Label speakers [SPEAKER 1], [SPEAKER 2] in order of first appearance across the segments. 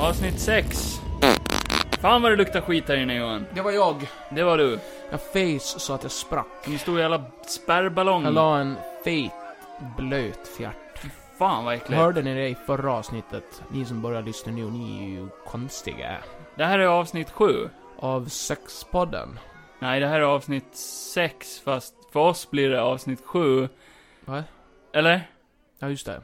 [SPEAKER 1] Avsnitt 6. Fan vad det luktar skit här inne Johan.
[SPEAKER 2] Det var jag.
[SPEAKER 1] Det var du.
[SPEAKER 2] Jag face så att jag sprack.
[SPEAKER 1] En stor jävla spärrballong.
[SPEAKER 2] Jag la en fet, blöt fjärt.
[SPEAKER 1] Fan vad äckligt.
[SPEAKER 2] Hörde ni det i förra avsnittet? Ni som börjar lyssna nu, ni är ju konstiga.
[SPEAKER 1] Det här är avsnitt 7.
[SPEAKER 2] Av sexpodden.
[SPEAKER 1] Nej, det här är avsnitt 6 fast för oss blir det avsnitt 7.
[SPEAKER 2] Va?
[SPEAKER 1] Eller?
[SPEAKER 2] Ja, just det.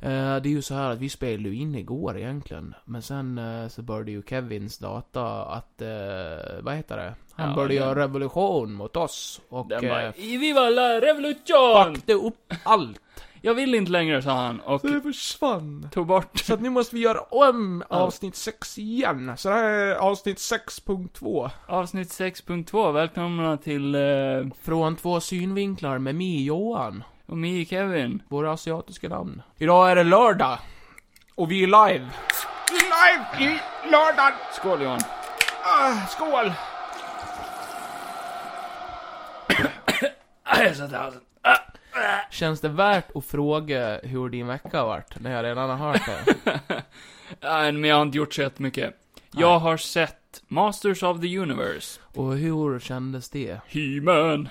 [SPEAKER 2] Eh, det är ju så här att vi spelade ju in igår egentligen. Men sen eh, så började ju Kevins data att, eh, vad heter det? Han
[SPEAKER 1] Ja,
[SPEAKER 2] började
[SPEAKER 1] den-
[SPEAKER 2] göra revolution mot oss. Och
[SPEAKER 1] Den bara,
[SPEAKER 2] eh,
[SPEAKER 1] "I Viva la revolution!
[SPEAKER 2] fuckade upp allt.
[SPEAKER 1] Jag vill inte längre, sa han och
[SPEAKER 2] Så det försvann.
[SPEAKER 1] tog bort.
[SPEAKER 2] Så att nu måste vi göra om avsnitt 6 igen. Så det här är avsnitt 6.2.
[SPEAKER 1] Avsnitt 6.2, välkomna till eh,
[SPEAKER 2] Från två synvinklar med mig Johan.
[SPEAKER 1] och mig Kevin.
[SPEAKER 2] Våra asiatiska namn. Idag är det lördag. Och vi är live. Live i lördag.
[SPEAKER 1] Skål Johan.
[SPEAKER 2] Ah, skål!
[SPEAKER 1] Aj, jag satt i halsen.
[SPEAKER 2] Känns det värt att fråga hur din vecka har varit? När jag redan har hört det.
[SPEAKER 1] Nej, men jag har inte gjort så jättemycket. Jag har sett Masters of the Universe.
[SPEAKER 2] Och hur kändes det?
[SPEAKER 1] He-Man.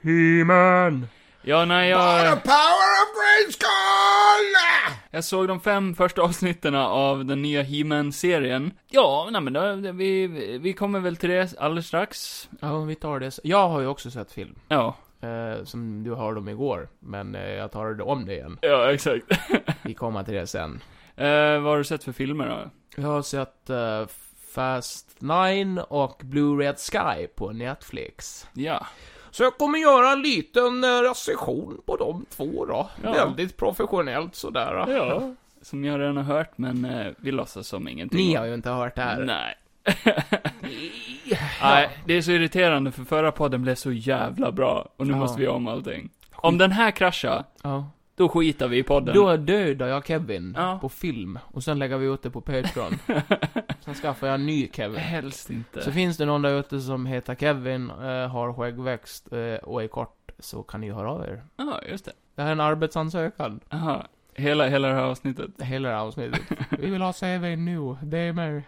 [SPEAKER 2] He-Man!
[SPEAKER 1] Ja, nej, jag,
[SPEAKER 2] power of Grayskull!
[SPEAKER 1] jag såg de fem första avsnitten av den nya He-Man-serien. Ja, nej men då, det- vi, vi kommer väl till det alldeles strax.
[SPEAKER 2] Ja, vi tar det. Jag har ju också sett film.
[SPEAKER 1] Ja,
[SPEAKER 2] Eh, som du hörde om igår, men eh, jag tar det om det igen.
[SPEAKER 1] ja exakt.
[SPEAKER 2] Vi kommer till det sen.
[SPEAKER 1] Eh, vad har du sett för filmer då?
[SPEAKER 2] Jag har sett eh, Fast 9 och Blue Red Sky på Netflix.
[SPEAKER 1] Ja.
[SPEAKER 2] Så jag kommer göra en liten eh, recension på de två då.
[SPEAKER 1] Ja.
[SPEAKER 2] Väldigt professionellt sådär.
[SPEAKER 1] Ja. Som jag redan har hört, men eh, vi låtsas som ingenting.
[SPEAKER 2] Ni har ju inte hört det här.
[SPEAKER 1] Nej. Nej, det är så irriterande för förra podden blev så jävla bra och nu
[SPEAKER 2] Ja.
[SPEAKER 1] måste vi göra om allting. Om den här kraschar,
[SPEAKER 2] Ja.
[SPEAKER 1] då skitar vi i podden.
[SPEAKER 2] Då dödar jag Kevin
[SPEAKER 1] Ja.
[SPEAKER 2] på film och sen lägger vi ut det på Patreon. sen skaffar jag en ny Kevin.
[SPEAKER 1] Helst inte.
[SPEAKER 2] Så finns det någon där ute som heter Kevin, eh, har skäggväxt eh, och är kort, så kan ni höra av er.
[SPEAKER 1] Ja, just det.
[SPEAKER 2] Det här är en arbetsansökan.
[SPEAKER 1] Aha. Hela, hela det här avsnittet.
[SPEAKER 2] Hela det här avsnittet. Vi vill ha CV nu, det är mig.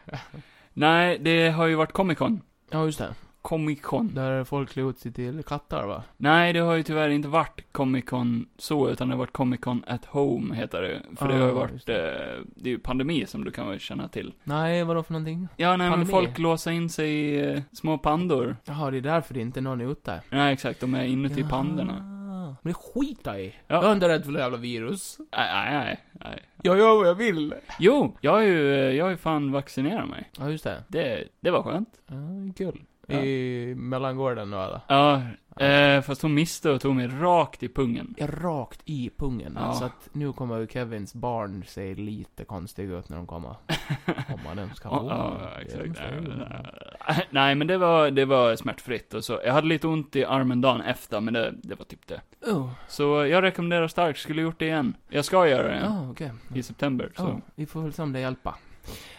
[SPEAKER 1] Nej, det har ju varit Comic Con.
[SPEAKER 2] Ja, just det.
[SPEAKER 1] Comic Con.
[SPEAKER 2] Där folk klär ut sig till katter, va?
[SPEAKER 1] Nej, det har ju tyvärr inte varit Comic Con så, utan det har varit Comic Con at home, heter det ju. För det har ju
[SPEAKER 2] Ah,
[SPEAKER 1] varit,
[SPEAKER 2] just
[SPEAKER 1] det. Eh, det är ju pandemi som du kan väl känna till.
[SPEAKER 2] Nej, vadå för någonting?
[SPEAKER 1] Ja, nej, men
[SPEAKER 2] Pandemi.
[SPEAKER 1] folk låser in sig i eh, små pandor.
[SPEAKER 2] Jaha, det är därför det inte är någon ute.
[SPEAKER 1] Nej, exakt, de är inuti
[SPEAKER 2] Jaha.
[SPEAKER 1] pandorna.
[SPEAKER 2] Men det skiter jag i.
[SPEAKER 1] Ja.
[SPEAKER 2] Jag är inte rädd för det jävla virus.
[SPEAKER 1] Nej, nej, nej, nej.
[SPEAKER 2] Jag gör vad jag vill.
[SPEAKER 1] Jo, jag har ju, eh, jag har ju fan vaccinerat mig.
[SPEAKER 2] Ja, just det.
[SPEAKER 1] Det, det var skönt.
[SPEAKER 2] Ja, kul.
[SPEAKER 1] Ja.
[SPEAKER 2] I mellangården då, eller?
[SPEAKER 1] Ja, eh, fast hon miste och tog mig rakt i pungen.
[SPEAKER 2] rakt i pungen.
[SPEAKER 1] Ja.
[SPEAKER 2] Så att nu kommer ju Kevins barn se lite konstiga ut när de kommer. Om man ens kan
[SPEAKER 1] Ja,
[SPEAKER 2] bo.
[SPEAKER 1] ja,
[SPEAKER 2] Det är
[SPEAKER 1] exakt.
[SPEAKER 2] de får.
[SPEAKER 1] Nej, Nej, men det var, det var smärtfritt och så. Jag hade lite ont i armen dagen efter, men det, det var typ det.
[SPEAKER 2] Oh,
[SPEAKER 1] Så jag rekommenderar starkt, skulle gjort det igen. Jag ska göra det igen.
[SPEAKER 2] ja, okej.
[SPEAKER 1] I september, så.
[SPEAKER 2] Ja, vi får väl se om det hjälper.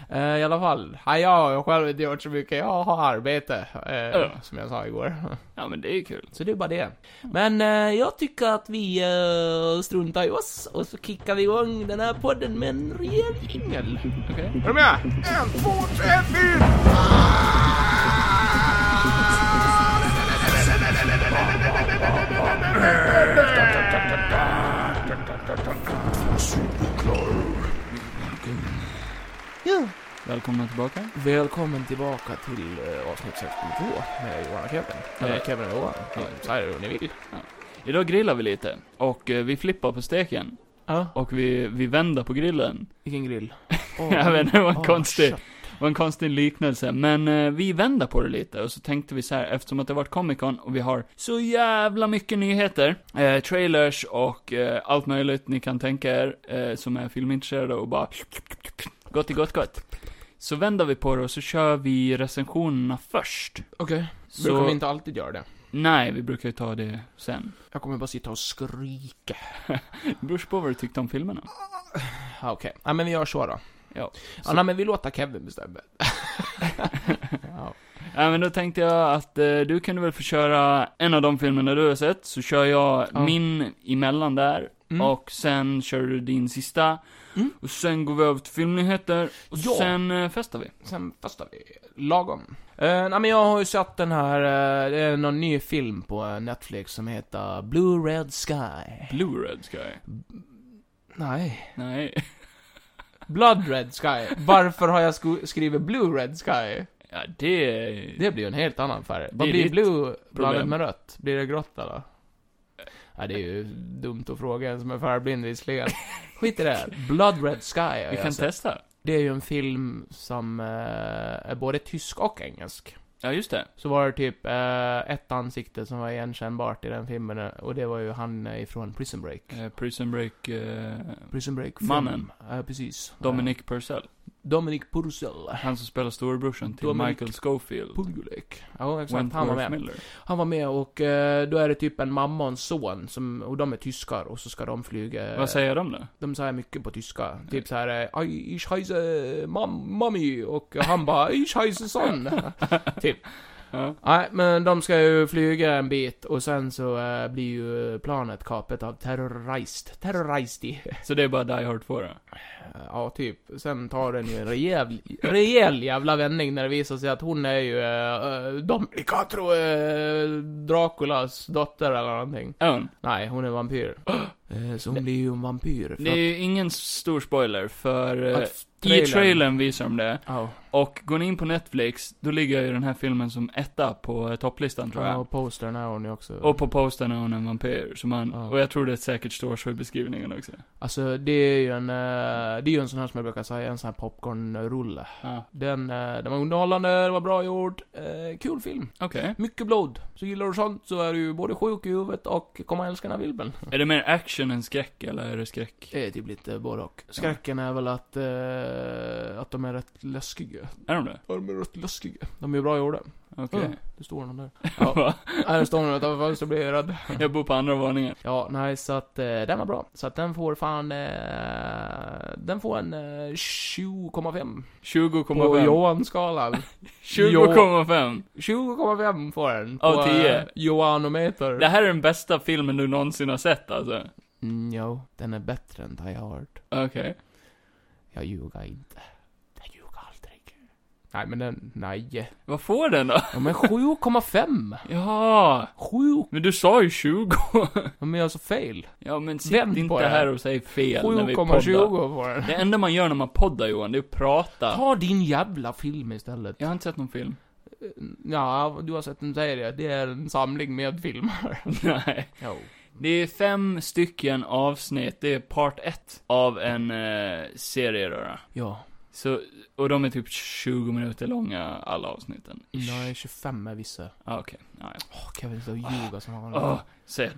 [SPEAKER 2] Eh, I alla fall, ja, jag har ju själv inte gjort så mycket. Jag har arbete, eh,
[SPEAKER 1] Ja.
[SPEAKER 2] som jag sa igår.
[SPEAKER 1] Ja, men det är ju kul.
[SPEAKER 2] Så det är bara det. Men eh, jag tycker att vi eh, struntar i oss och så kickar vi igång den här podden med en rejäl jingel.
[SPEAKER 1] Okej.
[SPEAKER 2] Är du med? En, två, tre, fyra! Ja.
[SPEAKER 1] Välkomna tillbaka.
[SPEAKER 2] Välkommen tillbaka till eh, avsnitt 62 med Johan och Kevin. Eller
[SPEAKER 1] Eh.
[SPEAKER 2] Kevin och Johan.
[SPEAKER 1] Ja.
[SPEAKER 2] Säg det hur ni vill.
[SPEAKER 1] Idag grillar vi lite. Och eh, vi flippar på steken.
[SPEAKER 2] Ja,
[SPEAKER 1] Och vi, vi vänder på grillen.
[SPEAKER 2] vilken grill.
[SPEAKER 1] Jag vet inte, det var en
[SPEAKER 2] Åh,
[SPEAKER 1] konstig-
[SPEAKER 2] kött.
[SPEAKER 1] Det var en konstig liknelse, men eh, vi vänder på det lite och så tänkte vi så här, eftersom att det har varit Comic Con och vi har så jävla mycket nyheter, eh, trailers och eh, allt möjligt ni kan tänka er eh, som är filmintresserade och bara gott i gott gott. Så vänder vi på det och så kör vi recensionerna först.
[SPEAKER 2] Okej, brukar
[SPEAKER 1] Så,
[SPEAKER 2] vi inte alltid göra det?
[SPEAKER 1] nej, vi brukar ju ta det sen.
[SPEAKER 2] Jag kommer bara sitta och skrika.
[SPEAKER 1] Det beror på vad du tyckte om filmerna.
[SPEAKER 2] Ja, Ah, Okej, ja, men vi gör så då.
[SPEAKER 1] Ja.
[SPEAKER 2] ja nej, men vi låter Kevin bestämma. ja.
[SPEAKER 1] Ja, men då tänkte jag att eh, du kunde väl få köra en av de filmerna du har sett, så kör jag
[SPEAKER 2] Ja.
[SPEAKER 1] min emellan där,
[SPEAKER 2] Mm.
[SPEAKER 1] och sen kör du din sista,
[SPEAKER 2] Mm.
[SPEAKER 1] och sen går vi över till filmnyheter, och
[SPEAKER 2] Ja.
[SPEAKER 1] sen eh, festar vi.
[SPEAKER 2] Sen fastar vi lagom. Eh, nej men jag har ju sett den här, eh, det är någon ny film på eh, Netflix som heter Blue Red Sky.
[SPEAKER 1] Blue Red Sky?
[SPEAKER 2] Nej.
[SPEAKER 1] Nej.
[SPEAKER 2] Blood Red Sky. Varför har jag sko- skrivit Blue Red Sky?
[SPEAKER 1] Ja, det är...
[SPEAKER 2] Det blir ju en helt annan färg. Vad
[SPEAKER 1] Det är
[SPEAKER 2] blir
[SPEAKER 1] ditt
[SPEAKER 2] blue blandat
[SPEAKER 1] problem.
[SPEAKER 2] med rött? Blir det grått eller? Ja, det är ju dumt att fråga en som är färgblind visserligen. Skit i det. Blood Red Sky har
[SPEAKER 1] Vi
[SPEAKER 2] jag
[SPEAKER 1] kan
[SPEAKER 2] sett.
[SPEAKER 1] testa.
[SPEAKER 2] Det är ju en film som eh, är både tysk och engelsk.
[SPEAKER 1] Ja, just det.
[SPEAKER 2] Så var det typ eh, ett ansikte som var igenkännbart i den filmen eh, och det var ju han eh, ifrån Prison Break.
[SPEAKER 1] Eh, Prison Break, eh,
[SPEAKER 2] Prison Break
[SPEAKER 1] Mannen.
[SPEAKER 2] Ja, precis. Eh,
[SPEAKER 1] Dominic Purcell.
[SPEAKER 2] Dominic Purcell.
[SPEAKER 1] Han som spelar storebrorsan till
[SPEAKER 2] Dominic
[SPEAKER 1] Michael Scofield.
[SPEAKER 2] Pulgulek. Ja, exakt. Han var
[SPEAKER 1] Wentworth
[SPEAKER 2] med.
[SPEAKER 1] Miller.
[SPEAKER 2] Han var med och eh, då är det typ en mamma och en son som, och de är tyskar och så ska de flyga.
[SPEAKER 1] Vad säger de då?
[SPEAKER 2] De säger mycket på tyska. Typ så här, eh, "Aj, ich heiße mam, mami och han bara, ich heiße son. typ.
[SPEAKER 1] Ja.
[SPEAKER 2] Nej, men de ska ju flyga en bit och sen så eh, blir ju planet kapet av terrorist. Terroristi.
[SPEAKER 1] Så det är bara Die Hard 2 då?
[SPEAKER 2] Ja, typ. Sen tar den ju en rejäl, rejäl jävla vändning när det visar sig att hon är ju eh, Dominicatro eh, Draculas dotter eller någonting.
[SPEAKER 1] Ön.
[SPEAKER 2] Nej, hon är vampyr. Eh, så hon blir ju en vampyr. För
[SPEAKER 1] Det är ju ingen stor spoiler, för
[SPEAKER 2] att-
[SPEAKER 1] eh,
[SPEAKER 2] att
[SPEAKER 1] i trailern visar de det.
[SPEAKER 2] Ja,
[SPEAKER 1] Och går ni in på Netflix, då ligger ju den här filmen som etta på eh, topplistan tror
[SPEAKER 2] ja,
[SPEAKER 1] jag.
[SPEAKER 2] och postern är hon ju också.
[SPEAKER 1] Och på postern är hon en vampyr, så man,
[SPEAKER 2] Ja.
[SPEAKER 1] och jag tror det säkert står så i beskrivningen också.
[SPEAKER 2] Alltså, det är ju en, eh, det är ju en sån här som jag brukar säga, en sån här popcornrulle.
[SPEAKER 1] Ja,
[SPEAKER 2] Den, eh, den var underhållande, det var bra gjort, eh, kul film.
[SPEAKER 1] okej.
[SPEAKER 2] Mycket blod. Så gillar du sånt så är du ju både sjuk i huvudet och kommer älska den här filmen.
[SPEAKER 1] Är det mer action än skräck, eller är det skräck?
[SPEAKER 2] Det är typ lite både och. Skräcken är väl att, eh, att de är rätt läskiga.
[SPEAKER 1] Är de det?
[SPEAKER 2] Ja, de är rätt läskiga. De är bra gjorda.
[SPEAKER 1] Okej.
[SPEAKER 2] Mm. Det står någon där. Ja.
[SPEAKER 1] Va?
[SPEAKER 2] Nej, det står någon utanför fönstret blir jag rädd.
[SPEAKER 1] jag bor på andra våningen.
[SPEAKER 2] Ja, nej, så att eh, den var bra. Så att den får fan, eh, den får en eh, 20,5. På
[SPEAKER 1] 20,5.
[SPEAKER 2] Johan-skalan.
[SPEAKER 1] 20,5.
[SPEAKER 2] 20,5 får den.
[SPEAKER 1] Av
[SPEAKER 2] på, eh,
[SPEAKER 1] 10.
[SPEAKER 2] Johanometer.
[SPEAKER 1] Det här är den bästa filmen du någonsin har sett alltså.
[SPEAKER 2] Mm, jo, den är bättre än Die Hard.
[SPEAKER 1] Okej.
[SPEAKER 2] Jag ljuger inte. Jag ljuger aldrig. Nej, men den, nej.
[SPEAKER 1] Vad får den då?
[SPEAKER 2] Ja, men 7,5!
[SPEAKER 1] Ja,
[SPEAKER 2] 7!
[SPEAKER 1] men du sa ju 20.
[SPEAKER 2] Ja, men jag sa fel.
[SPEAKER 1] ja men sitt
[SPEAKER 2] Vänd på
[SPEAKER 1] inte
[SPEAKER 2] det.
[SPEAKER 1] här och säg fel när vi poddar.
[SPEAKER 2] 7,20 var den.
[SPEAKER 1] Det enda man gör när man poddar Johan, det är att prata.
[SPEAKER 2] Ta din jävla film istället.
[SPEAKER 1] Jag har inte sett någon film.
[SPEAKER 2] Ja, du har sett den säga det. Det är en samling med filmer.
[SPEAKER 1] Nej.
[SPEAKER 2] Jo.
[SPEAKER 1] Det är fem stycken avsnitt, det är part ett av en eh, serie då, då.
[SPEAKER 2] Ja.
[SPEAKER 1] Så, och de är typ 20 minuter långa, alla avsnitten.
[SPEAKER 2] Jag är 25 är vissa.
[SPEAKER 1] Ah, okej. Ja, ja.
[SPEAKER 2] Åh, Kevin så ljuga som han
[SPEAKER 1] Åh, säg,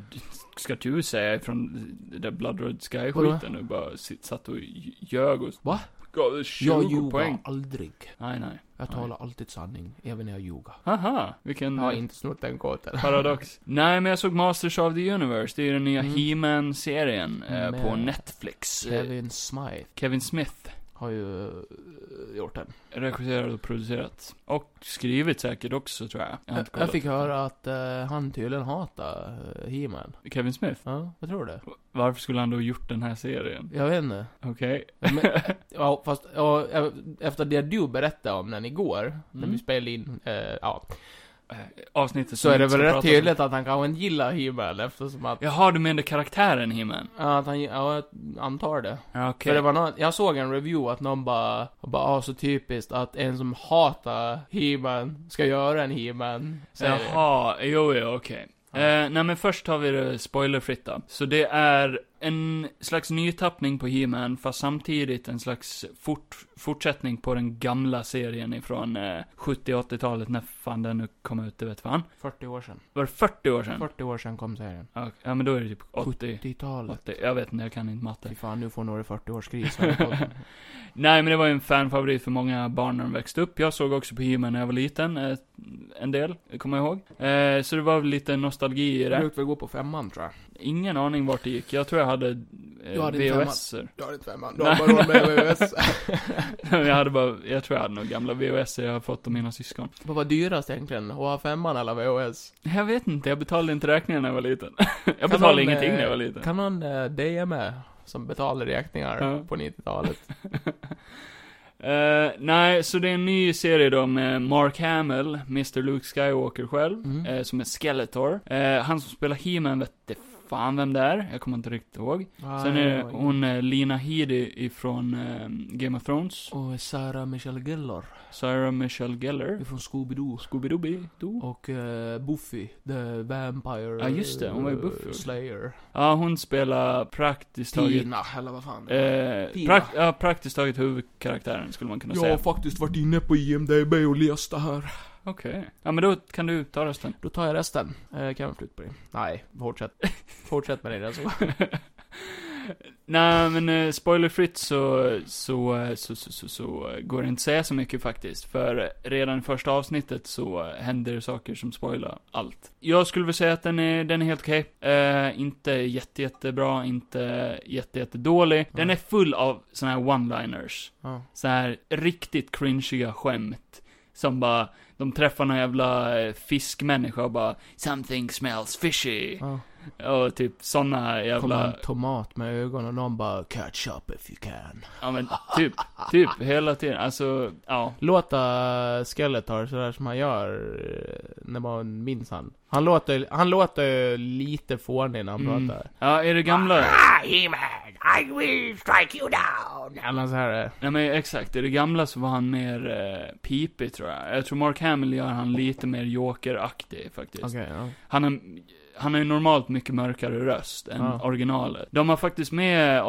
[SPEAKER 1] ska du säga ifrån det där Blood Red Sky-skiten och bara sitt- satt och ljög och...
[SPEAKER 2] Va?
[SPEAKER 1] Gav dig 20
[SPEAKER 2] Jag ljuger
[SPEAKER 1] poäng.
[SPEAKER 2] aldrig.
[SPEAKER 1] Nej, nej.
[SPEAKER 2] Jag
[SPEAKER 1] Nej. Mm.
[SPEAKER 2] talar alltid sanning, även när jag ljuger.
[SPEAKER 1] Haha, vilken eh,
[SPEAKER 2] Jag har inte snott den kåten.
[SPEAKER 1] paradox. nej, men jag såg Masters of the Universe. Det är ju den nya
[SPEAKER 2] Mm.
[SPEAKER 1] He-Man-serien eh, på
[SPEAKER 2] Med
[SPEAKER 1] Netflix. Eh,
[SPEAKER 2] Kevin Smythe
[SPEAKER 1] Kevin Smith.
[SPEAKER 2] har ju eh, gjort den.
[SPEAKER 1] Regisserat och producerat. Och skrivit säkert också, tror jag. Jag, har
[SPEAKER 2] Jag,
[SPEAKER 1] inte
[SPEAKER 2] jag
[SPEAKER 1] kollat.
[SPEAKER 2] fick höra att eh, han tydligen hatar eh, He-Man.
[SPEAKER 1] Kevin Smith?
[SPEAKER 2] Ja, jag tror det.
[SPEAKER 1] Varför skulle han då gjort den här serien?
[SPEAKER 2] Jag vet inte.
[SPEAKER 1] Okej.
[SPEAKER 2] Men, ja, fast ja, eh, efter det du berättade om den igår, när
[SPEAKER 1] Mm.
[SPEAKER 2] vi spelade in, eh, ja,
[SPEAKER 1] Eh, Avsnittet
[SPEAKER 2] så
[SPEAKER 1] som
[SPEAKER 2] är
[SPEAKER 1] vi
[SPEAKER 2] det
[SPEAKER 1] inte
[SPEAKER 2] väl
[SPEAKER 1] ska
[SPEAKER 2] rätt
[SPEAKER 1] prata om.
[SPEAKER 2] tydligt att han kanske inte gillar He-Man eftersom att,
[SPEAKER 1] Jaha, du menar karaktären He-Man?
[SPEAKER 2] ja, att han, ja, jag antar det.
[SPEAKER 1] Ja,
[SPEAKER 2] För
[SPEAKER 1] Okej.
[SPEAKER 2] det var någon, jag såg en review att någon bara, bara, ah, så typiskt att en som hatar He-Man ska göra en Eh, He-Man. säger det.
[SPEAKER 1] Eh, Jaha, jo, jo, okej.
[SPEAKER 2] Ja.
[SPEAKER 1] Eh, nej men först tar vi det spoilerfritt då. Så det är en slags nytappning på He-Man, fast samtidigt en slags fort, fortsättning på den gamla serien ifrån eh, 70-80-talet, när fan den nu kom ut, det vet fan.
[SPEAKER 2] 40 år sedan.
[SPEAKER 1] Var det 40 år sedan?
[SPEAKER 2] 40 år sedan kom serien.
[SPEAKER 1] Ja, Ja, men då är det typ 80.
[SPEAKER 2] 80-talet.
[SPEAKER 1] 80. Jag vet inte, jag kan inte matte.
[SPEAKER 2] Fy fan, nu får några 40-årskris här i podden.
[SPEAKER 1] Nej, men det var ju en fanfavorit för många barn när de växte upp. Jag såg också på He-Man när jag var liten, eh, en del, kommer jag ihåg. Eh, så det var väl lite nostalgi i
[SPEAKER 2] Det
[SPEAKER 1] det.
[SPEAKER 2] brukar väl gå på femman tror jag.
[SPEAKER 1] Ingen aning vart det gick. Jag tror jag hade eh,
[SPEAKER 2] Du hade inte
[SPEAKER 1] VHS-er.
[SPEAKER 2] Du har inte femman. Du
[SPEAKER 1] Nej.
[SPEAKER 2] har bara råd med E VHS.
[SPEAKER 1] jag hade bara, jag tror jag hade några gamla VHS jag har fått av mina syskon.
[SPEAKER 2] Vad var dyrast egentligen? HA5 eller VHS?
[SPEAKER 1] Jag vet inte, jag betalade inte räkningar när jag var liten. jag
[SPEAKER 2] Kan
[SPEAKER 1] betalade
[SPEAKER 2] någon,
[SPEAKER 1] ingenting när jag
[SPEAKER 2] eh,
[SPEAKER 1] var liten.
[SPEAKER 2] Kan någon eh, DM -a som betalar räkningar
[SPEAKER 1] Ja.
[SPEAKER 2] på 90-talet?
[SPEAKER 1] Eh, nej, så det är en ny serie då med Mark Hamill, Mr Luke Skywalker själv,
[SPEAKER 2] Mm.
[SPEAKER 1] eh, som är Skeletor. Eh, han som spelar He-Man vet inte fan vem det är, jag kommer inte riktigt ihåg. Sen är det hon eh, Lina Headey ifrån eh, Game of Thrones,
[SPEAKER 2] Och Sarah Michelle Gellar
[SPEAKER 1] Sarah Michelle Geller,
[SPEAKER 2] ifrån Scooby-Doo.
[SPEAKER 1] Scooby-Dooby-Doo.
[SPEAKER 2] Och eh, Buffy, The Vampire
[SPEAKER 1] Ja, just det, hon var ju Buffy.
[SPEAKER 2] eh, Slayer.
[SPEAKER 1] Ja, hon spelar praktiskt taget...
[SPEAKER 2] Tina, eller vad fan.
[SPEAKER 1] Eh,
[SPEAKER 2] Pina.
[SPEAKER 1] prak, ja, praktiskt taget huvudkaraktären skulle man kunna
[SPEAKER 2] jag har
[SPEAKER 1] säga.
[SPEAKER 2] faktiskt varit inne på IMDB och läst det här.
[SPEAKER 1] Okej. Ja, men då kan du ta resten.
[SPEAKER 2] Då tar jag resten. Eh, kan jag flytta på det? Nej, fortsätt. fortsätt med det. Alltså.
[SPEAKER 1] Nej, men eh, spoilerfritt så, så, eh, så, så, så, så eh, går det inte säga så mycket faktiskt. För eh, redan i första avsnittet så eh, händer det saker som spoilar allt. Jag skulle väl säga att den är, den är helt okej. Eh, inte jätte, jättebra, inte jätte, jättedålig.
[SPEAKER 2] Mm.
[SPEAKER 1] Den är full av såna här one-liners.
[SPEAKER 2] Ja.
[SPEAKER 1] så här riktigt cringiga skämt. Som bara, de träffar någon jävla eh, fiskmänniska och bara 'Something smells fishy'
[SPEAKER 2] Ja.
[SPEAKER 1] och typ såna
[SPEAKER 2] Kommer
[SPEAKER 1] jävla,
[SPEAKER 2] en tomat med ögonen och någon bara 'Catch up if you can'
[SPEAKER 1] ja men typ, typ hela tiden, alltså, ja.
[SPEAKER 2] Låta Skeletor sådär som han gör eh, när man minns han. Han låter, han låter ju lite fånig när han
[SPEAKER 1] Mm.
[SPEAKER 2] pratar.
[SPEAKER 1] Ja, i det gamla,
[SPEAKER 2] Ah, He-Man! I will strike you down! Eller så här. eh,
[SPEAKER 1] nej men exakt, i det gamla så var han mer eh, pipig tror jag. Jag tror Mark Hamill gör han lite mer jokeraktig faktiskt.
[SPEAKER 2] Okej, ja.
[SPEAKER 1] Han har, han har ju normalt mycket mörkare röst än
[SPEAKER 2] Ja.
[SPEAKER 1] originalet. De har faktiskt med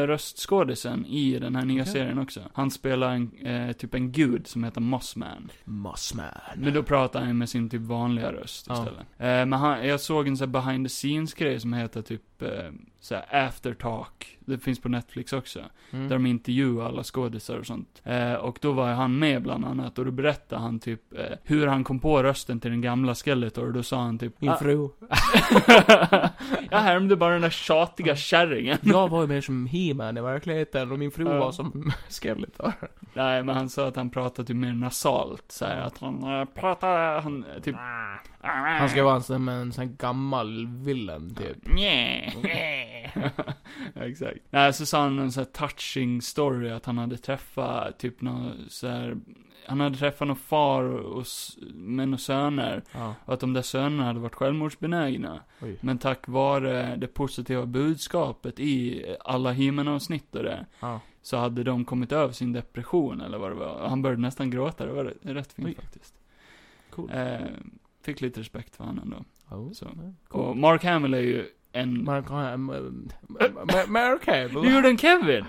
[SPEAKER 1] originalröstskådisen i den här nya
[SPEAKER 2] Okej.
[SPEAKER 1] serien också. Han spelar en, eh, typ en gud som heter Mossman.
[SPEAKER 2] Mossman.
[SPEAKER 1] Men då pratar han ju med sin typ vanliga röst
[SPEAKER 2] Ja.
[SPEAKER 1] istället. Eh, men han, jag såg en sån här behind the scenes grej som heter typ eh, så här after talk. Det finns på Netflix också.
[SPEAKER 2] Mm.
[SPEAKER 1] Där de intervjuar alla skådisar och sånt. Eh, och då var han med bland annat och då berättade han typ eh, hur han kom på rösten till den gamla Skeletor. Och då sa han typ
[SPEAKER 2] Min
[SPEAKER 1] "Ah,
[SPEAKER 2] fru.
[SPEAKER 1] jag härmde bara den där tjatiga kärringen.
[SPEAKER 2] Jag var ju mer som He-Man i verkligheten och min fru
[SPEAKER 1] Ja.
[SPEAKER 2] var som Skeletor.
[SPEAKER 1] Nej, men han sa att han pratade typ mer nasalt, så här, att han eh, pratar, han eh, typ...
[SPEAKER 2] Han ska vara som en sån här gammal villain typ.
[SPEAKER 1] Yeah. Exakt. Nej, så sa han en sån här touching story att han hade träffat typ någon så här, han hade träffat någon far och, s- med några söner.
[SPEAKER 2] Ja.
[SPEAKER 1] Och att de där sönerna hade varit självmordsbenägna.
[SPEAKER 2] Oj.
[SPEAKER 1] Men tack vare det positiva budskapet i alla He-Man-avsnitt och det,
[SPEAKER 2] Ja.
[SPEAKER 1] så hade de kommit över sin depression eller vad det var. Och han började nästan gråta, det var rätt- rätt fint
[SPEAKER 2] Oj.
[SPEAKER 1] faktiskt.
[SPEAKER 2] Cool.
[SPEAKER 1] Eh, fick lite respekt för honom då.
[SPEAKER 2] Oh.
[SPEAKER 1] Så.
[SPEAKER 2] Cool.
[SPEAKER 1] Och Mark Hamill är ju en...
[SPEAKER 2] Man kan ha... Mary
[SPEAKER 1] Du
[SPEAKER 2] Cable.
[SPEAKER 1] gjorde en Kevin!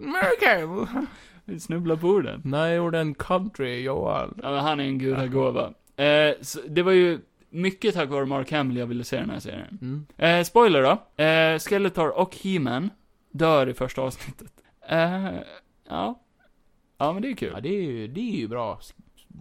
[SPEAKER 2] Mary Cable.
[SPEAKER 1] Du snubblade på orden.
[SPEAKER 2] Nej, jag gjorde en country, Johan.
[SPEAKER 1] Ja, men han är en gudagåva. Eh, så det var ju mycket tack vare Mark Hamill jag ville se den här serien.
[SPEAKER 2] Mm.
[SPEAKER 1] Eh, spoiler då. Eh, Skeletor och He-Man dör i första avsnittet. Eh, ja. Ja, men det är
[SPEAKER 2] Ja,
[SPEAKER 1] kul.
[SPEAKER 2] det är ju, det är ju bra.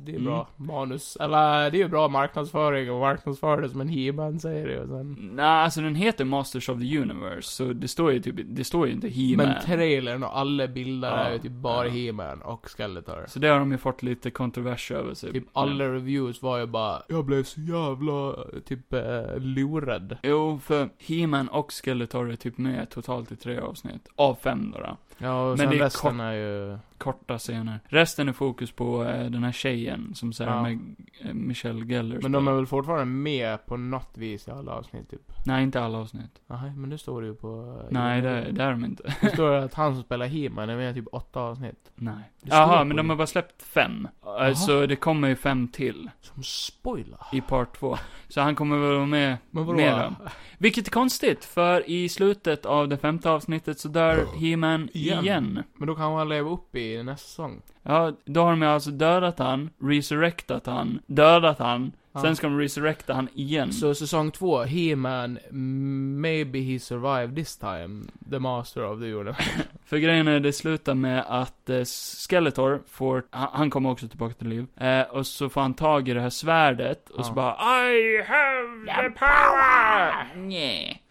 [SPEAKER 2] Det är
[SPEAKER 1] Mm.
[SPEAKER 2] bra manus. Eller, det är ju bra marknadsföring och marknadsföra det som en He-Man säger det och sen...
[SPEAKER 1] Nej, alltså den heter Masters of the Universe, så det står ju typ, det står ju inte He-Man.
[SPEAKER 2] Men trailern och alla bilder
[SPEAKER 1] Ja,
[SPEAKER 2] är ju typ bara
[SPEAKER 1] ja.
[SPEAKER 2] He-Man och Skeletor.
[SPEAKER 1] Så det har de ju fått lite kontrovers över sig.
[SPEAKER 2] Typ alla reviews var ju bara Jag blev så jävla, typ, eh, lurad.
[SPEAKER 1] Jo, för He-Man och Skeletor är typ med totalt i tre avsnitt. Av fem då. då.
[SPEAKER 2] Ja, och
[SPEAKER 1] Men
[SPEAKER 2] sen
[SPEAKER 1] det är
[SPEAKER 2] resten är ju...
[SPEAKER 1] Korta scener. Resten är fokus på eh, den här tjejen som säger
[SPEAKER 2] Ja.
[SPEAKER 1] med eh, Michelle Geller.
[SPEAKER 2] Men de är
[SPEAKER 1] spelar.
[SPEAKER 2] väl fortfarande med på något vis i alla avsnitt, typ?
[SPEAKER 1] Nej, inte alla avsnitt.
[SPEAKER 2] Nej, men det står det ju på... eh,
[SPEAKER 1] Nej,
[SPEAKER 2] IMDb.
[SPEAKER 1] det, det är de inte.
[SPEAKER 2] Det står att han som spelar He-Man är med i typ åtta avsnitt.
[SPEAKER 1] Nej.
[SPEAKER 2] Det står
[SPEAKER 1] Jaha,
[SPEAKER 2] på
[SPEAKER 1] men
[SPEAKER 2] det.
[SPEAKER 1] de har bara släppt fem. Eh, Så det kommer ju fem till
[SPEAKER 2] Som spoiler.
[SPEAKER 1] i part två. Så han kommer väl vara med
[SPEAKER 2] Men vadå?
[SPEAKER 1] mera. Vilket är konstigt, för i slutet av det femte avsnittet så dör He-Man igen.
[SPEAKER 2] Igen. Men då kan man leva upp i nästa säsong.
[SPEAKER 1] Ja, då har de ju alltså dödat han, resurrectat han, dödat han,
[SPEAKER 2] Ja.
[SPEAKER 1] sen ska de resurrecta han igen.
[SPEAKER 2] Så säsong två, He-Man, mm, maybe he survived this time. The master of the universe.
[SPEAKER 1] För grejen är, det slutar med att eh, Skeletor får, han, han kommer också tillbaka till liv, eh, och så får han tag i det här svärdet, och så
[SPEAKER 2] Ja.
[SPEAKER 1] bara I have the power! Nej.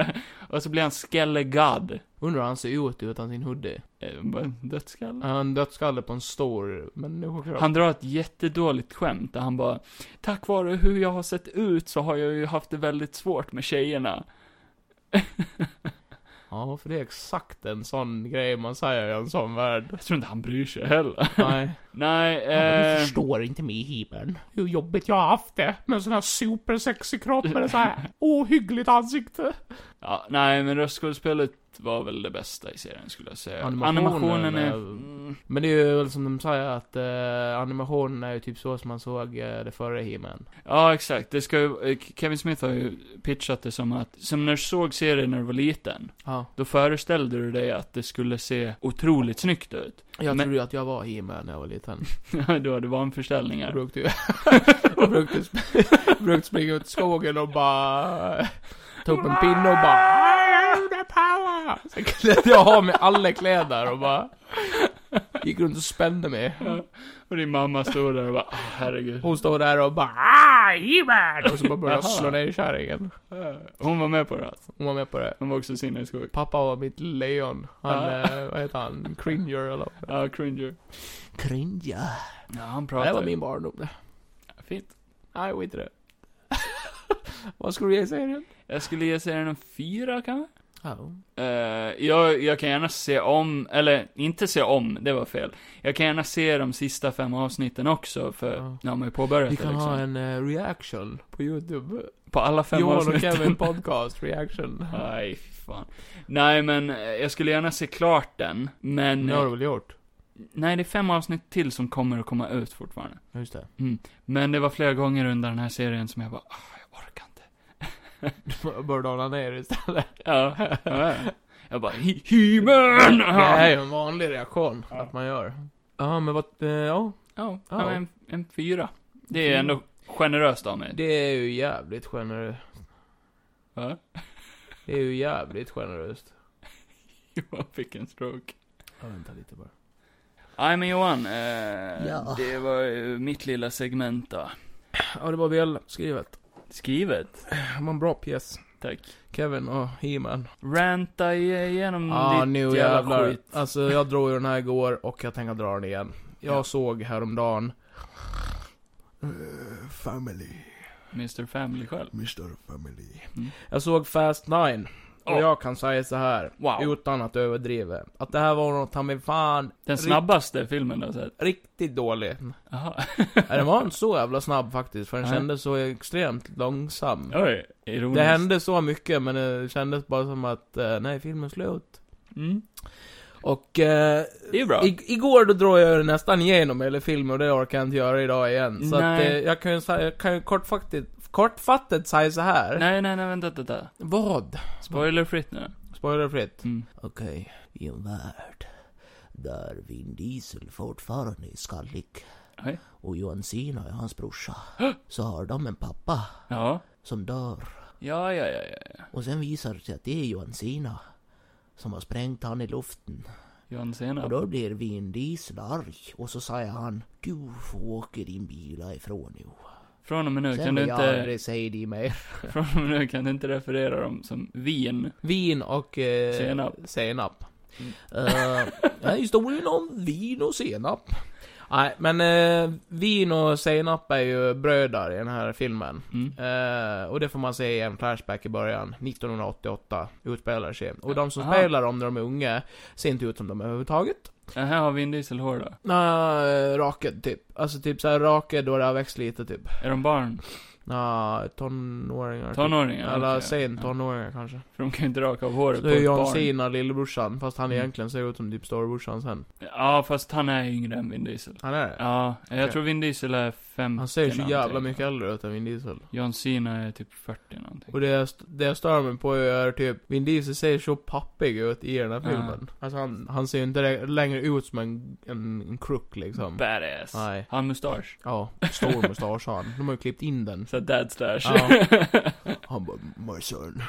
[SPEAKER 1] Och så blir han Skellegod.
[SPEAKER 2] Undrar hur han ser ut utan sin hoodie.
[SPEAKER 1] Eh, bara en Dödskalle.
[SPEAKER 2] Han har en dödskalle på en stor människokropp.
[SPEAKER 1] Han drar ett jättedåligt skämt där han bara, tack vare hur jag har sett ut så har jag ju haft det väldigt svårt med tjejerna.
[SPEAKER 2] Ja, för det är exakt en sån grej man säger i en sån värld.
[SPEAKER 1] Jag tror inte han bryr sig heller.
[SPEAKER 2] Nej. Ehm.
[SPEAKER 1] Nej,
[SPEAKER 2] Ja,
[SPEAKER 1] eh,
[SPEAKER 2] du förstår inte mig himlen. Hur jobbigt jag har haft det med en sån här supersexig kropp med ett så här ohyggligt ansikte.
[SPEAKER 1] ja, nej men röstskådespelet var väl det bästa i serien skulle jag säga.
[SPEAKER 2] Animationen
[SPEAKER 1] Animationen, är...
[SPEAKER 2] är-
[SPEAKER 1] Mm,
[SPEAKER 2] Men det är ju väl som de säger att eh, animationen är ju typ så som man såg eh, det förra He-Man.
[SPEAKER 1] ja, exakt. Det ska ju, eh, Kevin Smith har ju pitchat det som att, som när du såg serien när du var liten,
[SPEAKER 2] Ja.
[SPEAKER 1] då föreställde du dig att det skulle se otroligt snyggt ut.
[SPEAKER 2] Jag
[SPEAKER 1] Men-
[SPEAKER 2] trodde ju att jag var He-Man när jag var liten.
[SPEAKER 1] du hade
[SPEAKER 2] Jag
[SPEAKER 1] vanföreställningar.
[SPEAKER 2] brukade ju... jag brukade, sp- brukade springa ut i skogen och bara... eh, Ta upp en pinne och bara... "I own the power!" Sen klädde jag av mig alla kläder och bara... Gick runt och spände mig.
[SPEAKER 1] Och din mamma stod där och bara, ah, herregud.
[SPEAKER 2] Hon står där och bara ah, he Och så bara börjar jag
[SPEAKER 1] Jaha.
[SPEAKER 2] slå ner kärringen.
[SPEAKER 1] Hon var med på det alltså.
[SPEAKER 2] Hon var med på det.
[SPEAKER 1] Hon var också sinnessjuk.
[SPEAKER 2] Pappa var mitt lejon. Han,
[SPEAKER 1] Ja.
[SPEAKER 2] eh, vad heter han? Cringer eller?
[SPEAKER 1] Ja, cringer.
[SPEAKER 2] Cringer.
[SPEAKER 1] Ja, han
[SPEAKER 2] Ja,
[SPEAKER 1] pratade
[SPEAKER 2] det var min barndom det.
[SPEAKER 1] Fint.
[SPEAKER 2] Nej, skit i det. Vad skulle du ge serien?
[SPEAKER 1] Jag skulle ge serien en fyra kanske?
[SPEAKER 2] Oh.
[SPEAKER 1] Eh, jag, jag kan gärna se om, eller inte se om, det var fel. Jag kan gärna se de sista fem avsnitten också, för
[SPEAKER 2] Ja.
[SPEAKER 1] nu har man ju påbörjat
[SPEAKER 2] Vi
[SPEAKER 1] det
[SPEAKER 2] kan
[SPEAKER 1] liksom.
[SPEAKER 2] ha en eh, reaction på Youtube.
[SPEAKER 1] På alla fem
[SPEAKER 2] Johan och
[SPEAKER 1] avsnitten.
[SPEAKER 2] Kevin podcast reaction.
[SPEAKER 1] Nej, fy fan. Nej, men eh, jag skulle gärna se klart den, men... eh,
[SPEAKER 2] Det har du väl gjort?
[SPEAKER 1] Nej, det är fem avsnitt till som kommer att komma ut fortfarande.
[SPEAKER 2] Just det.
[SPEAKER 1] Men det var flera gånger under den här serien som jag bara, ah, jag orkar inte.
[SPEAKER 2] Bör dala ner istället.
[SPEAKER 1] Ja, ja. Jag bara, "He- He-Man!
[SPEAKER 2] Det här är ju en vanlig reaktion att man gör. Ja, men vad... eh, Ja,
[SPEAKER 1] Ja,
[SPEAKER 2] Ja. Mm.
[SPEAKER 1] ja, en, en fyra. Det är ändå generöst av mig.
[SPEAKER 2] det är ju jävligt generöst.
[SPEAKER 1] Ja.
[SPEAKER 2] Det är ju jävligt generöst.
[SPEAKER 1] Johan fick en stroke.
[SPEAKER 2] Ja, vänta lite bara.
[SPEAKER 1] Nej men Johan, eh,
[SPEAKER 2] Ja.
[SPEAKER 1] det var ju mitt lilla segment då.
[SPEAKER 2] Ja, det var väl skrivet.
[SPEAKER 1] Skrivet.
[SPEAKER 2] Det var en bra pjäs.
[SPEAKER 1] Tack.
[SPEAKER 2] Kevin och He-Man.
[SPEAKER 1] Ranta igenom
[SPEAKER 2] Ja,
[SPEAKER 1] Mm. ditt
[SPEAKER 2] Ah, nu
[SPEAKER 1] jävla
[SPEAKER 2] jävlar.
[SPEAKER 1] skit.
[SPEAKER 2] Alltså, jag drog ju den här igår och jag tänker dra den igen. Jag
[SPEAKER 1] Ja.
[SPEAKER 2] såg häromdagen... Eh, family.
[SPEAKER 1] Mr Family själv.
[SPEAKER 2] Mr Family.
[SPEAKER 1] Mm.
[SPEAKER 2] Jag såg Fast Nine. Och
[SPEAKER 1] Ja.
[SPEAKER 2] jag kan säga så här
[SPEAKER 1] Oh, Wow.
[SPEAKER 2] utan att överdriva. Att det här var något ta mig fan
[SPEAKER 1] Den snabbaste filmen du har sett.
[SPEAKER 2] riktigt dåligt.
[SPEAKER 1] Jaha.
[SPEAKER 2] Nej, den var inte så jävla snabb faktiskt, för den
[SPEAKER 1] Nej.
[SPEAKER 2] kändes så extremt långsam.
[SPEAKER 1] Oj, ironiskt.
[SPEAKER 2] Mm. Det hände så mycket, men det kändes bara som att, eh, nej, filmen är slut.
[SPEAKER 1] Mm.
[SPEAKER 2] Och, eh,
[SPEAKER 1] Det är ju bra.
[SPEAKER 2] i, igår då drog jag nästan igenom hela filmen och det orkar jag inte göra idag igen. Så att,
[SPEAKER 1] Nej.
[SPEAKER 2] eh, jag kan ju, säga- jag kan ju kortfattigt, kortfattat säga så här.
[SPEAKER 1] Nej, nej, nej, vänta, vänta, vänta.
[SPEAKER 2] Vad?
[SPEAKER 1] Spoilerfritt nu.
[SPEAKER 2] Spoilerfritt.
[SPEAKER 1] Mm.
[SPEAKER 3] Okej. I en värld där Vin Diesel fortfarande är skallig
[SPEAKER 1] Okej.
[SPEAKER 3] och John Cena är hans brorsa, så har de en pappa
[SPEAKER 1] Ja.
[SPEAKER 3] som dör.
[SPEAKER 1] Ja, ja, ja, ja.
[SPEAKER 3] Och sen visar det sig att det är John Cena som har sprängt han i luften.
[SPEAKER 1] John
[SPEAKER 3] Och
[SPEAKER 1] Cena.
[SPEAKER 3] då blir Vin Diesel arg och så säger han Du får åka din bila ifrån nu.
[SPEAKER 1] Från och med nu
[SPEAKER 3] Sen
[SPEAKER 1] kan du
[SPEAKER 3] vill jag
[SPEAKER 1] inte,
[SPEAKER 3] aldrig säga det mer.
[SPEAKER 1] från och med nu kan du inte referera dem som vin.
[SPEAKER 2] Vin och... Eh,
[SPEAKER 1] Senap.
[SPEAKER 2] Senap.
[SPEAKER 1] Mm.
[SPEAKER 2] Eh, det här är historien om vin och senap. Nej, men eh, vin och senap är ju bröder i den här filmen.
[SPEAKER 1] Mm.
[SPEAKER 2] Eh, och det får man se i en flashback i början, 1988, utspelar sig. Och de som
[SPEAKER 1] Aha.
[SPEAKER 2] spelar dem när de är unga, ser inte ut som de överhuvudtaget.
[SPEAKER 1] Ja, här har vi en dieselhår då.
[SPEAKER 2] Uh, raked typ. Alltså typ såhär raked och det har växt lite typ.
[SPEAKER 1] Är de barn?
[SPEAKER 2] Nja, tonåringar.
[SPEAKER 1] Tonåringar?
[SPEAKER 2] Typ. Eller
[SPEAKER 1] okej.
[SPEAKER 2] sen
[SPEAKER 1] Ja.
[SPEAKER 2] tonåringar kanske.
[SPEAKER 1] För de kan ju inte raka av håret
[SPEAKER 2] Så
[SPEAKER 1] på
[SPEAKER 2] det är
[SPEAKER 1] ett
[SPEAKER 2] John
[SPEAKER 1] barn.
[SPEAKER 2] Cena, lillebrorsan, fast han
[SPEAKER 1] Mm.
[SPEAKER 2] egentligen ser ut som typ storebrorsan sen.
[SPEAKER 1] Ja, fast han är yngre än Vin Diesel.
[SPEAKER 2] Han är det?
[SPEAKER 1] Ja, mm. jag
[SPEAKER 2] Okej.
[SPEAKER 1] tror Vin Diesel är 50
[SPEAKER 2] Han ser ju så jävla
[SPEAKER 1] någonting.
[SPEAKER 2] mycket äldre ut än Vin Diesel.
[SPEAKER 1] John Cena är typ 40 någonting.
[SPEAKER 2] Och det jag, st- det jag stör mig på är typ, Vin Diesel ser så pappig ut i den här
[SPEAKER 1] Ja.
[SPEAKER 2] filmen. Alltså han, han ser ju inte re- längre ut som en, en, en crook liksom.
[SPEAKER 1] Badass.
[SPEAKER 2] Nej.
[SPEAKER 1] Han har mustasch.
[SPEAKER 2] Ja, stor mustasch har han. De har ju klippt in den.
[SPEAKER 1] Så dad stash.
[SPEAKER 2] Han bara, my son.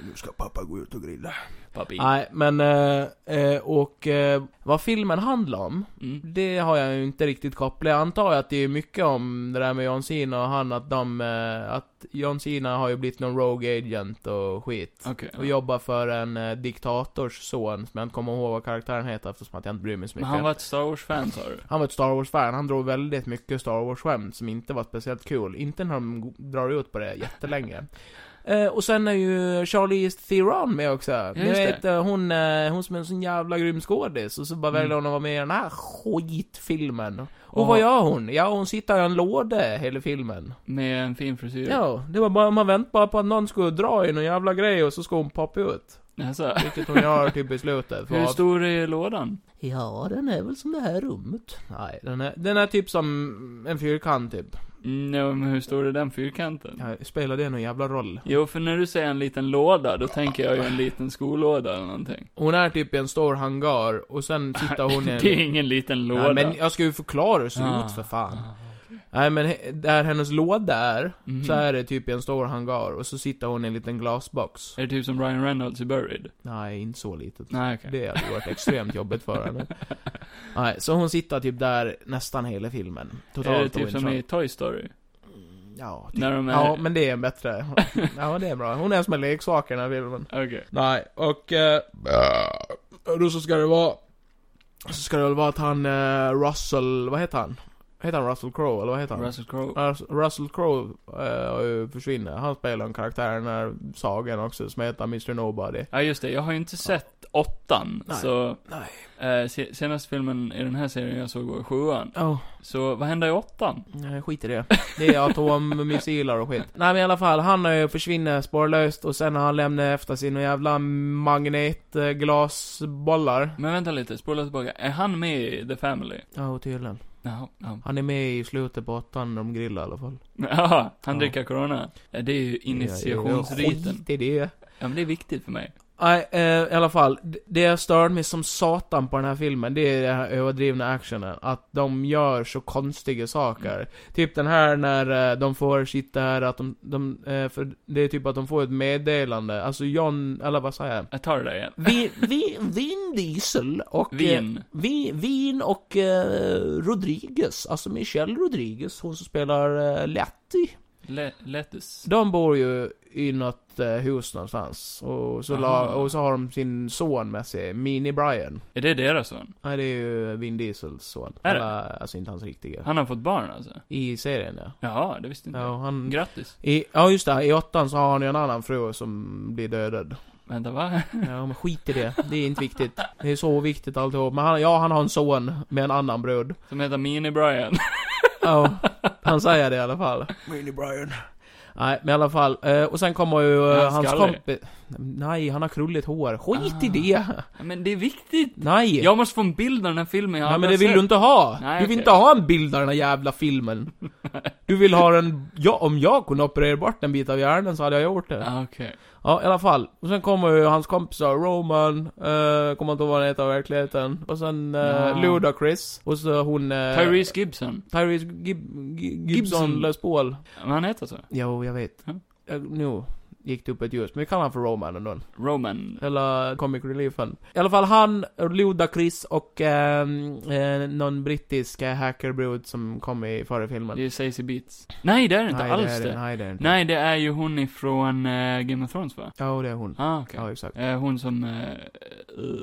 [SPEAKER 3] Nu ska pappa gå ut och grilla.
[SPEAKER 1] Papi.
[SPEAKER 2] Nej, men, eh, eh, och eh, vad filmen handlar om,
[SPEAKER 1] Mm.
[SPEAKER 2] det har jag ju inte riktigt kopplat. Jag antar att det är mycket om det där med John Cena och han, att de, eh, att John Cena har ju blivit någon rogue agent och skit.
[SPEAKER 1] Okej.
[SPEAKER 2] Och jobbar för en eh, diktators son, som jag inte kommer ihåg vad karaktären heter eftersom att jag inte bryr mig så
[SPEAKER 1] Men
[SPEAKER 2] mycket.
[SPEAKER 1] han var ett Star Wars-fan sa du?
[SPEAKER 2] Han var ett Star Wars-fan, han drog väldigt mycket Star Wars-skämt som inte var speciellt kul. Inte när de go- drar ut på det jättelänge. Eh, och sen är ju Charlize Theron med också. Ja,
[SPEAKER 1] just det.
[SPEAKER 2] vet, eh, hon, eh, hon som är en sån jävla grym skådis, och så bara
[SPEAKER 1] Mm.
[SPEAKER 2] väljer hon att vara med i den här skitfilmen. Och
[SPEAKER 1] Och-
[SPEAKER 2] vad gör hon? Ja, hon sitter i en låda hela filmen.
[SPEAKER 1] Med en fin frisyr?
[SPEAKER 2] Ja, det var bara, man väntade bara på att någon skulle dra i någon jävla grej och så skulle hon poppa ut.
[SPEAKER 1] Alltså,
[SPEAKER 2] Vilket hon gör typ i slutet. för
[SPEAKER 1] hur
[SPEAKER 2] att-
[SPEAKER 1] stor är lådan?
[SPEAKER 3] Ja, den är väl som det här rummet.
[SPEAKER 2] Nej, den är, den är typ som en fyrkant typ.
[SPEAKER 1] Mm, ja, men hur stor är den fyrkanten?
[SPEAKER 2] Ja, spelar det någon jävla roll?
[SPEAKER 1] Jo, för när du säger en liten låda, då tänker jag ju en liten skolåda eller någonting.
[SPEAKER 2] Hon är typ i en stor hangar och sen sitter hon i en...
[SPEAKER 1] Det är ingen liten låda.
[SPEAKER 2] Nej, men jag ska ju förklara hur det ser
[SPEAKER 1] Ah.
[SPEAKER 2] ut för fan. Nej men he- där hennes låda är,
[SPEAKER 1] Mhm.
[SPEAKER 2] så är det typ i en stor hangar och så sitter hon i en liten glasbox.
[SPEAKER 1] Är det typ som Ryan Reynolds i Buried?
[SPEAKER 2] Nej, inte så litet.
[SPEAKER 1] Nej, okej.
[SPEAKER 2] Det hade varit extremt jobbigt för henne. Nej, så hon sitter typ där nästan hela filmen. Totalt
[SPEAKER 1] Är det typ som
[SPEAKER 2] ointressant.
[SPEAKER 1] i Toy Story?
[SPEAKER 2] Ja, typ.
[SPEAKER 1] När de är...
[SPEAKER 2] ja, men det är bättre. Ja, det är bra. Hon är som en leksak i den här filmen.
[SPEAKER 1] Okej.
[SPEAKER 2] Nej, och... Eh, och då så ska det vara... Så ska det väl vara att han eh, Russell, vad heter han? Heter han Russell Crowe, eller vad heter han?
[SPEAKER 1] Russell Crowe.
[SPEAKER 2] Rus- Russell Crowe eh, har ju försvinner. Han spelar en karaktär i den här sagan också som heter Mr Nobody.
[SPEAKER 1] Ja, just det. Jag har ju inte sett åttan,
[SPEAKER 2] Nej.
[SPEAKER 1] så...
[SPEAKER 2] Nej.
[SPEAKER 1] Eh, se- senaste filmen i den här serien jag såg var sjuan.
[SPEAKER 2] Oh,
[SPEAKER 1] Så vad hände i åttan?
[SPEAKER 2] nej, skit i det. Det är atommissiler och skit. Nej men i alla fall, han har ju försvinner spårlöst och sen har han lämnat efter sig några jävla magnetglasbollar.
[SPEAKER 1] Men vänta lite, spola tillbaka. Är han med i The Family?
[SPEAKER 2] Ja, och tydligen.
[SPEAKER 1] Jaha. Ja.
[SPEAKER 2] Han är med i slutet på åttan när de grillar i alla fall.
[SPEAKER 1] Jaha, han
[SPEAKER 2] Ja.
[SPEAKER 1] dricker corona. Ja, det är ju
[SPEAKER 2] Ja,
[SPEAKER 1] initiationsriten.
[SPEAKER 2] Skit i det.
[SPEAKER 1] Ja, men det är viktigt för mig.
[SPEAKER 2] Nej, eh, i alla fall. d- Det jag stör mig som satan på den här filmen, det är den här överdrivna actionen. Att de gör så konstiga saker.
[SPEAKER 3] Mm.
[SPEAKER 2] Typ den här när eh, de får sitta här, att de, de eh, för det är typ att de får ett meddelande. Alltså John, eller vad säger jag?
[SPEAKER 1] Jag tar det där igen.
[SPEAKER 3] Vi, vi, Vin Diesel och... eh,
[SPEAKER 1] Vin.
[SPEAKER 3] Vi, Vin och eh, Rodriguez, alltså Michelle Rodriguez, hon som spelar eh, Letty.
[SPEAKER 1] Le- lettuce.
[SPEAKER 2] De bor ju i något eh, hus någonstans. Och så, la,
[SPEAKER 1] Aha.
[SPEAKER 2] och så har de sin son med sig, Mini Brian.
[SPEAKER 1] Är det deras son?
[SPEAKER 2] Nej, det är ju Vin Diesels son.
[SPEAKER 1] Är det?
[SPEAKER 2] Eller, alltså inte hans riktiga.
[SPEAKER 1] Han har fått barn alltså?
[SPEAKER 2] I serien ja.
[SPEAKER 1] Jaha, det visste inte
[SPEAKER 2] Ja,
[SPEAKER 1] jag.
[SPEAKER 2] han...
[SPEAKER 1] Grattis.
[SPEAKER 2] I, ja just det, i åttan så har han ju en annan fru som blir dödad.
[SPEAKER 1] Vänta, va?
[SPEAKER 2] Ja men skit i det, det är inte viktigt. Det är så viktigt alltihop. Men han, ja han har en son med en annan brud.
[SPEAKER 1] Som heter Mini-Brian.
[SPEAKER 2] Ja, han säger det i alla fall.
[SPEAKER 3] Mini Brian.
[SPEAKER 2] Nej men i alla fall, eh, och sen kommer ju
[SPEAKER 1] Är
[SPEAKER 2] eh,
[SPEAKER 1] han
[SPEAKER 2] hans
[SPEAKER 1] skallig?
[SPEAKER 2] kompis... Nej, han har krulligt hår. Skit i
[SPEAKER 1] Ah.
[SPEAKER 2] det!
[SPEAKER 1] Ja, men det är viktigt.
[SPEAKER 2] Nej!
[SPEAKER 1] Jag måste få en bild av den här filmen jag
[SPEAKER 2] Nej men
[SPEAKER 1] aldrig
[SPEAKER 2] det vill
[SPEAKER 1] har
[SPEAKER 2] du
[SPEAKER 1] sett.
[SPEAKER 2] inte ha!
[SPEAKER 1] Nej,
[SPEAKER 2] du vill
[SPEAKER 1] okej.
[SPEAKER 2] inte ha en bild av den här jävla filmen. Du vill ha en... Ja, om jag kunde operera bort en bit av hjärnan så hade jag gjort det.
[SPEAKER 1] Ah, okej.
[SPEAKER 2] Ja, i alla fall. Och sen kommer ju hans kompisar Roman, eh, kommer inte ihåg vad han heter i verkligheten. Och sen eh,
[SPEAKER 1] Ja.
[SPEAKER 2] Ludacris. Och så hon... Eh,
[SPEAKER 1] Tyrese Gibson.
[SPEAKER 2] Tyrese Gib- Gib- Gibson
[SPEAKER 1] Gibson.
[SPEAKER 2] Les Paul.
[SPEAKER 1] Men han heter alltså? så.
[SPEAKER 2] Jo, jag vet.
[SPEAKER 1] Mm.
[SPEAKER 2] Eh, nu gick det upp ett ljus, men vi kallar han för Roman ändå.
[SPEAKER 1] Roman.
[SPEAKER 2] Eller Comic Reliefen. I alla fall han, Ludacris och eh, eh, någon brittisk eh, hackerbrud som kom i förra filmen.
[SPEAKER 1] Det är Stacey Beats. Nej, det är det inte alls
[SPEAKER 2] är
[SPEAKER 1] det.
[SPEAKER 2] Nej, det är det inte.
[SPEAKER 1] Nej, det är ju hon ifrån eh, Game of Thrones va?
[SPEAKER 2] Ja, och det är hon.
[SPEAKER 1] Ah, okej.
[SPEAKER 2] Ja, exakt.
[SPEAKER 1] Eh, hon som eh,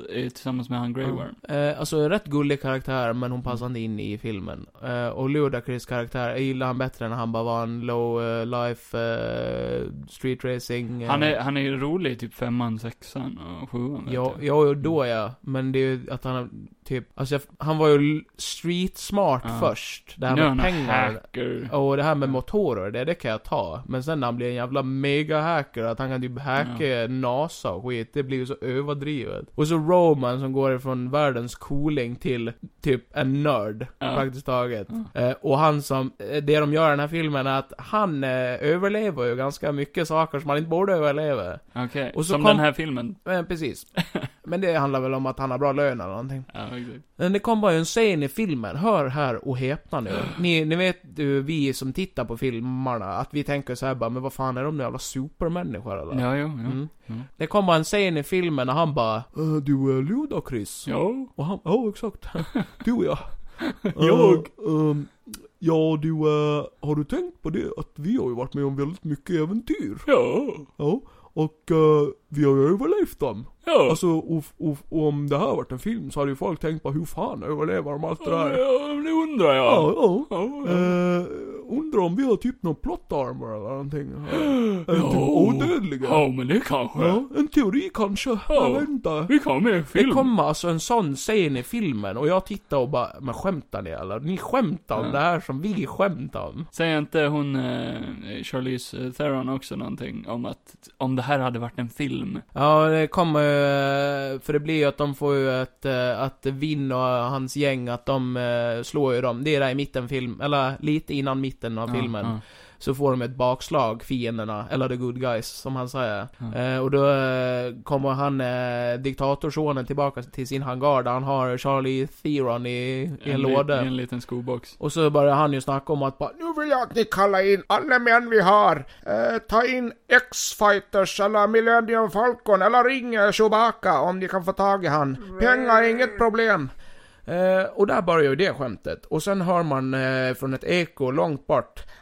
[SPEAKER 1] är tillsammans med han Grey Worm. Mm.
[SPEAKER 2] Eh, alltså, en rätt gullig karaktär, men hon passade inte in i filmen. Eh, och Ludacris karaktär, jag gillar han bättre när han bara var en low eh, life, eh, street racing. eh,
[SPEAKER 1] Han är, han är ju rolig i typ femman, sexan och sjuan. vet Mm.
[SPEAKER 2] Ja,
[SPEAKER 1] jag.
[SPEAKER 2] ja, och då ja. Men det är ju att han typ, alltså jag, han var ju l- street smart
[SPEAKER 1] Ja.
[SPEAKER 2] först. Det
[SPEAKER 1] Nu är
[SPEAKER 2] här
[SPEAKER 1] han
[SPEAKER 2] med pengar.
[SPEAKER 1] hacker.
[SPEAKER 2] Och det här med motorer, det, det kan jag ta. Men sen när han blir en jävla mega-hacker, att han kan typ hacka NASA och skit, det blir ju så överdrivet. Och så Roman som går ifrån världens cooling till typ en nörd,
[SPEAKER 1] Ja.
[SPEAKER 2] praktiskt taget.
[SPEAKER 1] Ja.
[SPEAKER 2] Eh, och han som, eh, det de gör i den här filmen är att han eh, överlever ju ganska mycket saker som han inte borde överleva.
[SPEAKER 1] Okej,
[SPEAKER 2] Och så
[SPEAKER 1] som
[SPEAKER 2] kom-
[SPEAKER 1] den här filmen.
[SPEAKER 2] Men Eh, precis. men det handlar väl om att han har bra lön eller någonting.
[SPEAKER 1] Ja, exakt.
[SPEAKER 2] Men det kom bara en scen i filmen, hör här och häpna nu. Ni, ni vet ju, vi som tittar på filmerna, att vi tänker så här bara, men vad fan är de nu jävla supermänniskor eller?
[SPEAKER 1] Ja, jo, jo.
[SPEAKER 2] Mm.
[SPEAKER 1] Mm.
[SPEAKER 2] Det kom bara en scen i filmen och han bara, "Eh, du är Ludacris.
[SPEAKER 1] Jo.
[SPEAKER 2] Och han, ja exakt. Du och jag.
[SPEAKER 1] Jag.
[SPEAKER 2] Eh, ehm, ja du, eh, har du tänkt på det att vi har ju varit med om väldigt mycket äventyr?
[SPEAKER 1] Jo.
[SPEAKER 2] Ja. Och eh, vi har ju överlevt dem.
[SPEAKER 1] Jo.
[SPEAKER 2] Alltså och, och, och om det här varit en film så hade ju folk tänkt på hur fan överlever de allt det
[SPEAKER 1] Ja,
[SPEAKER 2] där?
[SPEAKER 1] det undrar jag.
[SPEAKER 2] Ja, ja.
[SPEAKER 1] Ja, ja.
[SPEAKER 2] Eh, undrar om vi har typ någon plot armor eller någonting? Ja.
[SPEAKER 1] Ja.
[SPEAKER 2] Typ odödliga?
[SPEAKER 1] Ja, men det kanske.
[SPEAKER 2] Ja, en teori kanske? Jag vet inte.
[SPEAKER 1] Vi kan med i
[SPEAKER 2] Det
[SPEAKER 1] film.
[SPEAKER 2] kommer alltså en sån scen i filmen och jag tittar och bara, men skämtar ni eller? Ni skämtar om
[SPEAKER 1] Ja.
[SPEAKER 2] det här som vi skämtar om.
[SPEAKER 1] Säger inte hon, eh, Charlize Theron också någonting om att, om det här hade varit en film?
[SPEAKER 2] Ja, det kommer ju, för det blir ju att de får ju ett, eh, att Vinn och hans gäng, att de eh, slår ju dem. Det är där i mitten film, eller lite innan mitten av filmen.
[SPEAKER 1] Ja,
[SPEAKER 2] Så får de ett bakslag, fienderna, eller the good guys, som han säger.
[SPEAKER 1] Ja.
[SPEAKER 2] Eh, och då eh, kommer han, eh, diktatorsonen, tillbaka till sin hangar där han har Charlie Theron i, i en,
[SPEAKER 1] li-
[SPEAKER 2] låda.
[SPEAKER 1] I en liten skobox.
[SPEAKER 2] Och så börjar han ju snacka om att bara, nu vill jag att ni kallar in alla män vi har. Eh, ta in X-fighters eller Millennium Falcon eller ring eh, Chewbacca om ni kan få tag i han. Pengar är inget problem. Eh, och där börjar ju det skämtet. Och sen hör man eh, från ett eko långt bort.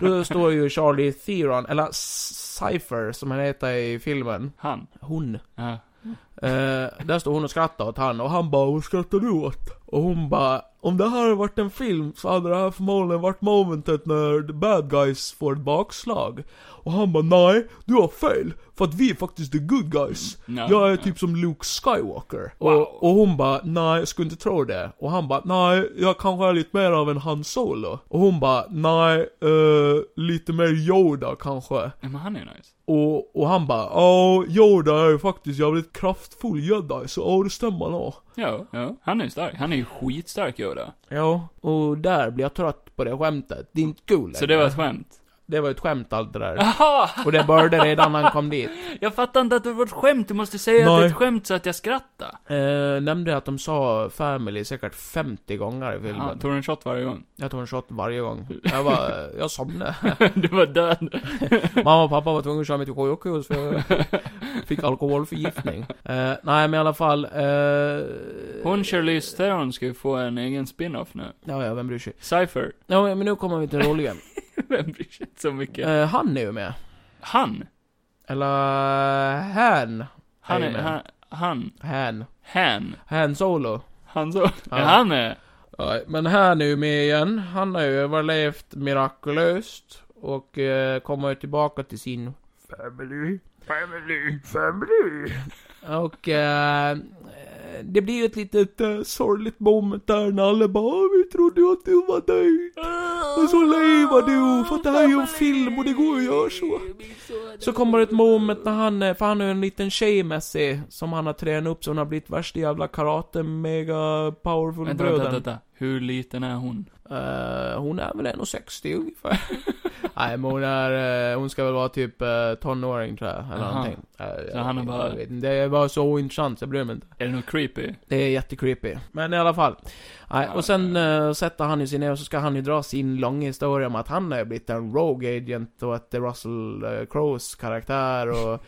[SPEAKER 2] Då står ju Charlie Theron, eller Cypher som han heter i filmen.
[SPEAKER 1] Han.
[SPEAKER 2] Hon.
[SPEAKER 1] Ja.
[SPEAKER 2] Eh, där står hon och skrattar åt han och han bara 'Vad skrattar du åt?' Och hon bara 'Om det här hade varit en film så hade det här förmodligen varit momentet när the bad guys får ett bakslag' Och han bara 'Nej, du har fel, för att vi är faktiskt the good guys'
[SPEAKER 1] Ja.
[SPEAKER 2] Jag är typ som Luke Skywalker. Och, och hon bara, nej, jag skulle inte tro det. Och han bara, nej, jag kanske är lite mer av en Han Solo. Och hon bara, nej, eh, lite mer Yoda kanske.
[SPEAKER 1] Ja, Men han är nice.
[SPEAKER 2] Och, och han bara, ja, Yoda är ju faktiskt jävligt kraftfull jedi, så ja, det stämmer nog.
[SPEAKER 1] Ja, ja. Han är ju stark. Han är ju skitstark Yoda.
[SPEAKER 2] Ja, och där blir jag trött på det skämtet. Det är inte kul längre.
[SPEAKER 1] Så det var ett skämt.
[SPEAKER 2] det var ett skämt allt det där.
[SPEAKER 1] Jaha!
[SPEAKER 2] Och det började redan när han kom dit.
[SPEAKER 1] Jag fattar inte att det var ett skämt. Du måste säga att det är
[SPEAKER 2] Nej.
[SPEAKER 1] ett skämt så att jag skrattar.
[SPEAKER 2] Eh, nämnde att de sa family säkert 50 gånger i
[SPEAKER 1] Ja,
[SPEAKER 2] filmen.
[SPEAKER 1] tog du en shot varje gång?
[SPEAKER 2] Jag tog en shot varje gång. Jag var, jag somnade.
[SPEAKER 1] du var död.
[SPEAKER 2] Mamma och pappa var tvungna att köra mig till sjukhus för jag fick alkoholförgiftning. Eh, nej men i alla fall, eh,
[SPEAKER 1] Hon Charlize Theron ska ju få en egen spin-off nu.
[SPEAKER 2] ja, ja vem bryr sig?
[SPEAKER 1] Cypher.
[SPEAKER 2] Ja, men nu kommer vi till det roliga.
[SPEAKER 1] Vem bryr sig inte så mycket?
[SPEAKER 2] Eh, han är ju med.
[SPEAKER 1] Han.
[SPEAKER 2] Eller, han.
[SPEAKER 1] Han är,
[SPEAKER 2] Amen.
[SPEAKER 1] han, han,
[SPEAKER 2] Han.
[SPEAKER 1] han.
[SPEAKER 2] Han Solo.
[SPEAKER 1] Han så,
[SPEAKER 2] Ja.
[SPEAKER 1] är han med?
[SPEAKER 2] Ja, men han är ju med igen. Han har ju överlevt mirakulöst. Och eh, kommer ju tillbaka till sin family. Family. Family. Och eh, det blir ju ett litet eh, sorgligt moment där när alla bara "Ah, vi trodde ju att du var död. Och så lever du, för det här är ju en film och det går ju att göra så. Så kommer det ett moment när han, eh, för han är ju en liten tjej med sig, som han har tränat upp så hon har blivit värsta jävla karate mega powerful
[SPEAKER 1] Vänta, vänta,
[SPEAKER 2] bröden.
[SPEAKER 1] vänta. Hur liten är hon?
[SPEAKER 2] Eh, hon är väl 1,60 ungefär. Nej men hon är, eh, hon ska väl vara typ uh, tonåring tror jag, eller
[SPEAKER 1] Aha.
[SPEAKER 2] någonting. Eh, jag
[SPEAKER 1] han är
[SPEAKER 2] vet-
[SPEAKER 1] bara-
[SPEAKER 2] jag vet inte. Det är bara så ointressant, jag bryr mig inte.
[SPEAKER 1] Är det något creepy?
[SPEAKER 2] Det är jättecreepy. Men i alla fall. Nej,
[SPEAKER 1] Ja,
[SPEAKER 2] och sen eh, sätter han ju sig ner och så ska han ju dra sin långa historia om att han har ju blivit en Rogue Agent och att det är Russell eh, Crowes karaktär och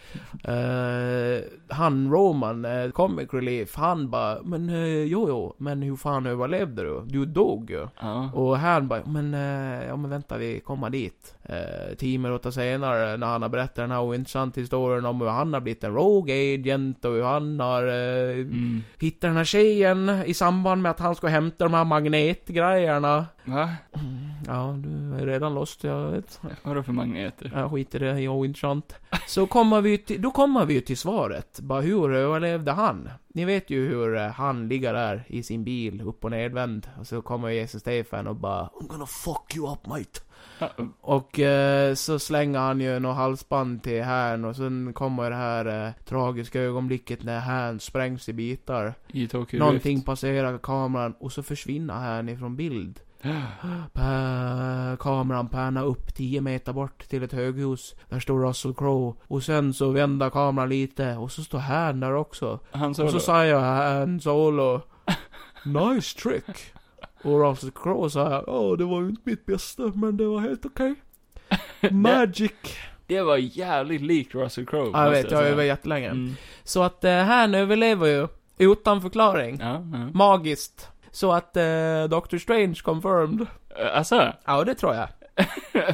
[SPEAKER 2] eh, han Roman, eh, Comic Relief, han bara Men eh, jo, jo, men hur fan överlevde du? Du dog ju.
[SPEAKER 1] Ja.
[SPEAKER 2] Och han bara, men, eh, ja men vänta vi kommer dit. Eh, tio minuter senare när han har berättat den här ointressanta historien om hur han har blivit en Rogue Agent och hur han har eh,
[SPEAKER 1] Mm.
[SPEAKER 2] hittat den här tjejen i samband med att han ska hämta de här magnetgrejerna.
[SPEAKER 1] Va?
[SPEAKER 2] Ja, du är redan lost, jag vet.
[SPEAKER 1] Vadå för magneter?
[SPEAKER 2] Jag skiter i det, jag är ointressant. Så kommer vi till, då kommer vi ju till svaret. Bara hur överlevde han? Ni vet ju hur eh, han ligger där i sin bil, upp och nedvänd. Och så kommer Jesus Stefan och bara I'm gonna fuck you up mate.
[SPEAKER 1] Ja,
[SPEAKER 2] Och eh, så slänger han ju något halsband till härn och sen kommer det här eh, tragiska ögonblicket när härn sprängs i bitar.
[SPEAKER 1] I Tokyo
[SPEAKER 2] Någonting
[SPEAKER 1] Rift.
[SPEAKER 2] passerar kameran och så försvinner härn ifrån bild. Pa- Kameran pannar upp 10 meter bort till ett höghus. Där står Russell Crowe. Och sen så vänder kameran lite. Och så står han där också.
[SPEAKER 1] Han sa
[SPEAKER 2] Och så
[SPEAKER 1] då,
[SPEAKER 2] säger han Solo. Nice trick. Och Russell Crowe säger. Ja, det var ju inte mitt bästa. Men det var helt okej. Magic.
[SPEAKER 1] det var jävligt likt Russell Crowe.
[SPEAKER 2] Ja, jag
[SPEAKER 1] måste
[SPEAKER 2] vet. Jag har
[SPEAKER 1] säga.
[SPEAKER 2] övat jättelänge.
[SPEAKER 1] Mm.
[SPEAKER 2] Så att eh, han överlever ju. Utan förklaring.
[SPEAKER 1] Ja, ja.
[SPEAKER 2] Magiskt. Så att eh, Doctor Strange confirmed.
[SPEAKER 1] Eh, Alltså,
[SPEAKER 2] Ja, det tror jag.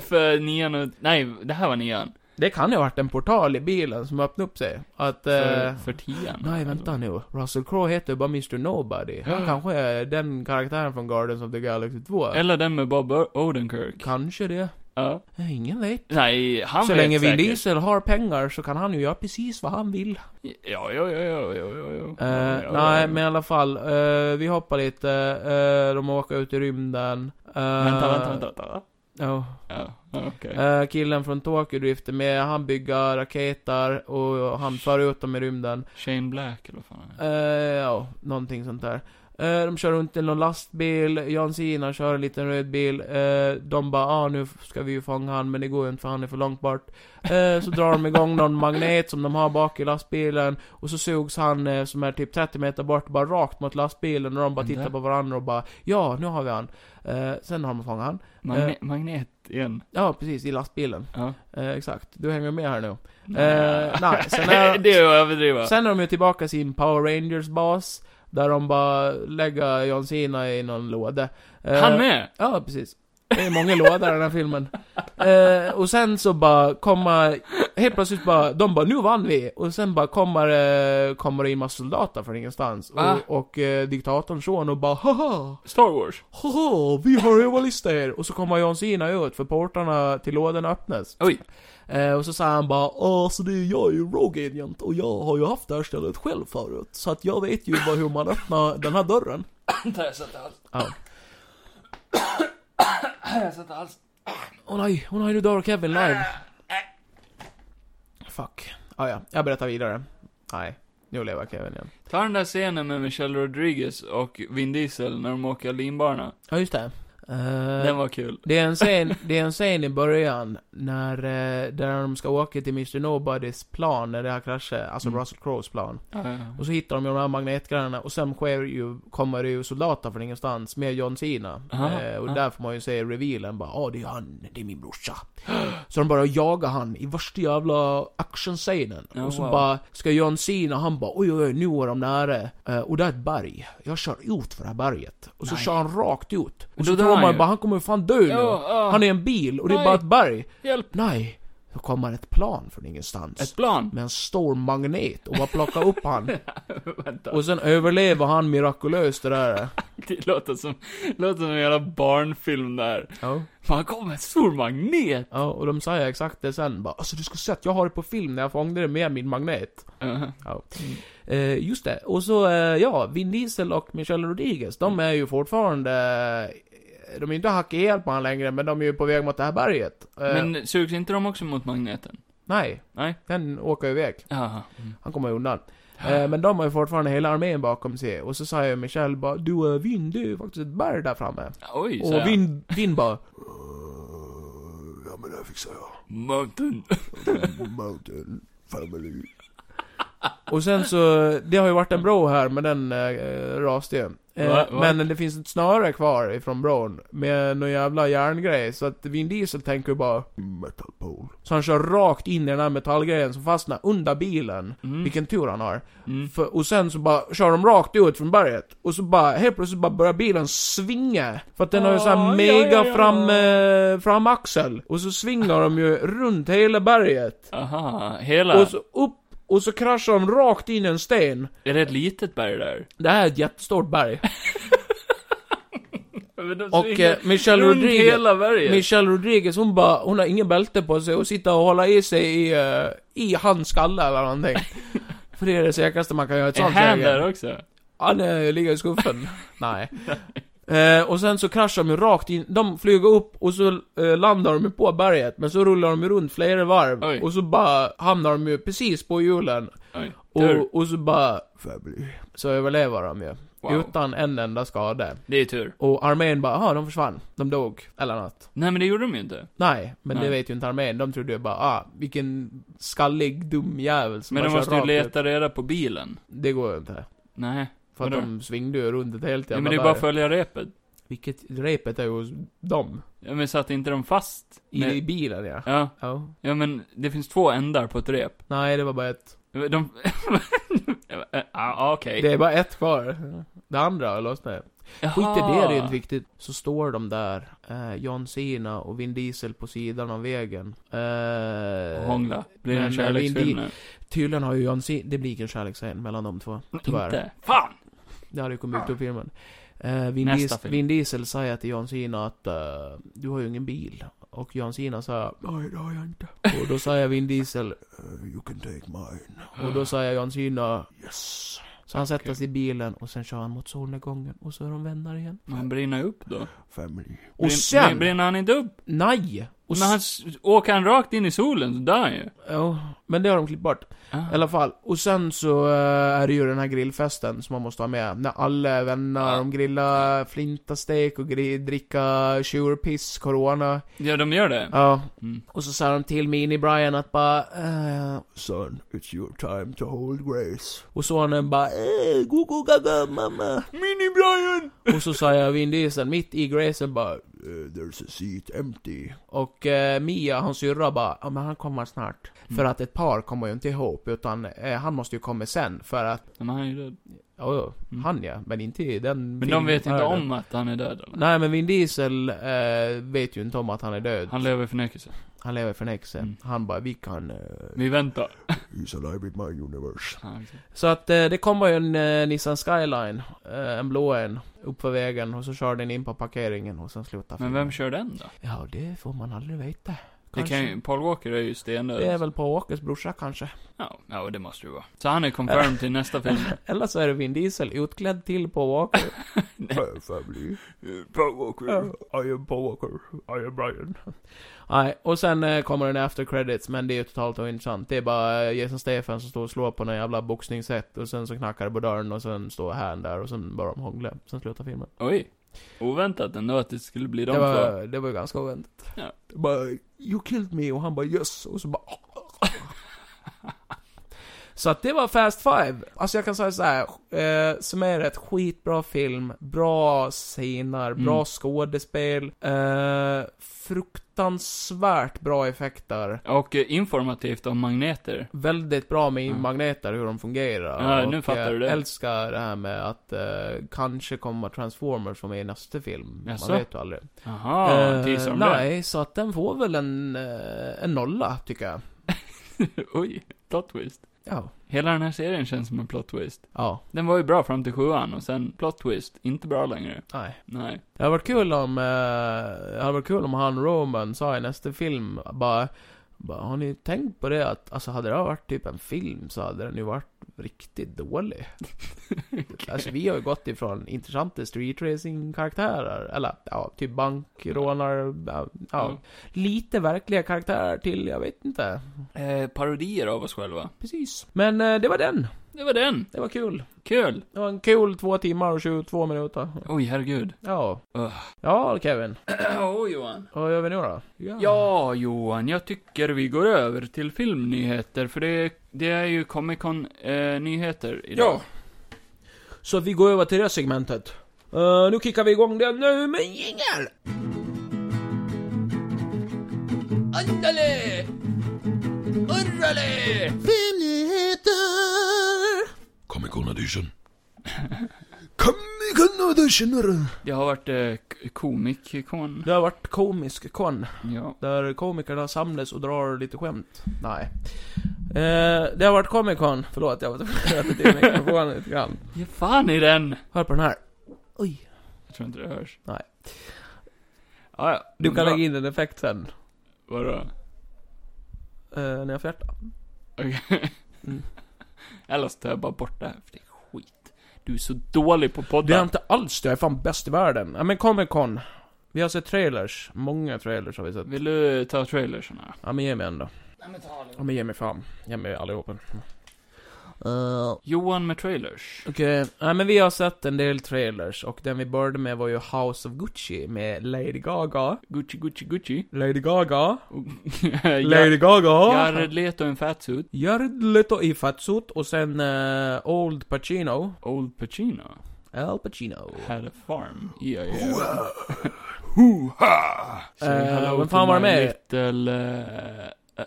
[SPEAKER 1] för nian och... Nej, det här var nian.
[SPEAKER 2] Det kan ju ha varit en portal i bilen som öppnade upp sig. Att...
[SPEAKER 1] För,
[SPEAKER 2] Eh,
[SPEAKER 1] för tian.
[SPEAKER 2] nej, vänta nu. Russell Crowe heter ju bara Mr Nobody. Han kanske är den karaktären från Guardians of the Galaxy 2.
[SPEAKER 1] Eller den med Bob O- Odenkirk.
[SPEAKER 2] Kanske det. Eh,
[SPEAKER 1] Ja.
[SPEAKER 2] Ingen vet.
[SPEAKER 1] Nej, han
[SPEAKER 2] så
[SPEAKER 1] vet
[SPEAKER 2] länge Vin
[SPEAKER 1] säkert.
[SPEAKER 2] Diesel har pengar så kan han ju göra precis vad han vill.
[SPEAKER 1] Ja, jo, jo, jo, jo, jo, jo.
[SPEAKER 2] Eh,
[SPEAKER 1] Ja, ja,
[SPEAKER 2] nej,
[SPEAKER 1] ja.
[SPEAKER 2] men i alla fall. eh, vi hoppar lite. eh, de åker ut i rymden. Eh,
[SPEAKER 1] Vänta, vänta, vänta, vänta.
[SPEAKER 2] ja.
[SPEAKER 1] Ja, ja, okej.
[SPEAKER 2] Eh, killen från Tokyo Drift är med, han bygger raketer och han för ut dem i rymden.
[SPEAKER 1] Shane Black, eller vad fan han heter.
[SPEAKER 2] Eh, ja, någonting sånt där. Eh, de kör runt i någon lastbil, John Cena kör en liten röd bil. Eh, de bara ah, nu ska vi ju fånga han men det går ju inte för han är för långt bort. Eh, så drar de igång någon magnet som de har bak i lastbilen. Och så sugs han eh, som är typ 30 meter bort bara rakt mot lastbilen och de bara
[SPEAKER 1] Men
[SPEAKER 2] tittar
[SPEAKER 1] där-
[SPEAKER 2] på varandra och bara ja, nu har vi han. Eh, sen har de fångat han.
[SPEAKER 1] Magne-
[SPEAKER 2] eh.
[SPEAKER 1] Magnet igen.
[SPEAKER 2] Ja, precis, i lastbilen.
[SPEAKER 1] Ja.
[SPEAKER 2] Eh, exakt, du hänger med här nu.
[SPEAKER 1] Nej.
[SPEAKER 2] nej, sen är-
[SPEAKER 1] det är att överdriva.
[SPEAKER 2] Sen är de ju tillbaka i sin Power Rangers-bas, där de bara lägger John Cena i någon låda. Eh,
[SPEAKER 1] Han med!
[SPEAKER 2] Ja, precis. Det är många lådor i den här filmen. Eh, och sen så bara kommer, helt plötsligt bara, de bara 'Nu vann vi!' Och sen bara kommer, eh, kommer det in massa soldater från ingenstans.
[SPEAKER 1] Va?
[SPEAKER 2] Och, och eh, diktatorn son och bara 'Haha!
[SPEAKER 1] Star Wars.
[SPEAKER 2] Haha! Vi har överlistat er!' Och så kommer John Cena ut, för portarna till lådorna öppnas.
[SPEAKER 1] Oj.
[SPEAKER 2] Eh, och så sa han bara "Ja, så det är jag är ju Rogue Agent och jag har ju haft det här stället själv förut. Så att jag vet ju bara hur man öppnar den här dörren.
[SPEAKER 1] Jag satte hals.
[SPEAKER 2] Ja.
[SPEAKER 1] Jag satte hals.
[SPEAKER 2] Åh nej, åh nej, nu dör Kevin live. Fuck. Ah, ja, jag berättar vidare. Nej, nu lever Kevin igen.
[SPEAKER 1] Ta den där scenen med Michelle Rodriguez och Vin Diesel när de åker linbana.
[SPEAKER 2] Ja, just det. Eh,
[SPEAKER 1] Den var kul.
[SPEAKER 2] det, är en scen, det är en scen i början när, eh, där de ska åka till Mr. Nobodys plan när det här kraschar, alltså
[SPEAKER 1] Mm.
[SPEAKER 2] Russell Crowes plan.
[SPEAKER 1] Ja, ja.
[SPEAKER 2] Och så hittar de ju de här magnetgrenarna och sen sker ju, kommer det ju soldater från ingenstans med John Cena.
[SPEAKER 1] Aha,
[SPEAKER 2] eh, och
[SPEAKER 1] ja.
[SPEAKER 2] där får man ju se revealen bara ah det är han, det är min brorsa. så de bara jagar han i värsta jävla actionscenen.
[SPEAKER 1] Ja,
[SPEAKER 2] och så
[SPEAKER 1] wow.
[SPEAKER 2] bara ska John Cena, han bara oj oj oj nu är de nära. Eh, och det är ett berg. Jag kör ut för det här berget. Och så
[SPEAKER 1] Nej.
[SPEAKER 2] kör han rakt ut.
[SPEAKER 1] Men
[SPEAKER 2] Och
[SPEAKER 1] då
[SPEAKER 2] så
[SPEAKER 1] dör
[SPEAKER 2] tror
[SPEAKER 1] han
[SPEAKER 2] man
[SPEAKER 1] ju.
[SPEAKER 2] bara han kommer ju fan dö nu.
[SPEAKER 1] Ja, ja.
[SPEAKER 2] Han är en bil och det
[SPEAKER 1] Nej.
[SPEAKER 2] är bara ett berg.
[SPEAKER 1] Hjälp!
[SPEAKER 2] Nej, då kommer ett plan från ingenstans.
[SPEAKER 1] Ett plan?
[SPEAKER 2] med en stor magnet och bara plockar upp han.
[SPEAKER 1] Vänta.
[SPEAKER 2] Och sen överlever han mirakulöst det där.
[SPEAKER 1] Det låter som, låter som en jävla barnfilm där.
[SPEAKER 2] Ja.
[SPEAKER 1] Man kom med en stor magnet!
[SPEAKER 2] ja, och de säger exakt det sen bara Alltså du ska se att jag har det på film när jag fångade det med min magnet.
[SPEAKER 1] Ja.
[SPEAKER 2] Ja. Eh, just det. Och så, eh, ja, Vin Diesel och Michelle Rodriguez, de är ju fortfarande... eh, De är ju inte hacka ihjäl på han längre, men de är ju på väg mot det här berget. Eh,
[SPEAKER 1] Men sugs inte de också mot magneten?
[SPEAKER 2] Nej.
[SPEAKER 1] Nej.
[SPEAKER 2] Den åker ju iväg.
[SPEAKER 1] Jaha. Mm.
[SPEAKER 2] Han kommer undan. Eh, men de har ju fortfarande hela armén bakom sig. Och så säger ju Michelle bara Du, eh, Vin, det är ju faktiskt ett berg där framme.
[SPEAKER 1] Oj,
[SPEAKER 2] Och
[SPEAKER 1] säger jag.
[SPEAKER 2] Vin, Vin bara
[SPEAKER 4] Ja men det här fixar jag.
[SPEAKER 1] Mountain.
[SPEAKER 4] Mountain family.
[SPEAKER 2] Och sen så, det har ju varit en bro här, men den eh, raste ju. Eh,
[SPEAKER 1] Va- va?
[SPEAKER 2] Men det finns ett snöre kvar ifrån bron, med någon jävla järngrej, så att Vin Diesel tänker bara...
[SPEAKER 4] Metal pole.
[SPEAKER 2] Så han kör rakt in i den här metallgrejen som fastnar under bilen.
[SPEAKER 1] Mm.
[SPEAKER 2] Vilken tur han har.
[SPEAKER 1] Mm.
[SPEAKER 2] För, och sen så bara kör de rakt ut från berget. Och så bara, helt plötsligt bara börjar bilen svinga. För att den har ju sån
[SPEAKER 1] Ah, ja,
[SPEAKER 2] här mega
[SPEAKER 1] ja, ja.
[SPEAKER 2] fram, eh, framaxel. Och så svingar de ju runt hela berget.
[SPEAKER 1] Aha, hela.
[SPEAKER 2] Och så upp, och så kraschar de rakt in i en sten.
[SPEAKER 1] Är det ett litet berg där?
[SPEAKER 2] Det här är ett jättestort berg. Och eh,
[SPEAKER 1] Runt
[SPEAKER 2] Michelle Rodriguez,
[SPEAKER 1] hela berget.
[SPEAKER 2] Michelle Rodriguez, hon bara, hon har ingen bälte på sig och sitter och håller i sig i, eh, i hans skalle eller någonting. För det är det säkraste man kan göra i ett
[SPEAKER 1] är
[SPEAKER 2] sånt
[SPEAKER 1] han
[SPEAKER 2] läge.
[SPEAKER 1] där också?
[SPEAKER 2] Han eh, ligger i skuffen. Nej. Eh, och sen så kraschar de ju rakt in, de flyger upp och så eh, landar de ju på berget, men så rullar de ju runt flera varv
[SPEAKER 1] Oj.
[SPEAKER 2] och så bara hamnar de ju precis på hjulen.
[SPEAKER 1] Oj, tur.
[SPEAKER 2] Och, och så bara
[SPEAKER 4] family.
[SPEAKER 2] Så överlever de ju.
[SPEAKER 1] Wow.
[SPEAKER 2] Utan en enda skada.
[SPEAKER 1] Det är tur.
[SPEAKER 2] Och armén bara, ah de försvann. De dog. Eller något.
[SPEAKER 1] Nej men det gjorde de ju inte.
[SPEAKER 2] Nej, men
[SPEAKER 1] Nej.
[SPEAKER 2] det vet ju inte armén. De trodde ju bara, ah, vilken skallig dum jävel som
[SPEAKER 1] Men de
[SPEAKER 2] bara kör
[SPEAKER 1] måste ju
[SPEAKER 2] rakt ut."
[SPEAKER 1] leta reda på bilen.
[SPEAKER 2] Det går ju inte.
[SPEAKER 1] Nej.
[SPEAKER 2] För att
[SPEAKER 1] Vadå?
[SPEAKER 2] de svingde ju runt ett helt
[SPEAKER 1] Ja,
[SPEAKER 2] jävla
[SPEAKER 1] men det är bara att
[SPEAKER 2] berg.
[SPEAKER 1] följa repet.
[SPEAKER 2] Vilket repet är ju hos dem.
[SPEAKER 1] Ja, men satt inte de fast?
[SPEAKER 2] I,
[SPEAKER 1] med-
[SPEAKER 2] i bilen ja.
[SPEAKER 1] Ja,
[SPEAKER 2] ja.
[SPEAKER 1] ja men det finns två ändar på ett rep.
[SPEAKER 2] Nej, det var bara ett.
[SPEAKER 1] De... ja, okej.
[SPEAKER 2] Det är bara ett kvar. Det andra har lossnat. Skit i det, det är inte viktigt. Så står de där, eh, John Cena och Vin Diesel på sidan av vägen. Eh,
[SPEAKER 1] Hångla. Blir det en
[SPEAKER 2] Men,
[SPEAKER 1] kärleksfilm
[SPEAKER 2] Vin
[SPEAKER 1] nu?
[SPEAKER 2] Tydligen har ju John Cena, det blir ingen kärleksscen mellan de två. Tyvärr.
[SPEAKER 1] Mm, Inte? Fan!
[SPEAKER 2] Det hade ju kommit ut ur filmen. Eh, Vin,
[SPEAKER 1] Nästa
[SPEAKER 2] Diesel,
[SPEAKER 1] film.
[SPEAKER 2] Vin Diesel säger till John Cena att eh, du har ju ingen bil. Och John Cena säger,
[SPEAKER 4] Nej, det har jag inte.
[SPEAKER 2] och då säger Vin Diesel,
[SPEAKER 4] Eh, you can take mine.
[SPEAKER 2] och då säger John Cena,
[SPEAKER 4] Yes.
[SPEAKER 2] så han sätter sig i bilen och sen kör han mot solnedgången och så är de vänner igen.
[SPEAKER 1] Men han brinner upp då?
[SPEAKER 4] Family.
[SPEAKER 2] Och
[SPEAKER 1] Brin- brin-
[SPEAKER 2] sen,
[SPEAKER 1] Brinner han inte upp?
[SPEAKER 2] nej! Och
[SPEAKER 1] Men han s- åker han rakt in i solen så dör han ju.
[SPEAKER 2] Ja, men det har de klippt bort. I alla fall. Och sen så eh, är det ju den här grillfesten som man måste ha med. När alla är vänner, de grillar flintastek och gri- dricka tjurpiss, corona.
[SPEAKER 1] Ja, de gör det.
[SPEAKER 2] Ja.
[SPEAKER 1] Mm.
[SPEAKER 2] Och så säger de till Mini-Brian att bara... eh,
[SPEAKER 4] Son, it's your time to hold grace.
[SPEAKER 2] och sonen bara... eh, go, go, go, go, mamma.
[SPEAKER 1] Mini-Brian!
[SPEAKER 2] Och så säger Vin Diesel mitt i gracen bara...
[SPEAKER 4] Eh, there's a seat empty.
[SPEAKER 2] Och eh, Mia, hans syrra bara, ja men han kommer snart. För att ett par kommer ju inte ihop, utan eh, han måste ju komma sen. För att
[SPEAKER 1] Men han är ju död.
[SPEAKER 2] Ja, ja.
[SPEAKER 1] Mm.
[SPEAKER 2] han ja, men inte i den
[SPEAKER 1] Men de vet inte
[SPEAKER 2] filmvärlden.
[SPEAKER 1] om att han är död eller?
[SPEAKER 2] Nej, men Vin Diesel eh, vet ju inte om att han är död. Han,
[SPEAKER 1] Han lever i förnekelse.
[SPEAKER 2] lever i förnekelse.
[SPEAKER 1] Mm.
[SPEAKER 2] Han bara, vi kan... Eh...
[SPEAKER 1] Vi väntar.
[SPEAKER 4] He's alive in my universe.
[SPEAKER 1] Ja, exakt.
[SPEAKER 2] Så att eh, det kommer ju en eh, Nissan Skyline, eh, en blå en, upp för vägen och så kör den in på parkeringen och sen slutar
[SPEAKER 1] Men
[SPEAKER 2] filmen.
[SPEAKER 1] vem kör den då?
[SPEAKER 2] Ja, det får man aldrig veta.
[SPEAKER 1] Det kan ju, Paul Walker är ju stendöd.
[SPEAKER 2] Det är väl på Åkes brorsa kanske.
[SPEAKER 1] Ja, ja det måste det vara. Så han är confirmed till nästa film.
[SPEAKER 2] Eller så är det Vin Diesel utklädd till på Åker.
[SPEAKER 4] Fa- family. Eh, Paul Walker.
[SPEAKER 2] I am Paul Walker. I am Brian. Nej, och sen eh, kommer den after credits, men det är ju totalt ointressant. Det är bara eh, Jason Stefan som står och slår på någon jävla boxningssätt och sen så knackar det på dörren och sen står han där och sen börjar de hångla. Sen slutar filmen.
[SPEAKER 1] Oj. Oväntat ändå att det skulle bli de
[SPEAKER 2] det,
[SPEAKER 1] två.
[SPEAKER 2] var, det var ju ganska oväntat.
[SPEAKER 1] Ja.
[SPEAKER 2] Det Bara, you killed me och han bara yes och så bara Så att det var Fast Five. Alltså jag kan säga så här, eh, som är ett skitbra film, bra scener, bra
[SPEAKER 1] Mm.
[SPEAKER 2] skådespel, eh, fruktansvärt bra effekter.
[SPEAKER 1] Och eh, informativt om magneter.
[SPEAKER 2] Väldigt bra med
[SPEAKER 1] Ja.
[SPEAKER 2] magneter, hur de fungerar.
[SPEAKER 1] Mm. Ja, nu
[SPEAKER 2] Och,
[SPEAKER 1] fattar
[SPEAKER 2] eh,
[SPEAKER 1] du det.
[SPEAKER 2] älskar det här med att eh, kanske kommer Transformers vara med i nästa film.
[SPEAKER 1] Jaså?
[SPEAKER 2] Man vet ju aldrig.
[SPEAKER 1] Jaha,
[SPEAKER 2] Eh,
[SPEAKER 1] teaser om det.
[SPEAKER 2] nej, så att den får väl en, eh, en nolla, tycker jag.
[SPEAKER 1] Oj, plot twist.
[SPEAKER 2] Ja.
[SPEAKER 1] Hela den här serien känns som en plot twist.
[SPEAKER 2] Ja,
[SPEAKER 1] Den var ju bra fram till sjuan och sen plot twist, inte bra längre.
[SPEAKER 2] nej.
[SPEAKER 1] Nej.
[SPEAKER 2] Det hade varit kul om, eh, det hade varit kul om han Roman sa i nästa film, bara, bara, har ni tänkt på det att, alltså hade det här varit typ en film så hade den ju varit riktigt dålig. Alltså vi har ju gått ifrån intressanta street racing karaktärer, eller ja, typ bankrånare, ja, ja, lite verkliga karaktärer till, jag vet inte.
[SPEAKER 1] Eh, parodier av oss själva.
[SPEAKER 2] Precis. Men eh, det var den.
[SPEAKER 1] Det var den.
[SPEAKER 2] Det var kul.
[SPEAKER 1] Kul.
[SPEAKER 2] Det var en kul två timmar och 22 minuter.
[SPEAKER 1] Oj, herregud.
[SPEAKER 2] Ja.
[SPEAKER 1] Ugh.
[SPEAKER 2] Ja, Kevin.
[SPEAKER 1] Åh, Johan.
[SPEAKER 2] Vad gör vi nu då?
[SPEAKER 1] Ja, Johan, jag tycker vi går över till filmnyheter, för det, det är ju Comic Con-nyheter idag.
[SPEAKER 2] Ja. Så vi går över till det segmentet. Eh, nu kickar vi igång den nu med jingel!
[SPEAKER 1] Andale! Urrale!
[SPEAKER 4] Comic Con edition. Comic Con edition. hörru.
[SPEAKER 1] Det har varit eh, k- Comic-Con.
[SPEAKER 2] Det har varit komisk kon,
[SPEAKER 1] Ja.
[SPEAKER 2] där komikerna samlas och drar lite skämt. Nej. Eh, det har varit Comic Con, förlåt jag var tvungen att till mikrofonen lite grann.
[SPEAKER 1] Ge fan i den!
[SPEAKER 2] Hör på den här. Oj.
[SPEAKER 1] Jag tror inte det hörs.
[SPEAKER 2] Nej.
[SPEAKER 1] Ah, ja.
[SPEAKER 2] Du kan
[SPEAKER 1] Bra.
[SPEAKER 2] lägga in en effekt sen,
[SPEAKER 1] Vadå?
[SPEAKER 2] eh, när jag fjärtar.
[SPEAKER 1] Okej.
[SPEAKER 2] Mm.
[SPEAKER 1] Eller så tar jag bara bort det här, för det är skit. Du är så dålig på
[SPEAKER 2] Det är jag
[SPEAKER 1] podden.
[SPEAKER 2] inte alls det, jag är fan bäst i världen. Ja men Comic Con. Vi har sett trailers, många trailers har vi sett.
[SPEAKER 1] Vill du ta trailersarna?
[SPEAKER 2] Ja men ge mig en då. Ja men ge mig fan. Ge mig allihopa.
[SPEAKER 3] Eh,
[SPEAKER 1] Johan med trailers.
[SPEAKER 2] Okej, nej men vi har sett en del trailers och den vi började med var ju House of Gucci med Lady Gaga.
[SPEAKER 1] Gucci, Gucci, Gucci.
[SPEAKER 2] Lady Gaga.
[SPEAKER 1] Jared-
[SPEAKER 2] Gaga.
[SPEAKER 1] Jared Leto i en fatsuit.
[SPEAKER 2] Jared Leto i fatsuit och sen eh, Old Pacino.
[SPEAKER 1] Old Pacino.
[SPEAKER 2] Al Pacino.
[SPEAKER 1] Had a farm. Yeah, yeah.
[SPEAKER 4] Hoo-ha! Hoo-ha!
[SPEAKER 1] Say
[SPEAKER 2] Eh,
[SPEAKER 1] hello
[SPEAKER 2] vem
[SPEAKER 1] to
[SPEAKER 2] fan var
[SPEAKER 1] my
[SPEAKER 2] det med?
[SPEAKER 1] Little... eh, eh,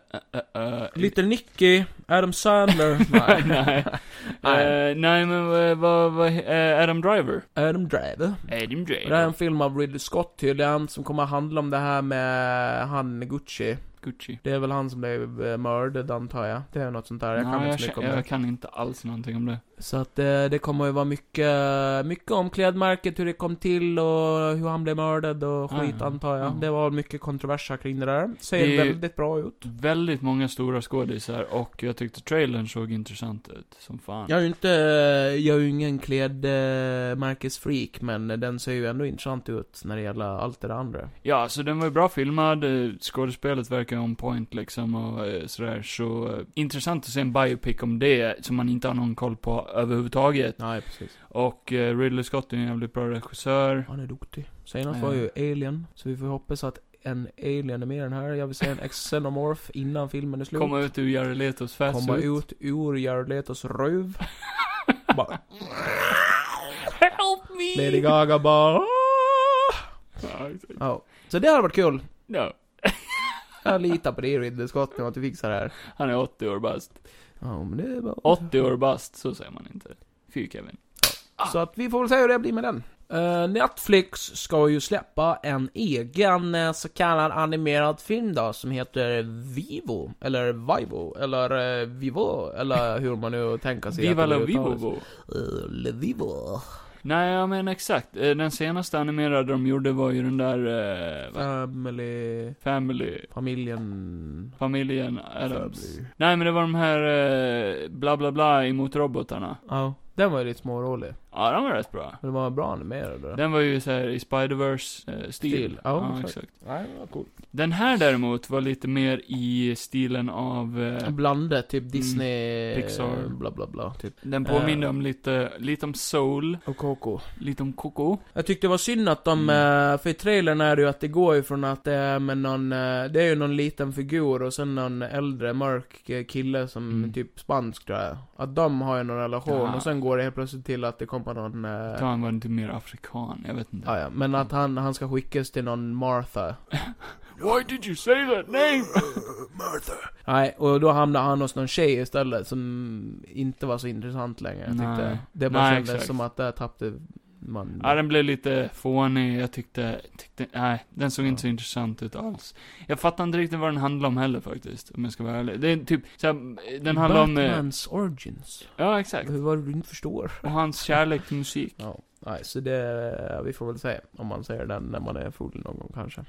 [SPEAKER 1] eh, eh,
[SPEAKER 2] Little Nicky, Adam Sandler.
[SPEAKER 1] Nej,
[SPEAKER 2] nej.
[SPEAKER 1] nej.
[SPEAKER 2] Nej.
[SPEAKER 1] Eh, nej men vad, vad, vad eh, Adam Driver?
[SPEAKER 2] Adam Driver.
[SPEAKER 1] Adam
[SPEAKER 2] Och Det här är en
[SPEAKER 1] Driver.
[SPEAKER 2] film av Ridley Scott tydligen, som kommer att handla om det här med han Gucci.
[SPEAKER 1] Gucci.
[SPEAKER 2] Det är väl han som blev eh, mördad antar jag. Det är något sånt där, jag kan
[SPEAKER 1] Nej,
[SPEAKER 2] inte så mycket
[SPEAKER 1] jag,
[SPEAKER 2] om
[SPEAKER 1] jag
[SPEAKER 2] det.
[SPEAKER 1] kan inte alls någonting om det.
[SPEAKER 2] Så att eh, det kommer ju vara mycket, mycket om klädmärket, hur det kom till och hur han blev mördad och skit
[SPEAKER 1] Ah,
[SPEAKER 2] antar jag.
[SPEAKER 1] ah.
[SPEAKER 2] Det var mycket kontroverser kring det där. Ser
[SPEAKER 1] Det är ju-
[SPEAKER 2] väldigt bra ut.
[SPEAKER 1] Väldigt många stora skådisar och jag tyckte trailern såg intressant ut som fan.
[SPEAKER 2] Jag är ju inte, jag är ju ingen klädmärkesfreak, men den ser ju ändå intressant ut när det gäller allt det där andra.
[SPEAKER 1] Ja, så den var ju bra filmad, eh, skådespelet verkar on point liksom och eh, sådär. Så eh, intressant att se en biopic om det som man inte har någon koll på överhuvudtaget.
[SPEAKER 2] Nej, precis.
[SPEAKER 1] Och eh, Ridley Scott är en jävligt bra regissör.
[SPEAKER 2] Han är duktig. Senast var ju Alien, så vi får hoppas att en Alien är med i den här. Jag vill säga en xenomorph innan filmen är slut.
[SPEAKER 1] Komma ut ur Jared Letos
[SPEAKER 2] Komma
[SPEAKER 1] fatsuit.
[SPEAKER 2] ut ur Jared Letos röv. bara,
[SPEAKER 1] Help me!
[SPEAKER 2] Lady Gaga bara...
[SPEAKER 1] Ja, exakt.
[SPEAKER 2] Ja. Så det hade varit kul.
[SPEAKER 1] No.
[SPEAKER 2] Jag litar på dig Ridley Scott nu att du fixar det här.
[SPEAKER 1] Han är 80 år bast.
[SPEAKER 2] Ja, men det är bara...
[SPEAKER 1] 80 år bast, så säger man inte. Fy Kevin.
[SPEAKER 2] Ah. Så att vi får väl se hur det blir med den. Eh, Netflix ska ju släppa en egen eh, så kallad animerad film då, som heter Vivo, eller Vivo, eller eh, Vivo, eller hur man nu tänker sig
[SPEAKER 1] Viva
[SPEAKER 2] att det
[SPEAKER 1] la
[SPEAKER 2] uttalas.
[SPEAKER 1] Vivo.
[SPEAKER 3] eh, Le Vivo.
[SPEAKER 1] Nej, ja men exakt. Eh, Den senaste animerade de gjorde var ju den där, eh, vad-
[SPEAKER 2] Family...
[SPEAKER 1] Family,
[SPEAKER 2] Familjen...
[SPEAKER 1] familjen Adams. Nej men det var de här, eh, bla bla bla emot robotarna.
[SPEAKER 2] Ja, den var ju lite smårolig.
[SPEAKER 1] Ja, den var rätt bra.
[SPEAKER 2] Men den var bra animerad. eller?
[SPEAKER 1] Den var ju såhär i Spider-Verse eh, stil.
[SPEAKER 2] Stil, ja, exakt. Nej, den var cool.
[SPEAKER 1] Den här däremot var lite mer i stilen av, eh,
[SPEAKER 2] Blanda, typ Disney...
[SPEAKER 1] Pixar.
[SPEAKER 2] Bla bla bla, typ.
[SPEAKER 1] den påminner om lite, lite om Soul,
[SPEAKER 2] Och Coco.
[SPEAKER 1] lite om Coco.
[SPEAKER 2] Jag tyckte det var synd att de,
[SPEAKER 1] Mm.
[SPEAKER 2] eh, för i trailern är det ju att det går ju från att det är med någon, eh, det är ju någon liten figur och sen någon äldre mörk eh, kille som
[SPEAKER 1] Mm.
[SPEAKER 2] är typ spansk tror jag. Att de har ju någon relation
[SPEAKER 1] Ja.
[SPEAKER 2] och sen går det helt plötsligt till att det kommer någon,
[SPEAKER 1] Jag
[SPEAKER 2] eh,
[SPEAKER 1] tror han var lite mer afrikan, jag vet inte.
[SPEAKER 2] ja, ja, men
[SPEAKER 1] Mm.
[SPEAKER 2] att han, han ska skickas till någon Martha.
[SPEAKER 1] Why did you say that name?
[SPEAKER 4] Martha.
[SPEAKER 2] Nej, och då hamnar han hos någon tjej istället som inte var så intressant längre. Jag tyckte.
[SPEAKER 1] Nej.
[SPEAKER 2] Det bara
[SPEAKER 1] Nej,
[SPEAKER 2] kändes
[SPEAKER 1] exakt.
[SPEAKER 2] som att där tappade man.
[SPEAKER 1] Ja, den blev lite fånig. Jag tyckte, tyckte nej, den såg inte så
[SPEAKER 2] Ja.
[SPEAKER 1] intressant ut alls. Jag fattar inte riktigt vad den handlar om heller faktiskt, om jag ska vara ärlig. Det är typ, så här, den handlar om... eh,
[SPEAKER 2] Batmans origins.
[SPEAKER 1] Ja, exakt.
[SPEAKER 2] Hur var det du inte förstår?
[SPEAKER 1] Och hans kärlek till musik.
[SPEAKER 2] Ja, nej, så det, vi får väl se om man säger den när man är full någon gång kanske.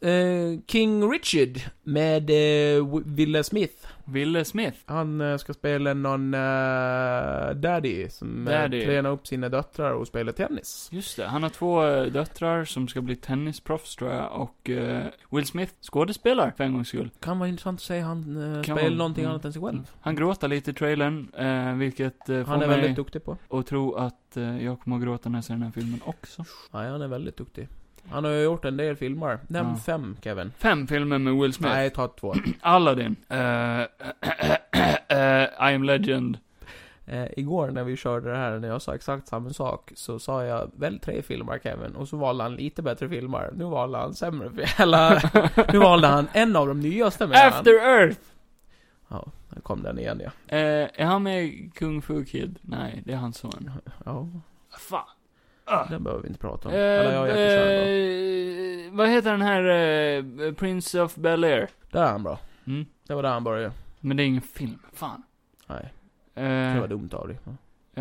[SPEAKER 2] Eh, King Richard med eh, Wi- Wille Smith.
[SPEAKER 1] Wille Smith.
[SPEAKER 2] Han eh, ska spela någon eh, daddy som eh,
[SPEAKER 1] Daddy.
[SPEAKER 2] tränar upp sina döttrar och spelar tennis.
[SPEAKER 1] Just det, han har två eh, döttrar som ska bli tennisproffs tror jag, och eh, Will Smith, skådespelar för en gångs skull.
[SPEAKER 2] Kan vara intressant att se han eh,
[SPEAKER 1] Kan
[SPEAKER 2] spelar
[SPEAKER 1] vara,
[SPEAKER 2] någonting
[SPEAKER 1] mm.
[SPEAKER 2] annat än sig själv.
[SPEAKER 1] Han gråter lite i trailern, eh, vilket eh, får
[SPEAKER 2] Han är
[SPEAKER 1] mig
[SPEAKER 2] väldigt duktig på.
[SPEAKER 1] att tro att eh, jag kommer att gråta när jag ser den här filmen också.
[SPEAKER 2] Nej, han är väldigt duktig. Han har ju gjort en del filmer. Nämn
[SPEAKER 1] Ja.
[SPEAKER 2] fem, Kevin.
[SPEAKER 1] Fem filmer med Will Smith.
[SPEAKER 2] Nej, ta två.
[SPEAKER 1] Aladdin. Eh, eh, I am legend.
[SPEAKER 2] Eh, igår när vi körde det här, när jag sa exakt samma sak, så sa jag väl tre filmer Kevin, och så valde han lite bättre filmer. Nu valde han sämre filmer. Eller, nu valde han en av de nyaste menar han.
[SPEAKER 1] After Earth!
[SPEAKER 2] Ja, nu kom den igen ja.
[SPEAKER 1] Eh, är han med i Kung Fu Kid? Nej, det är hans son.
[SPEAKER 2] Ja,
[SPEAKER 1] Fan. Ah.
[SPEAKER 2] den behöver vi inte prata om.
[SPEAKER 1] Eh,
[SPEAKER 2] Eller jag är jättekär
[SPEAKER 1] eh, vad heter den här eh, Prince of Bel Air?
[SPEAKER 2] Där är han bra.
[SPEAKER 1] Mm.
[SPEAKER 2] Det var där han började.
[SPEAKER 1] Men det är ingen film. Fan.
[SPEAKER 2] Nej,
[SPEAKER 1] Eh,
[SPEAKER 2] det var dumt av dig.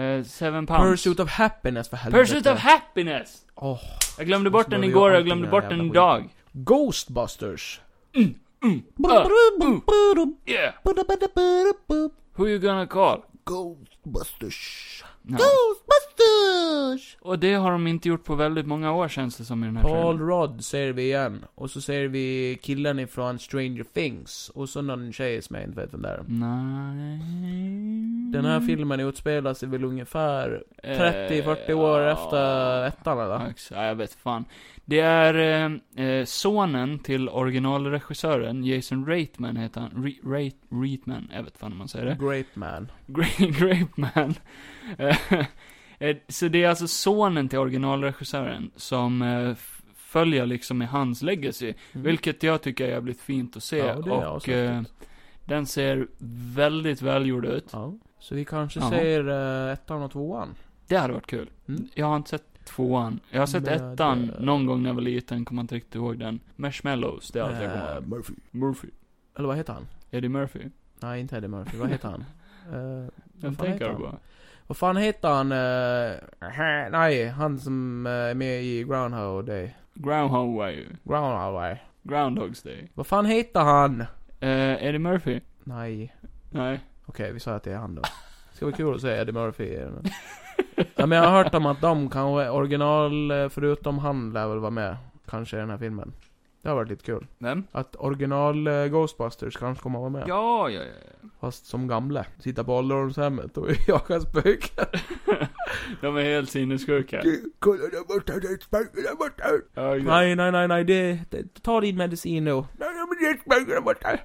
[SPEAKER 1] eh, Seven Pounds.
[SPEAKER 2] Pursuit of Happiness för helvete.
[SPEAKER 1] Pursuit of Happiness!
[SPEAKER 2] Åh.
[SPEAKER 1] Jag glömde
[SPEAKER 2] Så
[SPEAKER 1] bort den
[SPEAKER 2] behöver
[SPEAKER 1] igår,
[SPEAKER 2] jag
[SPEAKER 1] jag glömde
[SPEAKER 2] alltid
[SPEAKER 1] bort
[SPEAKER 2] den
[SPEAKER 1] den
[SPEAKER 2] här jävla
[SPEAKER 1] idag.
[SPEAKER 2] Ghostbusters.
[SPEAKER 1] Uh, yeah. Who you gonna call?
[SPEAKER 3] Ghostbusters.
[SPEAKER 1] No.
[SPEAKER 3] Ghostbusters!
[SPEAKER 1] Och det har de inte gjort på väldigt många år känns det som i den här
[SPEAKER 2] Paul
[SPEAKER 1] trailern.
[SPEAKER 2] Rudd säger vi igen. Och så säger vi killen ifrån Stranger Things. Och så någon tjej som jag inte vet vem det är.
[SPEAKER 1] Nej. Mm.
[SPEAKER 2] Den här filmen utspelar sig väl ungefär
[SPEAKER 1] Eh,
[SPEAKER 2] 30-40 år
[SPEAKER 1] ja.
[SPEAKER 2] efter ettan
[SPEAKER 1] Ja,
[SPEAKER 2] eller?
[SPEAKER 1] ex- ja, jag vet fan. Det är eh, eh, sonen till originalregissören, Jason Reitman heter han. Re, Reit, Reitman, jag vet fan om man säger det.
[SPEAKER 2] Grape Man.
[SPEAKER 1] Gra- Grapeman. Eh, eh, Så det är alltså sonen till originalregissören som eh, f- följer liksom i hans legacy. Vilket jag tycker är jävligt fint att se.
[SPEAKER 2] Mm. Ja, det är
[SPEAKER 1] och
[SPEAKER 2] och,
[SPEAKER 1] eh, den ser väldigt välgjord ut.
[SPEAKER 2] ja. Så vi kanske
[SPEAKER 1] Jaha.
[SPEAKER 2] säger eh, ettan och tvåan.
[SPEAKER 1] Det hade varit kul.
[SPEAKER 2] Mm.
[SPEAKER 1] Jag har inte sett tvåan. Jag har sett
[SPEAKER 2] Med,
[SPEAKER 1] ettan
[SPEAKER 2] eh,
[SPEAKER 1] någon gång när jag var liten, kommer inte riktigt ihåg den. Marshmallows, det är allt jag kommer ihåg.
[SPEAKER 2] Eh,
[SPEAKER 4] Murphy.
[SPEAKER 1] Murphy.
[SPEAKER 2] Eller vad heter han?
[SPEAKER 1] Eddie Murphy.
[SPEAKER 2] Nej, inte Eddie Murphy. Vad heter han? Eh,
[SPEAKER 1] Den
[SPEAKER 2] vad fan
[SPEAKER 1] tänker
[SPEAKER 2] heter
[SPEAKER 1] jag
[SPEAKER 2] han?
[SPEAKER 1] bara.
[SPEAKER 2] Vad fan heter han? eh, nej, han som eh, är med i Groundhog Day.
[SPEAKER 1] Groundhog Way.
[SPEAKER 2] Groundhog Day.
[SPEAKER 1] Groundhogs Day.
[SPEAKER 2] Vad fan heter han?
[SPEAKER 1] Eh, Eddie Murphy?
[SPEAKER 2] Nej.
[SPEAKER 1] Nej.
[SPEAKER 2] Okej, vi sa att det är han då. Det ska vara kul att säga Eddie Murphy. i den. ja, men jag har hört om att de kan original, eh, förutom han lär väl vara med. Kanske i den här filmen. Det har varit lite kul.
[SPEAKER 1] Vem?
[SPEAKER 2] Att original eh, Ghostbusters kanske kommer att vara med.
[SPEAKER 1] Ja, ja, ja. ja.
[SPEAKER 2] Fast som gamla. Sitta på ålderdomshemmet och jaga spöken.
[SPEAKER 1] De är helt sinnessjuka.
[SPEAKER 4] Kolla där borta, det är spöken där borta.
[SPEAKER 1] Ja, exakt.
[SPEAKER 2] Nej, nej, nej, nej. Det, det, ta din medicin nu.
[SPEAKER 4] Nej, men det är spöken där borta.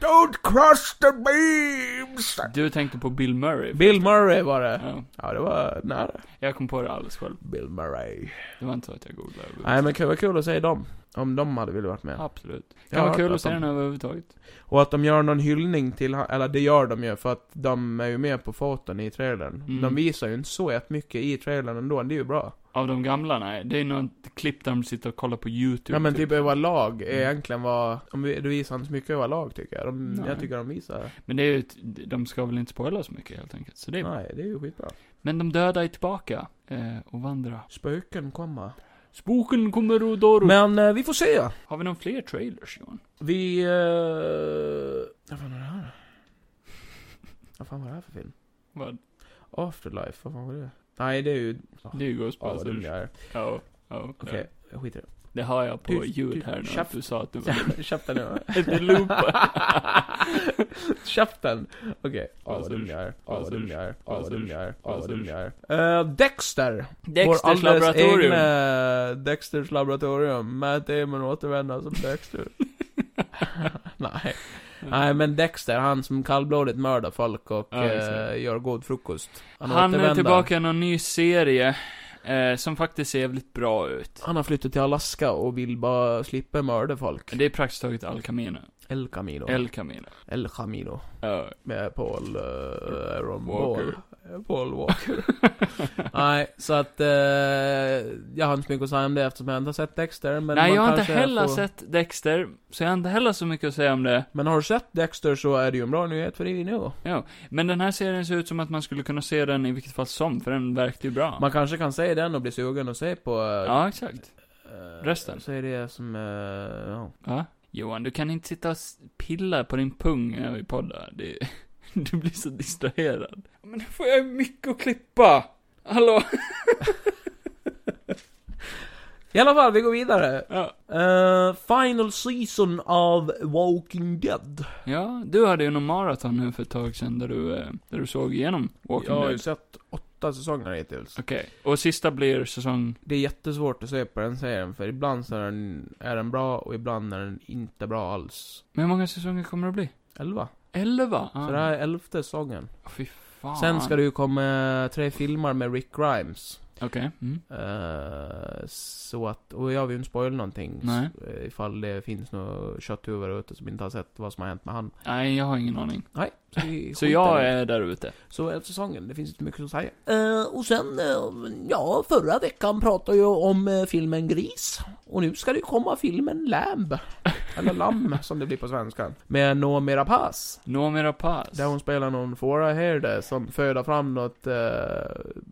[SPEAKER 4] Don't cross the beams.
[SPEAKER 1] Du tänkte på Bill Murray?
[SPEAKER 2] Bill Murray var det.
[SPEAKER 1] Ja.
[SPEAKER 2] Ja, det var nära.
[SPEAKER 1] Jag kom på det alldeles själv.
[SPEAKER 2] Bill Murray.
[SPEAKER 1] Det var inte så att jag googlade.
[SPEAKER 2] Nej, men det var kul att se dem. Om de hade velat vara med.
[SPEAKER 1] Absolut. Det
[SPEAKER 2] Jag
[SPEAKER 1] kan
[SPEAKER 2] har
[SPEAKER 1] vara
[SPEAKER 2] hört
[SPEAKER 1] kul att
[SPEAKER 2] att
[SPEAKER 1] se
[SPEAKER 2] de-
[SPEAKER 1] den överhuvudtaget.
[SPEAKER 2] Och att de gör någon hyllning till han, eller det gör de ju för att de är ju med på foton i trailern.
[SPEAKER 1] Mm.
[SPEAKER 2] De visar ju inte så jättemycket i trailern ändå, det är ju bra.
[SPEAKER 1] Av de gamla, nej. Det är något klipp där de sitter och kollar på YouTube.
[SPEAKER 2] ja men typ överlag är
[SPEAKER 1] Mm.
[SPEAKER 2] egentligen vad, de, vi- de visar inte så mycket överlag tycker jag. De,
[SPEAKER 1] Nej.
[SPEAKER 2] jag tycker de visar,
[SPEAKER 1] Men det är ju, ett- de ska väl inte spoila så mycket helt enkelt. Så det är bra.
[SPEAKER 2] nej det är ju skitbra.
[SPEAKER 1] Men de döda är tillbaka. Eh, och vandra.
[SPEAKER 2] Spöken komma.
[SPEAKER 1] Spoken kommer och dör.
[SPEAKER 2] Men eh, vi får se.
[SPEAKER 1] Har vi någon fler trailers, Johan?
[SPEAKER 2] Vi, eh, vad fan var det här? Vad fan var det här för film?
[SPEAKER 1] Vad?
[SPEAKER 2] Afterlife, vad fan var det? Nej det är ju,
[SPEAKER 1] Det är ju
[SPEAKER 2] ja vad dum
[SPEAKER 1] Ghostbusters.
[SPEAKER 2] jag är.
[SPEAKER 1] Ja, ja.
[SPEAKER 2] Okej, jag skiter i det.
[SPEAKER 1] Det har jag på
[SPEAKER 2] Du-
[SPEAKER 1] ljud
[SPEAKER 2] du-
[SPEAKER 1] här nu. att
[SPEAKER 2] käft-
[SPEAKER 1] du sa att du var...
[SPEAKER 2] Kä- Käften nu.
[SPEAKER 1] Det loopar.
[SPEAKER 2] Käften! Okej, ja vad
[SPEAKER 1] Buzzers.
[SPEAKER 2] dum jag är, ja vad dum jag är, ja vad dum jag är, ja vad dum jag är. Eh, Dexter! Vår
[SPEAKER 1] Dexters
[SPEAKER 2] alldeles
[SPEAKER 1] laboratorium.
[SPEAKER 2] egna Dexters laboratorium. Matt Damon återvänder som Dexter. Nej. Nej men Dexter, han som kallblodigt mördar folk och
[SPEAKER 1] Ja, exakt.
[SPEAKER 2] eh, gör god frukost.
[SPEAKER 1] Han, är
[SPEAKER 2] återvänder.
[SPEAKER 1] tillbaka i någon ny serie. Eh, som faktiskt ser jävligt bra ut.
[SPEAKER 2] Han har flyttat till Alaska och vill bara slippa mörda folk.
[SPEAKER 1] Det är praktiskt taget Al Camino.
[SPEAKER 2] El Camino.
[SPEAKER 1] El Camino.
[SPEAKER 2] El Camino.
[SPEAKER 1] Ja.
[SPEAKER 2] Med Paul... Uh, Aaron
[SPEAKER 1] Walker.
[SPEAKER 2] Walker. Paul Walker. Nej, så att... eh, jag har inte så mycket att säga om det eftersom jag inte har sett Dexter. Men
[SPEAKER 1] Nej,
[SPEAKER 2] man
[SPEAKER 1] jag har inte
[SPEAKER 2] kanske
[SPEAKER 1] heller
[SPEAKER 2] får...
[SPEAKER 1] sett Dexter, så jag har inte heller så mycket att säga om det.
[SPEAKER 2] Men har du sett Dexter så är det ju en bra nyhet för dig nu.
[SPEAKER 1] Men den här serien ser ut som att man skulle kunna se den i vilket fall som, för den verkade ju bra.
[SPEAKER 2] Man kanske kan se den och bli sugen och se på... eh,
[SPEAKER 1] Ja, exakt.
[SPEAKER 2] eh,
[SPEAKER 1] resten.
[SPEAKER 2] Så är det som... eh, ja.
[SPEAKER 1] Ja. Johan, du kan inte sitta och s- pilla på din pung när vi poddar. Det, du blir så distraherad. Men nu får jag ju mycket att klippa! Hallå?
[SPEAKER 2] I alla fall, vi går vidare.
[SPEAKER 1] Ja.
[SPEAKER 2] Eh, final season of Walking Dead.
[SPEAKER 1] ja, du hade ju någon maraton nu för ett tag sedan där du, eh, där du såg igenom Walking
[SPEAKER 2] jag har ju
[SPEAKER 1] Dead.
[SPEAKER 2] sett åtta säsonger hittills.
[SPEAKER 1] Okej, och sista blir säsong...
[SPEAKER 2] Det är jättesvårt att se på den serien, för ibland så är den, är den bra och ibland är den inte bra alls.
[SPEAKER 1] Men Hur många säsonger kommer det bli?
[SPEAKER 2] Elva.
[SPEAKER 1] Elva?
[SPEAKER 2] Så det här är elfte säsongen.
[SPEAKER 1] Fy fan.
[SPEAKER 2] Sen ska det ju komma tre filmer med Rick Grimes.
[SPEAKER 1] Okej. Mm.
[SPEAKER 2] Eh, så att, och jag vill ju inte spoila någonting.
[SPEAKER 1] Nej.
[SPEAKER 2] eh, Ifall det finns några kötthuvud ute som inte har sett vad som har hänt med han.
[SPEAKER 1] Nej, jag har ingen aning.
[SPEAKER 2] Nej, så, vi
[SPEAKER 1] Så
[SPEAKER 2] skiter i det.
[SPEAKER 1] jag är där ute.
[SPEAKER 2] Så elfte säsongen, det finns inte mycket att säga.
[SPEAKER 3] Eh, och sen, eh, ja, förra veckan pratade jag om eh, filmen Gris.
[SPEAKER 2] Och nu ska det komma filmen Lamb. Eller Lamm, som det blir på svenska. Med Noomi Rapace.
[SPEAKER 1] Noomi Rapace.
[SPEAKER 2] Där hon spelar någon fåraherde som föder fram något... eh,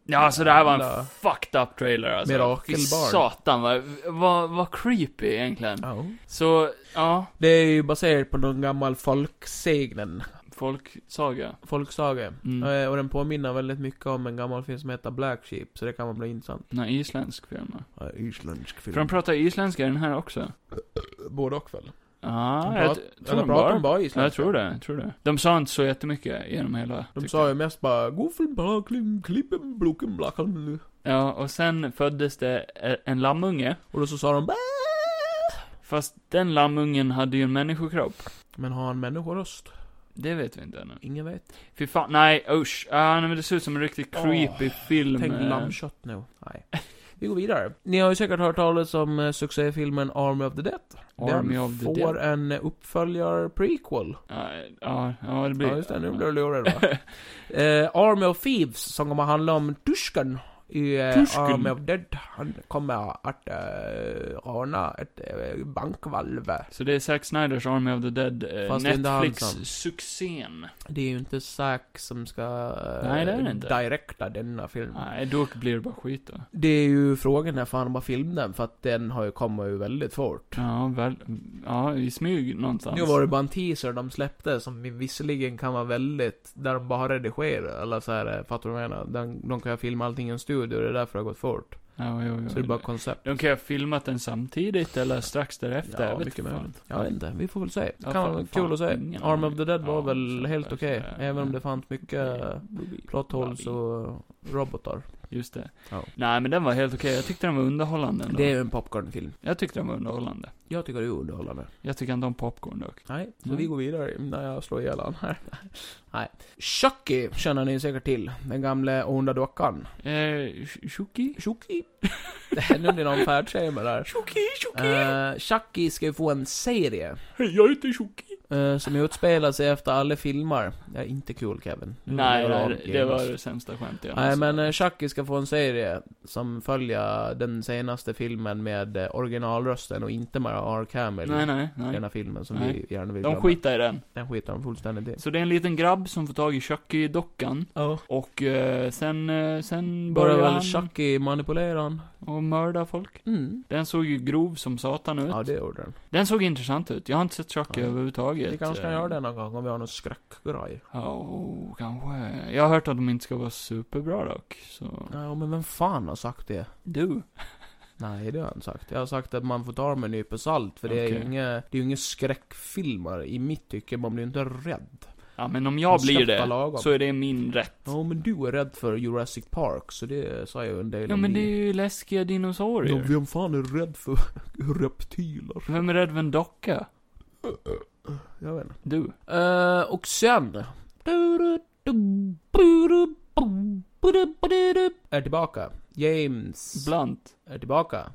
[SPEAKER 1] Ja, alltså det här var en
[SPEAKER 2] Jävla-
[SPEAKER 1] fucked up trailer alltså.
[SPEAKER 2] Mirakelbarn.
[SPEAKER 1] Fy satan vad, vad, vad creepy egentligen. Så, ja.
[SPEAKER 2] Det är ju baserat på någon gammal folksegnen.
[SPEAKER 1] folksaga.
[SPEAKER 2] folksaga.
[SPEAKER 1] Mm.
[SPEAKER 2] Eh, Och den påminner väldigt mycket om en gammal film som heter Black Sheep, så det kan man bli intressant.
[SPEAKER 1] Nej, isländsk film.
[SPEAKER 2] Isländsk
[SPEAKER 1] För de pratar isländska i den här också.
[SPEAKER 2] Både och väl?
[SPEAKER 1] Ja,
[SPEAKER 2] De
[SPEAKER 1] jag
[SPEAKER 2] prat-
[SPEAKER 1] t- tror
[SPEAKER 2] Eller
[SPEAKER 1] de
[SPEAKER 2] pratar de
[SPEAKER 1] bara...
[SPEAKER 2] bara
[SPEAKER 1] Ja,
[SPEAKER 2] isländska?
[SPEAKER 1] jag tror det, jag tror det. De sa inte så jättemycket genom hela...
[SPEAKER 2] De
[SPEAKER 1] tycker
[SPEAKER 2] sa ju mest bara 'Goffeln bara klim, klippen, blocken, blackan' nu.
[SPEAKER 1] Ja, och sen föddes det eh, en lammunge.
[SPEAKER 2] Och då så sa de "Bä!"
[SPEAKER 1] Fast den lammungen hade ju en människokropp.
[SPEAKER 2] Men har han människoröst?
[SPEAKER 1] Det vet vi inte ännu.
[SPEAKER 2] Ingen vet.
[SPEAKER 1] Fy fan, nej usch. Ah, nej, men det ser ut som en riktigt
[SPEAKER 2] Åh,
[SPEAKER 1] creepy film.
[SPEAKER 2] Tänk
[SPEAKER 1] eh.
[SPEAKER 2] lammkött nu. Nej. Vi går vidare. Ni har ju säkert hört talas om eh, succéfilmen Army of the Dead.
[SPEAKER 1] Army
[SPEAKER 2] den
[SPEAKER 1] of the
[SPEAKER 2] får
[SPEAKER 1] Dead.
[SPEAKER 2] en eh, uppföljar-prequel.
[SPEAKER 1] Ja, ja, ja, det blir...
[SPEAKER 2] Ja, just det. Nu blir du lurad va? eh, Army of Thieves, som kommer handla om Tusken i eh,
[SPEAKER 1] Tusken.
[SPEAKER 2] Army of Dead. Han kommer att eh, råna ett eh, bankvalv.
[SPEAKER 1] Så det är Zack Snyders Army of the Dead, eh,
[SPEAKER 2] Fast det är inte han liksom. som-
[SPEAKER 1] Netflix-succén.
[SPEAKER 2] Det är ju inte Zack som ska eh,
[SPEAKER 1] Nej, det är det inte.
[SPEAKER 2] direkta denna film.
[SPEAKER 1] Nej, då blir det bara skit då.
[SPEAKER 2] Det är ju frågan när fan de har filmat den, för att den har ju kommit ju väldigt fort.
[SPEAKER 1] Ja, väl, ja, i smyg någonstans.
[SPEAKER 2] Nu var det bara en teaser de släppte som visserligen kan vara väldigt, där de bara redigerar, eller så här, eh, fattar du vad jag menar? De, de kan ju filma allting i en studio, det är därför det har gått fort.
[SPEAKER 1] Ja, jo, jo,
[SPEAKER 2] Så det är bara koncept.
[SPEAKER 1] De kan ju ha filmat den samtidigt, eller strax därefter. jag
[SPEAKER 2] Ja,
[SPEAKER 1] vet
[SPEAKER 2] mycket
[SPEAKER 1] fan.
[SPEAKER 2] möjligt. Jag vet inte, vi får väl se.
[SPEAKER 1] Ja,
[SPEAKER 2] kan
[SPEAKER 1] fan,
[SPEAKER 2] vara
[SPEAKER 1] fan,
[SPEAKER 2] kul att se.
[SPEAKER 1] ingen
[SPEAKER 2] Arm
[SPEAKER 1] aning.
[SPEAKER 2] of the Dead var
[SPEAKER 1] Ja,
[SPEAKER 2] väl
[SPEAKER 1] så
[SPEAKER 2] helt
[SPEAKER 1] där,
[SPEAKER 2] okej.
[SPEAKER 1] så där.
[SPEAKER 2] Även om
[SPEAKER 1] Mm.
[SPEAKER 2] det fanns mycket eh, plot holes och robotar.
[SPEAKER 1] Just det.
[SPEAKER 2] Ja.
[SPEAKER 1] Nej, men den var helt okej. Jag tyckte den var underhållande ändå.
[SPEAKER 2] Det är ju en popcornfilm.
[SPEAKER 1] Jag tyckte den var underhållande.
[SPEAKER 2] Jag tycker det är underhållande.
[SPEAKER 1] Jag tycker inte om popcorn dock.
[SPEAKER 2] Nej, så
[SPEAKER 1] Mm.
[SPEAKER 2] vi går vidare när jag slår ihjäl han här. Nej. Chucky känner ni säkert till. Den gamle onda dockan.
[SPEAKER 1] Eh, Shuki?
[SPEAKER 2] Chucky. nu blir det någon färdshamer där.
[SPEAKER 1] Shuki, Shuki!
[SPEAKER 2] Eh, Chucky ska ju få en serie.
[SPEAKER 1] Hej, jag heter Shuki!
[SPEAKER 2] eh, som utspelar sig efter alla filmer. Det är inte kul Kevin. Nu
[SPEAKER 1] Nej,
[SPEAKER 2] gör du av
[SPEAKER 1] det, det
[SPEAKER 2] genast.
[SPEAKER 1] var det sämsta skämtet jag
[SPEAKER 2] Nej
[SPEAKER 1] någonsin
[SPEAKER 2] men
[SPEAKER 1] hört.
[SPEAKER 2] eh, Chucky ska få en serie som följer den senaste filmen med eh, originalrösten och inte med R. Campbell.
[SPEAKER 1] Nej, nej,
[SPEAKER 2] i Den
[SPEAKER 1] nej.
[SPEAKER 2] här filmen som
[SPEAKER 1] Nej.
[SPEAKER 2] vi gärna vill
[SPEAKER 1] De
[SPEAKER 2] glömma.
[SPEAKER 1] skiter i den.
[SPEAKER 2] Den skiter de fullständigt i.
[SPEAKER 1] Så det är en liten grabb som får tag i Chucky-dockan.
[SPEAKER 2] Ja.
[SPEAKER 1] Och eh, sen, eh, sen
[SPEAKER 2] Börjar
[SPEAKER 1] börjar
[SPEAKER 2] väl
[SPEAKER 1] han
[SPEAKER 2] Chucky manipulera han?
[SPEAKER 1] och mörda folk.
[SPEAKER 2] Mm.
[SPEAKER 1] Den såg ju grov som satan ut.
[SPEAKER 2] Ja, det gjorde den.
[SPEAKER 1] Den såg intressant ut. Jag har inte sett Chucky
[SPEAKER 2] Ja.
[SPEAKER 1] överhuvudtaget.
[SPEAKER 2] Vi kanske kan
[SPEAKER 1] Eh,
[SPEAKER 2] göra det någon gång om vi har någon skräckgrej.
[SPEAKER 1] Ja, oh, kanske. Jag har hört att de inte ska vara superbra dock, så...
[SPEAKER 2] Ja, men vem fan har sagt det?
[SPEAKER 1] Du?
[SPEAKER 2] Nej, det har jag inte sagt. Jag har sagt att man får ta det med en nypa salt, för det är ju
[SPEAKER 1] Okej.
[SPEAKER 2] inga, det är ju inga skräckfilmer i mitt tycke. Man blir ju inte rädd.
[SPEAKER 1] Ja, men om
[SPEAKER 2] Man
[SPEAKER 1] jag
[SPEAKER 2] ska
[SPEAKER 1] blir
[SPEAKER 2] ta
[SPEAKER 1] det,
[SPEAKER 2] lagom.
[SPEAKER 1] så är det min rätt.
[SPEAKER 2] Ja, men du är rädd för Jurassic Park, så det sa ju en del
[SPEAKER 1] Ja,
[SPEAKER 2] om
[SPEAKER 1] men det
[SPEAKER 2] dig.
[SPEAKER 1] är ju läskiga
[SPEAKER 2] Ja,
[SPEAKER 1] dinosaurier.
[SPEAKER 2] vem fan är rädd för reptiler?
[SPEAKER 1] Vem är rädd för en docka?
[SPEAKER 2] Jag vet inte.
[SPEAKER 1] Du?
[SPEAKER 2] Eh, och sen... Är tillbaka. James
[SPEAKER 1] Blunt?
[SPEAKER 2] är tillbaka.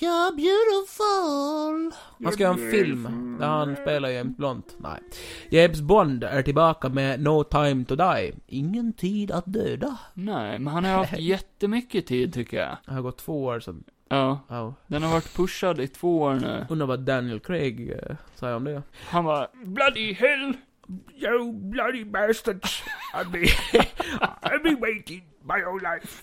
[SPEAKER 3] You're beautiful.
[SPEAKER 2] Han ska göra en film där han spelar James Blunt. Nej. James Bond är tillbaka med No Time To Die. Ingen tid att döda.
[SPEAKER 1] Nej, men han har haft jättemycket tid, tycker jag.
[SPEAKER 2] Det har gått två år sedan.
[SPEAKER 1] Ja.
[SPEAKER 2] Ja.
[SPEAKER 1] Den har varit pushad i två år nu.
[SPEAKER 2] Undrar vad Daniel Craig eh, säger om det.
[SPEAKER 1] Han var Bloody hell!
[SPEAKER 4] You bloody bastards. I've been, I've been waiting my whole life.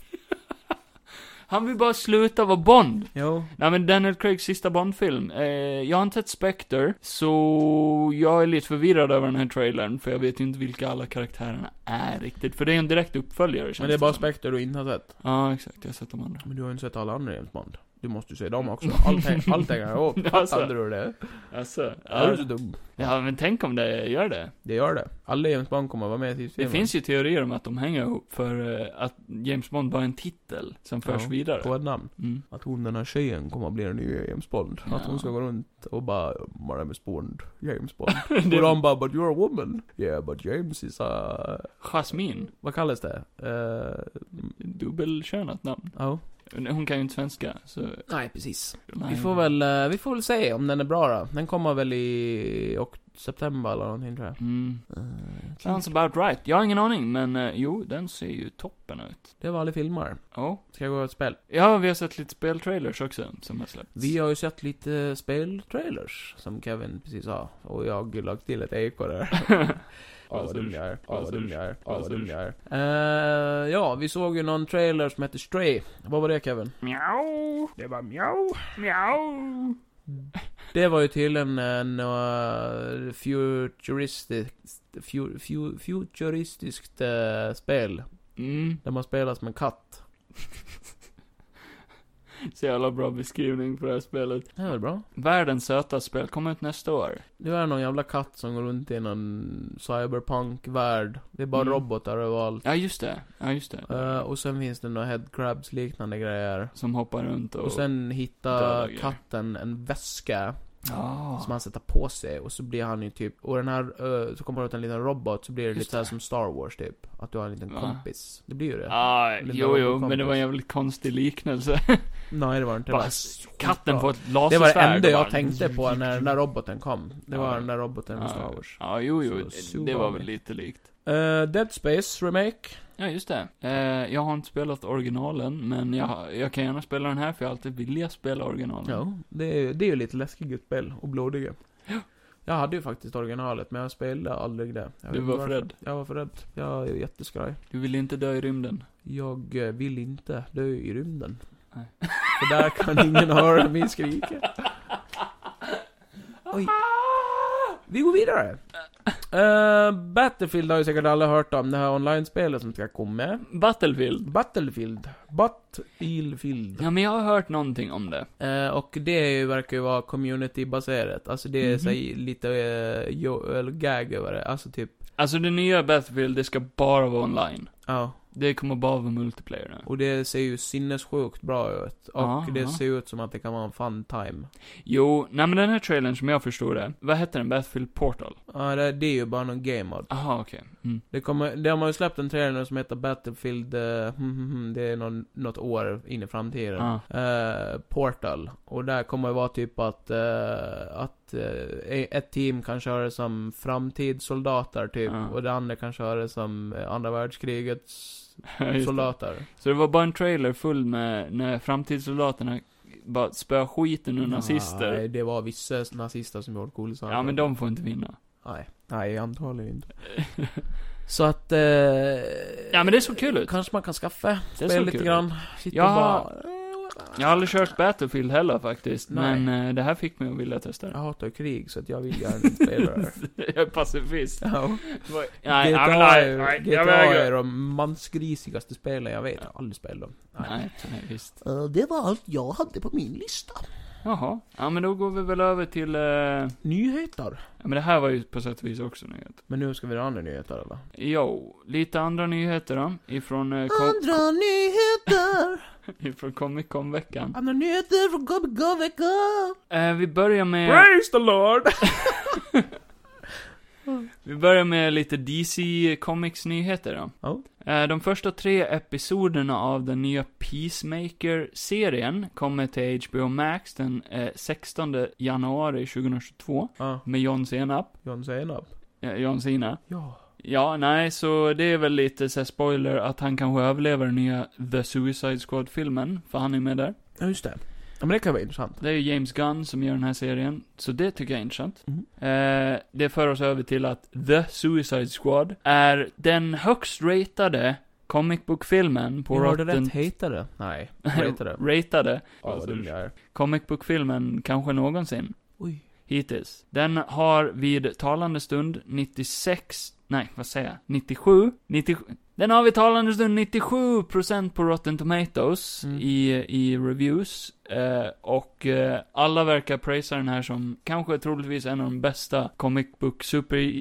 [SPEAKER 1] Han vill bara sluta vara Bond!
[SPEAKER 2] Jo.
[SPEAKER 1] Nej men Daniel Craigs sista Bond-film, eh, jag har inte sett Spectre, så jag är lite förvirrad över den här trailern, för jag vet ju inte vilka alla karaktärerna är riktigt, för det är en direkt uppföljare känns
[SPEAKER 2] Men det är bara
[SPEAKER 1] som.
[SPEAKER 2] Spectre du inte har sett.
[SPEAKER 1] Ja, exakt, jag har sett de andra.
[SPEAKER 2] Men du har ju inte sett alla andra James Bond. Du måste ju se dem också. Allt hänger allt hänger ihop.
[SPEAKER 1] Alltså.
[SPEAKER 2] Fattar du det?
[SPEAKER 1] Alltså,
[SPEAKER 2] Är du så
[SPEAKER 1] ja,
[SPEAKER 2] dum?
[SPEAKER 1] ja men tänk om det gör det.
[SPEAKER 2] Det gör det. Alla James Bond kommer vara med i
[SPEAKER 1] Det
[SPEAKER 2] filmen.
[SPEAKER 1] finns ju teorier om att de hänger ihop, för eh, att James Bond bara är en titel som förs
[SPEAKER 2] Ja, På
[SPEAKER 1] vidare.
[SPEAKER 2] ett namn.
[SPEAKER 1] Mm.
[SPEAKER 2] Att hon den här tjejen kommer att bli den nya James Bond.
[SPEAKER 1] Ja.
[SPEAKER 2] Att hon ska gå runt och bara 'My name is Bond, James Bond'
[SPEAKER 1] Det-
[SPEAKER 2] Och de bara 'But you're a woman' 'Yeah but James is a...
[SPEAKER 1] Jasmine,
[SPEAKER 2] Vad kallas det? Eh,
[SPEAKER 1] dubbelkönat namn.
[SPEAKER 2] Ja.
[SPEAKER 1] Hon kan ju inte svenska, så...
[SPEAKER 2] Nej precis.
[SPEAKER 1] nej.
[SPEAKER 2] Vi får väl, eh, vi får väl se om den är bra då. Den kommer väl i ok- september eller någonting tror jag.
[SPEAKER 1] Mm.
[SPEAKER 2] Eh.
[SPEAKER 1] Sounds about right. Jag har ingen aning, men eh, jo, den ser ju toppen ut.
[SPEAKER 2] Det var alla filmer.
[SPEAKER 1] Ja.
[SPEAKER 2] Ska jag gå och spel?
[SPEAKER 1] Ja, vi har sett lite speltrailers också, som har släppts.
[SPEAKER 2] Vi har ju sett lite speltrailers, som Kevin precis sa. Och jag har lagt till ett eko där. Ja, vad dum jag är. Ja, vad dum jag är. Ja, vad dum jag är. Eh, ja, vi såg ju någon trailer som heter Stray. Vad var det Kevin?
[SPEAKER 4] Meow. Det var meow. Meow.
[SPEAKER 2] Det var ju tydligen en uh, futuristiskt, fu, fu, futuristiskt eh, spel.
[SPEAKER 1] Mm.
[SPEAKER 2] Där man spelar som en katt.
[SPEAKER 1] Så jävla bra beskrivning på det här spelet.
[SPEAKER 2] Det är väl bra?
[SPEAKER 1] Världens söta spel kommer ut nästa år.
[SPEAKER 2] Det är någon jävla katt som går runt i någon cyberpunk-värld. Det är bara
[SPEAKER 1] Mm.
[SPEAKER 2] robotar överallt.
[SPEAKER 1] Ja, just det. Ja, just det.
[SPEAKER 2] Eh, och sen finns det några headcrabs liknande grejer.
[SPEAKER 1] Som hoppar runt och...
[SPEAKER 2] Och sen
[SPEAKER 1] döda
[SPEAKER 2] hittar
[SPEAKER 1] grejer.
[SPEAKER 2] katten en väska
[SPEAKER 1] Ja.
[SPEAKER 2] som han sätter på sig och så blir han ju typ, och den här, eh, så kommer det ut en liten robot så blir det
[SPEAKER 1] Just
[SPEAKER 2] lite såhär
[SPEAKER 1] det.
[SPEAKER 2] som Star Wars typ. Att du har en liten
[SPEAKER 1] Va?
[SPEAKER 2] kompis. Det blir ju det.
[SPEAKER 1] Ah,
[SPEAKER 2] Lilla
[SPEAKER 1] jo, jo,
[SPEAKER 2] kompis.
[SPEAKER 1] men det var en jävligt konstig liknelse.
[SPEAKER 2] Nej det var det inte. Det
[SPEAKER 1] Bara
[SPEAKER 2] var
[SPEAKER 1] s-
[SPEAKER 2] skitbra.
[SPEAKER 1] Katten får ett
[SPEAKER 2] Det
[SPEAKER 1] lasersvärd.
[SPEAKER 2] var det enda
[SPEAKER 1] och
[SPEAKER 2] jag
[SPEAKER 1] bara-
[SPEAKER 2] tänkte på när den där roboten kom. Det var
[SPEAKER 1] Ja.
[SPEAKER 2] den där roboten med Star Wars.
[SPEAKER 1] Ja, jo, jo.
[SPEAKER 2] Så
[SPEAKER 1] Det var
[SPEAKER 2] Subaru.
[SPEAKER 1] väl lite likt.
[SPEAKER 2] Eh, Dead Space Remake.
[SPEAKER 1] Ja, just det. Eh, jag har inte spelat originalen, men jag, jag kan gärna spela den här för jag har alltid velat spela originalen.
[SPEAKER 2] Ja, det är, det är ju lite läskiga spel och blodiga. Jag hade ju faktiskt originalet, men jag spelade aldrig det. Jag
[SPEAKER 1] Du
[SPEAKER 2] vet
[SPEAKER 1] var
[SPEAKER 2] inte
[SPEAKER 1] för
[SPEAKER 2] varför.
[SPEAKER 1] rädd.
[SPEAKER 2] Jag var för rädd. Jag är jätteskraj.
[SPEAKER 1] Du vill inte dö i rymden.
[SPEAKER 2] Jag eh, vill inte dö i rymden.
[SPEAKER 1] Nej.
[SPEAKER 2] För där kan ingen höra mig skrika. Oj. Vi går vidare. Eh, Battlefield har ju säkert alla hört om, det här online-spelet som ska komma.
[SPEAKER 1] Battlefield.
[SPEAKER 2] Battlefield. Battlefield.
[SPEAKER 1] Ja, men jag har hört någonting om det.
[SPEAKER 2] Eh, och det är ju- verkar ju vara community-baserat. Alltså det är
[SPEAKER 1] Mhm.
[SPEAKER 2] så här lite eh, jo, eller gag över det. Alltså typ,
[SPEAKER 1] Alltså, det nya Battlefield, det ska bara vara online.
[SPEAKER 2] ja.
[SPEAKER 1] Det kommer bara vara multiplayer nu.
[SPEAKER 2] Och det ser ju sinnessjukt bra ut. Och
[SPEAKER 1] Ja,
[SPEAKER 2] det
[SPEAKER 1] ja.
[SPEAKER 2] ser ut som att det kan vara en fun time.
[SPEAKER 1] Jo, nej men den här trailern som jag förstod det, vad heter den? Battlefield Portal?
[SPEAKER 2] Ja, det, det är ju bara någon game mode.
[SPEAKER 1] Aha, okej. Mm.
[SPEAKER 2] Det kommer, de har ju släppt en trailer nu som heter Battlefield, eh, hmm, hmm, hmm, det är någon, något år in i framtiden.
[SPEAKER 1] Ja.
[SPEAKER 2] Eh, Portal. Och där kommer det vara typ att, eh, att eh, ett team kan köra som framtidssoldater typ.
[SPEAKER 1] Ja.
[SPEAKER 2] Och det andra kan köra som eh, andra världskrigets
[SPEAKER 1] Ja, just det.
[SPEAKER 2] soldater.
[SPEAKER 1] Så det var bara en trailer full med när framtidssoldaterna bara spöar skiten ur nazister.
[SPEAKER 2] Nej, det var vissa nazister som gjorde coola saker.
[SPEAKER 1] Ja, men de får inte vinna.
[SPEAKER 2] Nej. Nej, antagligen inte. Så att... Eh,
[SPEAKER 1] Ja, men det såg kul ut.
[SPEAKER 2] Kanske man kan skaffa.
[SPEAKER 1] Det
[SPEAKER 2] Spela
[SPEAKER 1] såg
[SPEAKER 2] lite
[SPEAKER 1] kul ut.
[SPEAKER 2] grann. Sitta
[SPEAKER 1] Jag
[SPEAKER 2] och
[SPEAKER 1] har-
[SPEAKER 2] bara...
[SPEAKER 1] Jag har aldrig kört Battlefield heller faktiskt,
[SPEAKER 2] Nej.
[SPEAKER 1] men eh, det här fick mig att vilja testa
[SPEAKER 2] Jag
[SPEAKER 1] det.
[SPEAKER 2] hatar krig, så att jag vill gärna inte spela det.
[SPEAKER 1] Jag är pacifist.
[SPEAKER 2] Ja.
[SPEAKER 1] Nej,
[SPEAKER 2] GTA,
[SPEAKER 1] ja, men nej,
[SPEAKER 2] är-
[SPEAKER 1] nej, jag
[SPEAKER 2] GTA är
[SPEAKER 1] vägrar.
[SPEAKER 2] de mansgrisigaste spelen jag vet. Jag har aldrig spelat dem.
[SPEAKER 1] Nej, nej, visst.
[SPEAKER 3] Eh, det var allt jag hade på min lista.
[SPEAKER 1] Jaha. Ja, men då går vi väl över till... eh,
[SPEAKER 2] Nyheter.
[SPEAKER 1] Ja, men det här var ju på sätt och vis också nyhet.
[SPEAKER 2] Men nu ska vi ha andra nyheter eller?
[SPEAKER 1] Jo, lite andra nyheter då. Ifrån, eh, kom,
[SPEAKER 3] Andra nyheter!
[SPEAKER 1] ifrån Comic Con-veckan.
[SPEAKER 3] Andra nyheter från Comic Con veckan!
[SPEAKER 1] Eh, vi börjar med...
[SPEAKER 2] Praise the Lord!
[SPEAKER 1] Vi börjar med lite DC Comics nyheter då.
[SPEAKER 2] Ja.
[SPEAKER 1] Eh, De första tre episoderna av den nya Peacemaker-serien kommer till HBO Max den eh, 16 januari 2022
[SPEAKER 2] Ja,
[SPEAKER 1] med John Senap.
[SPEAKER 2] John Senap.
[SPEAKER 1] Eh, John Cena.
[SPEAKER 2] Ja.
[SPEAKER 1] Ja, nej, så det är väl lite så här spoiler att han kanske överlever den nya The Suicide Squad-filmen, för han är med där.
[SPEAKER 2] Ja, just det. Ja, men det kan vara intressant.
[SPEAKER 1] Det är ju James Gunn som gör den här serien, så det tycker jag är intressant.
[SPEAKER 3] Mm.
[SPEAKER 2] Mhm.
[SPEAKER 1] Eh, det för oss över till att The Suicide Squad är den högst ratade comic book-filmen på
[SPEAKER 2] Vi hörde
[SPEAKER 1] Rotten...
[SPEAKER 2] rätt, hatade. Nej, hatade.
[SPEAKER 1] ratade
[SPEAKER 2] Ja,
[SPEAKER 1] Alltså,
[SPEAKER 2] det blir jag.
[SPEAKER 1] comic book-filmen kanske någonsin,
[SPEAKER 2] Oj.
[SPEAKER 1] hittills. Den har vid talande stund 96, nej vad säger jag, 97, 97 den har vid talande stund 97% på Rotten Tomatoes
[SPEAKER 2] Mm.
[SPEAKER 1] i, i reviews. Eh, och eh, alla verkar prisa den här som kanske troligtvis en av de bästa comic book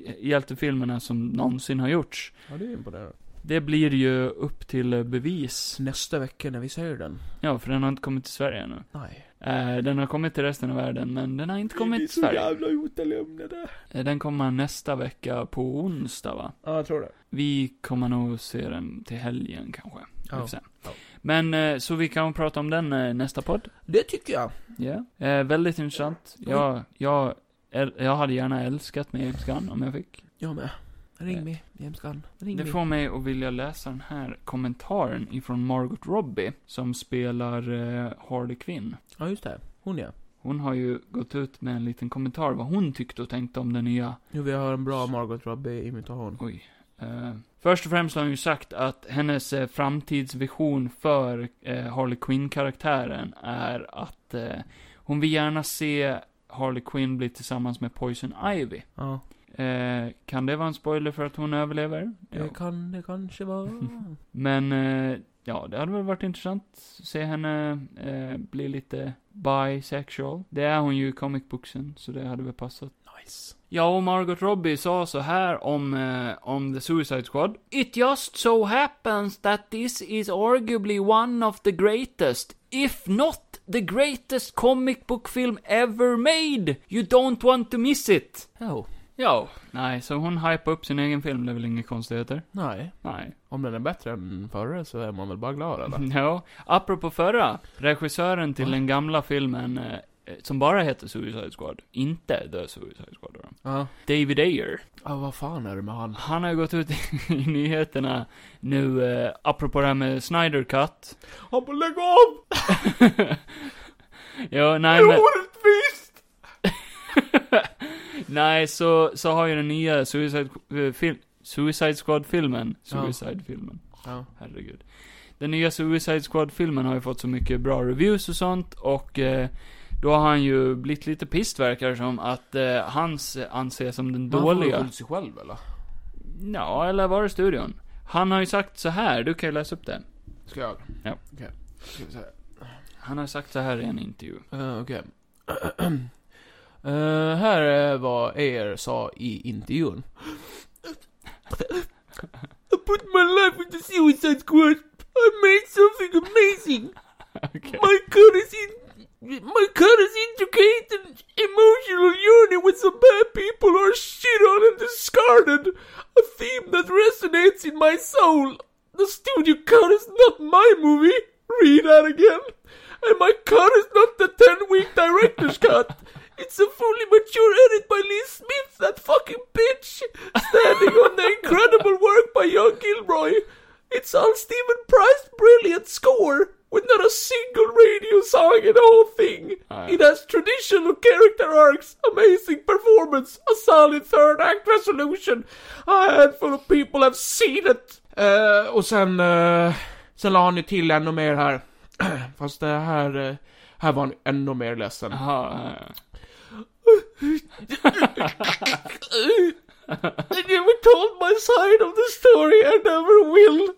[SPEAKER 1] superhjältefilmerna som någonsin har gjorts.
[SPEAKER 2] Ja, det är imponerande.
[SPEAKER 1] Det blir ju upp till eh, bevis.
[SPEAKER 2] Nästa vecka när vi ser den.
[SPEAKER 1] Ja, för den har inte kommit till Sverige ännu.
[SPEAKER 2] Nej.
[SPEAKER 1] Eh, den har kommit till resten av världen, men den har inte kommit till Sverige.
[SPEAKER 2] utelämnade.
[SPEAKER 1] Eh, Den kommer nästa vecka på onsdag va?
[SPEAKER 2] Ja, jag tror det.
[SPEAKER 1] Vi kommer nog se den till helgen kanske. Vi får se.
[SPEAKER 2] Ja.
[SPEAKER 1] Men eh, så vi kan prata om den eh, nästa podd.
[SPEAKER 2] Det tycker jag.
[SPEAKER 1] Ja. Eh, väldigt intressant. Jag, jag, äl- jag hade gärna älskat med James Gunn om jag fick.
[SPEAKER 2] Jag med.
[SPEAKER 1] Eh.
[SPEAKER 2] Ring mig, James Gunn. Ring
[SPEAKER 1] Det
[SPEAKER 2] mig.
[SPEAKER 1] får mig att vilja läsa den här kommentaren ifrån Margot Robbie som spelar eh, Harley Quinn.
[SPEAKER 2] Ja, just det. Hon ja.
[SPEAKER 1] Hon har ju gått ut med en liten kommentar vad hon tyckte och tänkte om den nya
[SPEAKER 2] Nu vill jag ha en bra Margot Robbie-imitation.
[SPEAKER 1] Oj. Eh, först och främst har hon ju sagt att hennes eh, framtidsvision för eh, Harley Quinn-karaktären är att eh, hon vill gärna se Harley Quinn blir tillsammans med Poison Ivy.
[SPEAKER 2] Ja.
[SPEAKER 1] Eh, kan det vara en spoiler för att hon överlever? Ja.
[SPEAKER 2] Det kan det kanske vara.
[SPEAKER 1] Men, eh, ja, det hade väl varit intressant att se henne eh, bli lite bisexual. Det är hon ju i comic booksen, så det hade väl passat.
[SPEAKER 2] nice.
[SPEAKER 1] Ja, och Margot Robbie sa så här om, eh, om The Suicide Squad. It just so happens that this is arguably one of the greatest, if not the greatest comic book film ever made. You don't want to miss it.
[SPEAKER 2] Jo.
[SPEAKER 1] Ja. Nej, så hon hypar upp sin egen film, det är väl inga konstigheter?
[SPEAKER 2] Nej.
[SPEAKER 1] Nej.
[SPEAKER 2] Om den är bättre än förra så är man väl bara glad eller?
[SPEAKER 1] Ja, apropå förra, regissören till
[SPEAKER 2] Ja.
[SPEAKER 1] den gamla filmen, eh, som bara heter Suicide Squad, inte The Suicide Squad då.
[SPEAKER 2] Ja.
[SPEAKER 1] David Ayer.
[SPEAKER 2] Ja, vad fan är det med han?
[SPEAKER 1] Han har ju gått ut i, nyheterna nu, eh, apropå det här med Snyder Cut.
[SPEAKER 2] Han får lägga av!
[SPEAKER 1] ja,
[SPEAKER 2] Det
[SPEAKER 1] nej
[SPEAKER 2] är
[SPEAKER 1] men,
[SPEAKER 2] orättvist!
[SPEAKER 1] nej så, så har ju den nya Suicide, eh, film, Suicide Squad-filmen,
[SPEAKER 2] Ja.
[SPEAKER 1] Suicide-filmen.
[SPEAKER 2] Ja.
[SPEAKER 1] herregud. Den nya Suicide Squad-filmen har ju fått så mycket bra reviews och sånt och eh, då har han ju blivit lite pist verkar det som att eh, hans anses som den dåliga.
[SPEAKER 2] sig själv eller?
[SPEAKER 1] Ja, eller var det studion? Han har ju sagt så här, du kan ju läsa upp det.
[SPEAKER 2] Ska jag?
[SPEAKER 1] Ja.
[SPEAKER 2] Okej. Ska vi se.
[SPEAKER 1] Han har sagt så här i en intervju.
[SPEAKER 2] Eh, Okej. Eh, här är vad Ayer sa i intervjun. I put my life into suicide squad. I made something amazing.
[SPEAKER 1] Okej.
[SPEAKER 2] My cut is in... My cut is intricate and emotional journey with some bad people are shit on and discarded. A theme that resonates in my soul. The studio cut is not my movie. Read that again. And my cut is not the 10 week director's cut. It's a fully mature edit by Lee Smith, that fucking bitch. Standing on the incredible work by Young Gilroy. It's all Stephen Price's brilliant score, with not a single radio song in the whole thing. It has traditional character arcs, amazing performance, a solid third act resolution. A handful of people have seen it. Eh, och sen, eh, sen la han ju till ännu mer här. Fast det här, eh, här var han ännu mer ledsen.
[SPEAKER 1] Jaha, eh,
[SPEAKER 2] I never told my side of the story, I never will.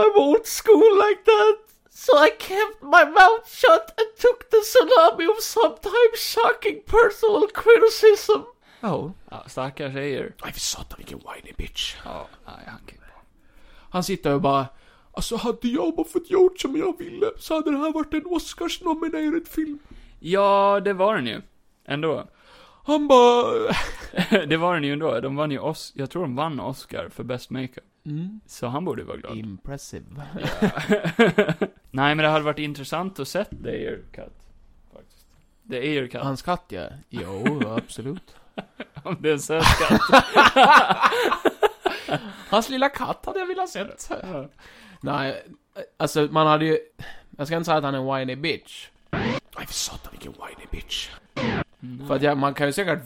[SPEAKER 2] I'm old school like that. So I kept my mouth shut and took the tsunami of sometimes shocking personal criticism. Oh.
[SPEAKER 1] ja, stackars Ayer.
[SPEAKER 2] Nej fy satan vilken whiny bitch.
[SPEAKER 1] Ja, nej, han kan ju bara-
[SPEAKER 2] Han sitter och bara Alltså hade jag bara fått gjort som jag ville så hade det här varit en Oscars-nominerad film.
[SPEAKER 1] Ja, det var den ju. Ändå.
[SPEAKER 2] Han bara...
[SPEAKER 1] det var den ju ändå. De vann ju Os- jag tror de vann Oscar för Best Makeup.
[SPEAKER 2] Mm.
[SPEAKER 1] Så han borde ju vara glad.
[SPEAKER 2] Impressive.
[SPEAKER 1] Nej, men det hade varit intressant att sett The Air Cut. Faktiskt. The Air Cut.
[SPEAKER 2] Hans katt ja. Jo, absolut.
[SPEAKER 1] Om det är en söt katt.
[SPEAKER 2] Hans lilla katt hade jag velat sett. Nej, alltså man hade ju... Jag ska inte säga att han är en whiny bitch. Nej fy satan vilken whiny bitch. För att ja, man kan ju säkert...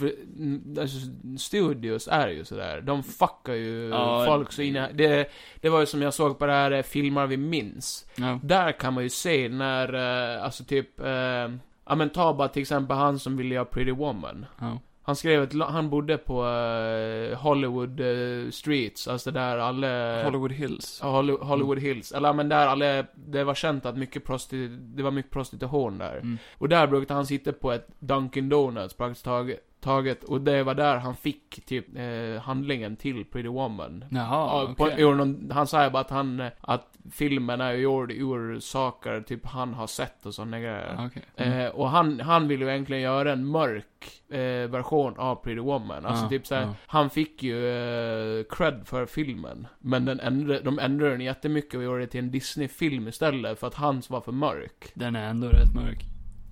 [SPEAKER 2] Alltså, studios är ju sådär. De fuckar ju
[SPEAKER 1] Ja,
[SPEAKER 2] folk så in i- det, det var ju som jag såg på det här eh, Filmer vi minns.
[SPEAKER 1] Ja.
[SPEAKER 2] Där kan man ju se när, eh, alltså typ... eh, Ja men ta bara till exempel han som ville göra Pretty Woman.
[SPEAKER 1] Ja.
[SPEAKER 2] Han skrev ett, la- han bodde på eh, Hollywood eh, Streets, alltså där alla...
[SPEAKER 1] Hollywood Mm. Hills.
[SPEAKER 2] Ja, Holly- Hollywood Hills. Eller ja, men där alla, det var känt att mycket prosti, det var mycket prostitution där.
[SPEAKER 1] Mm.
[SPEAKER 2] Och där brukade han sitta på ett Dunkin' Donuts praktiskt taget- taget. Och det var där han fick typ eh, handlingen till Pretty Woman.
[SPEAKER 1] Jaha,
[SPEAKER 2] Ja,
[SPEAKER 1] Ah, okej.
[SPEAKER 2] på, ur någon, han sa ju bara att han, eh, att filmen är ju gjord ur saker typ han har sett och sådana grejer.
[SPEAKER 1] Okej. Mm.
[SPEAKER 2] Eh, och han, han ville ju egentligen göra en mörk eh, version av Pretty Woman. Alltså
[SPEAKER 1] Ja,
[SPEAKER 2] typ såhär,
[SPEAKER 1] ja.
[SPEAKER 2] han fick ju eh, cred för filmen. Men den ändra, de ändrade den jättemycket och gjorde det till en Disney-film istället för att hans var för mörk.
[SPEAKER 1] Den är ändå rätt mörk.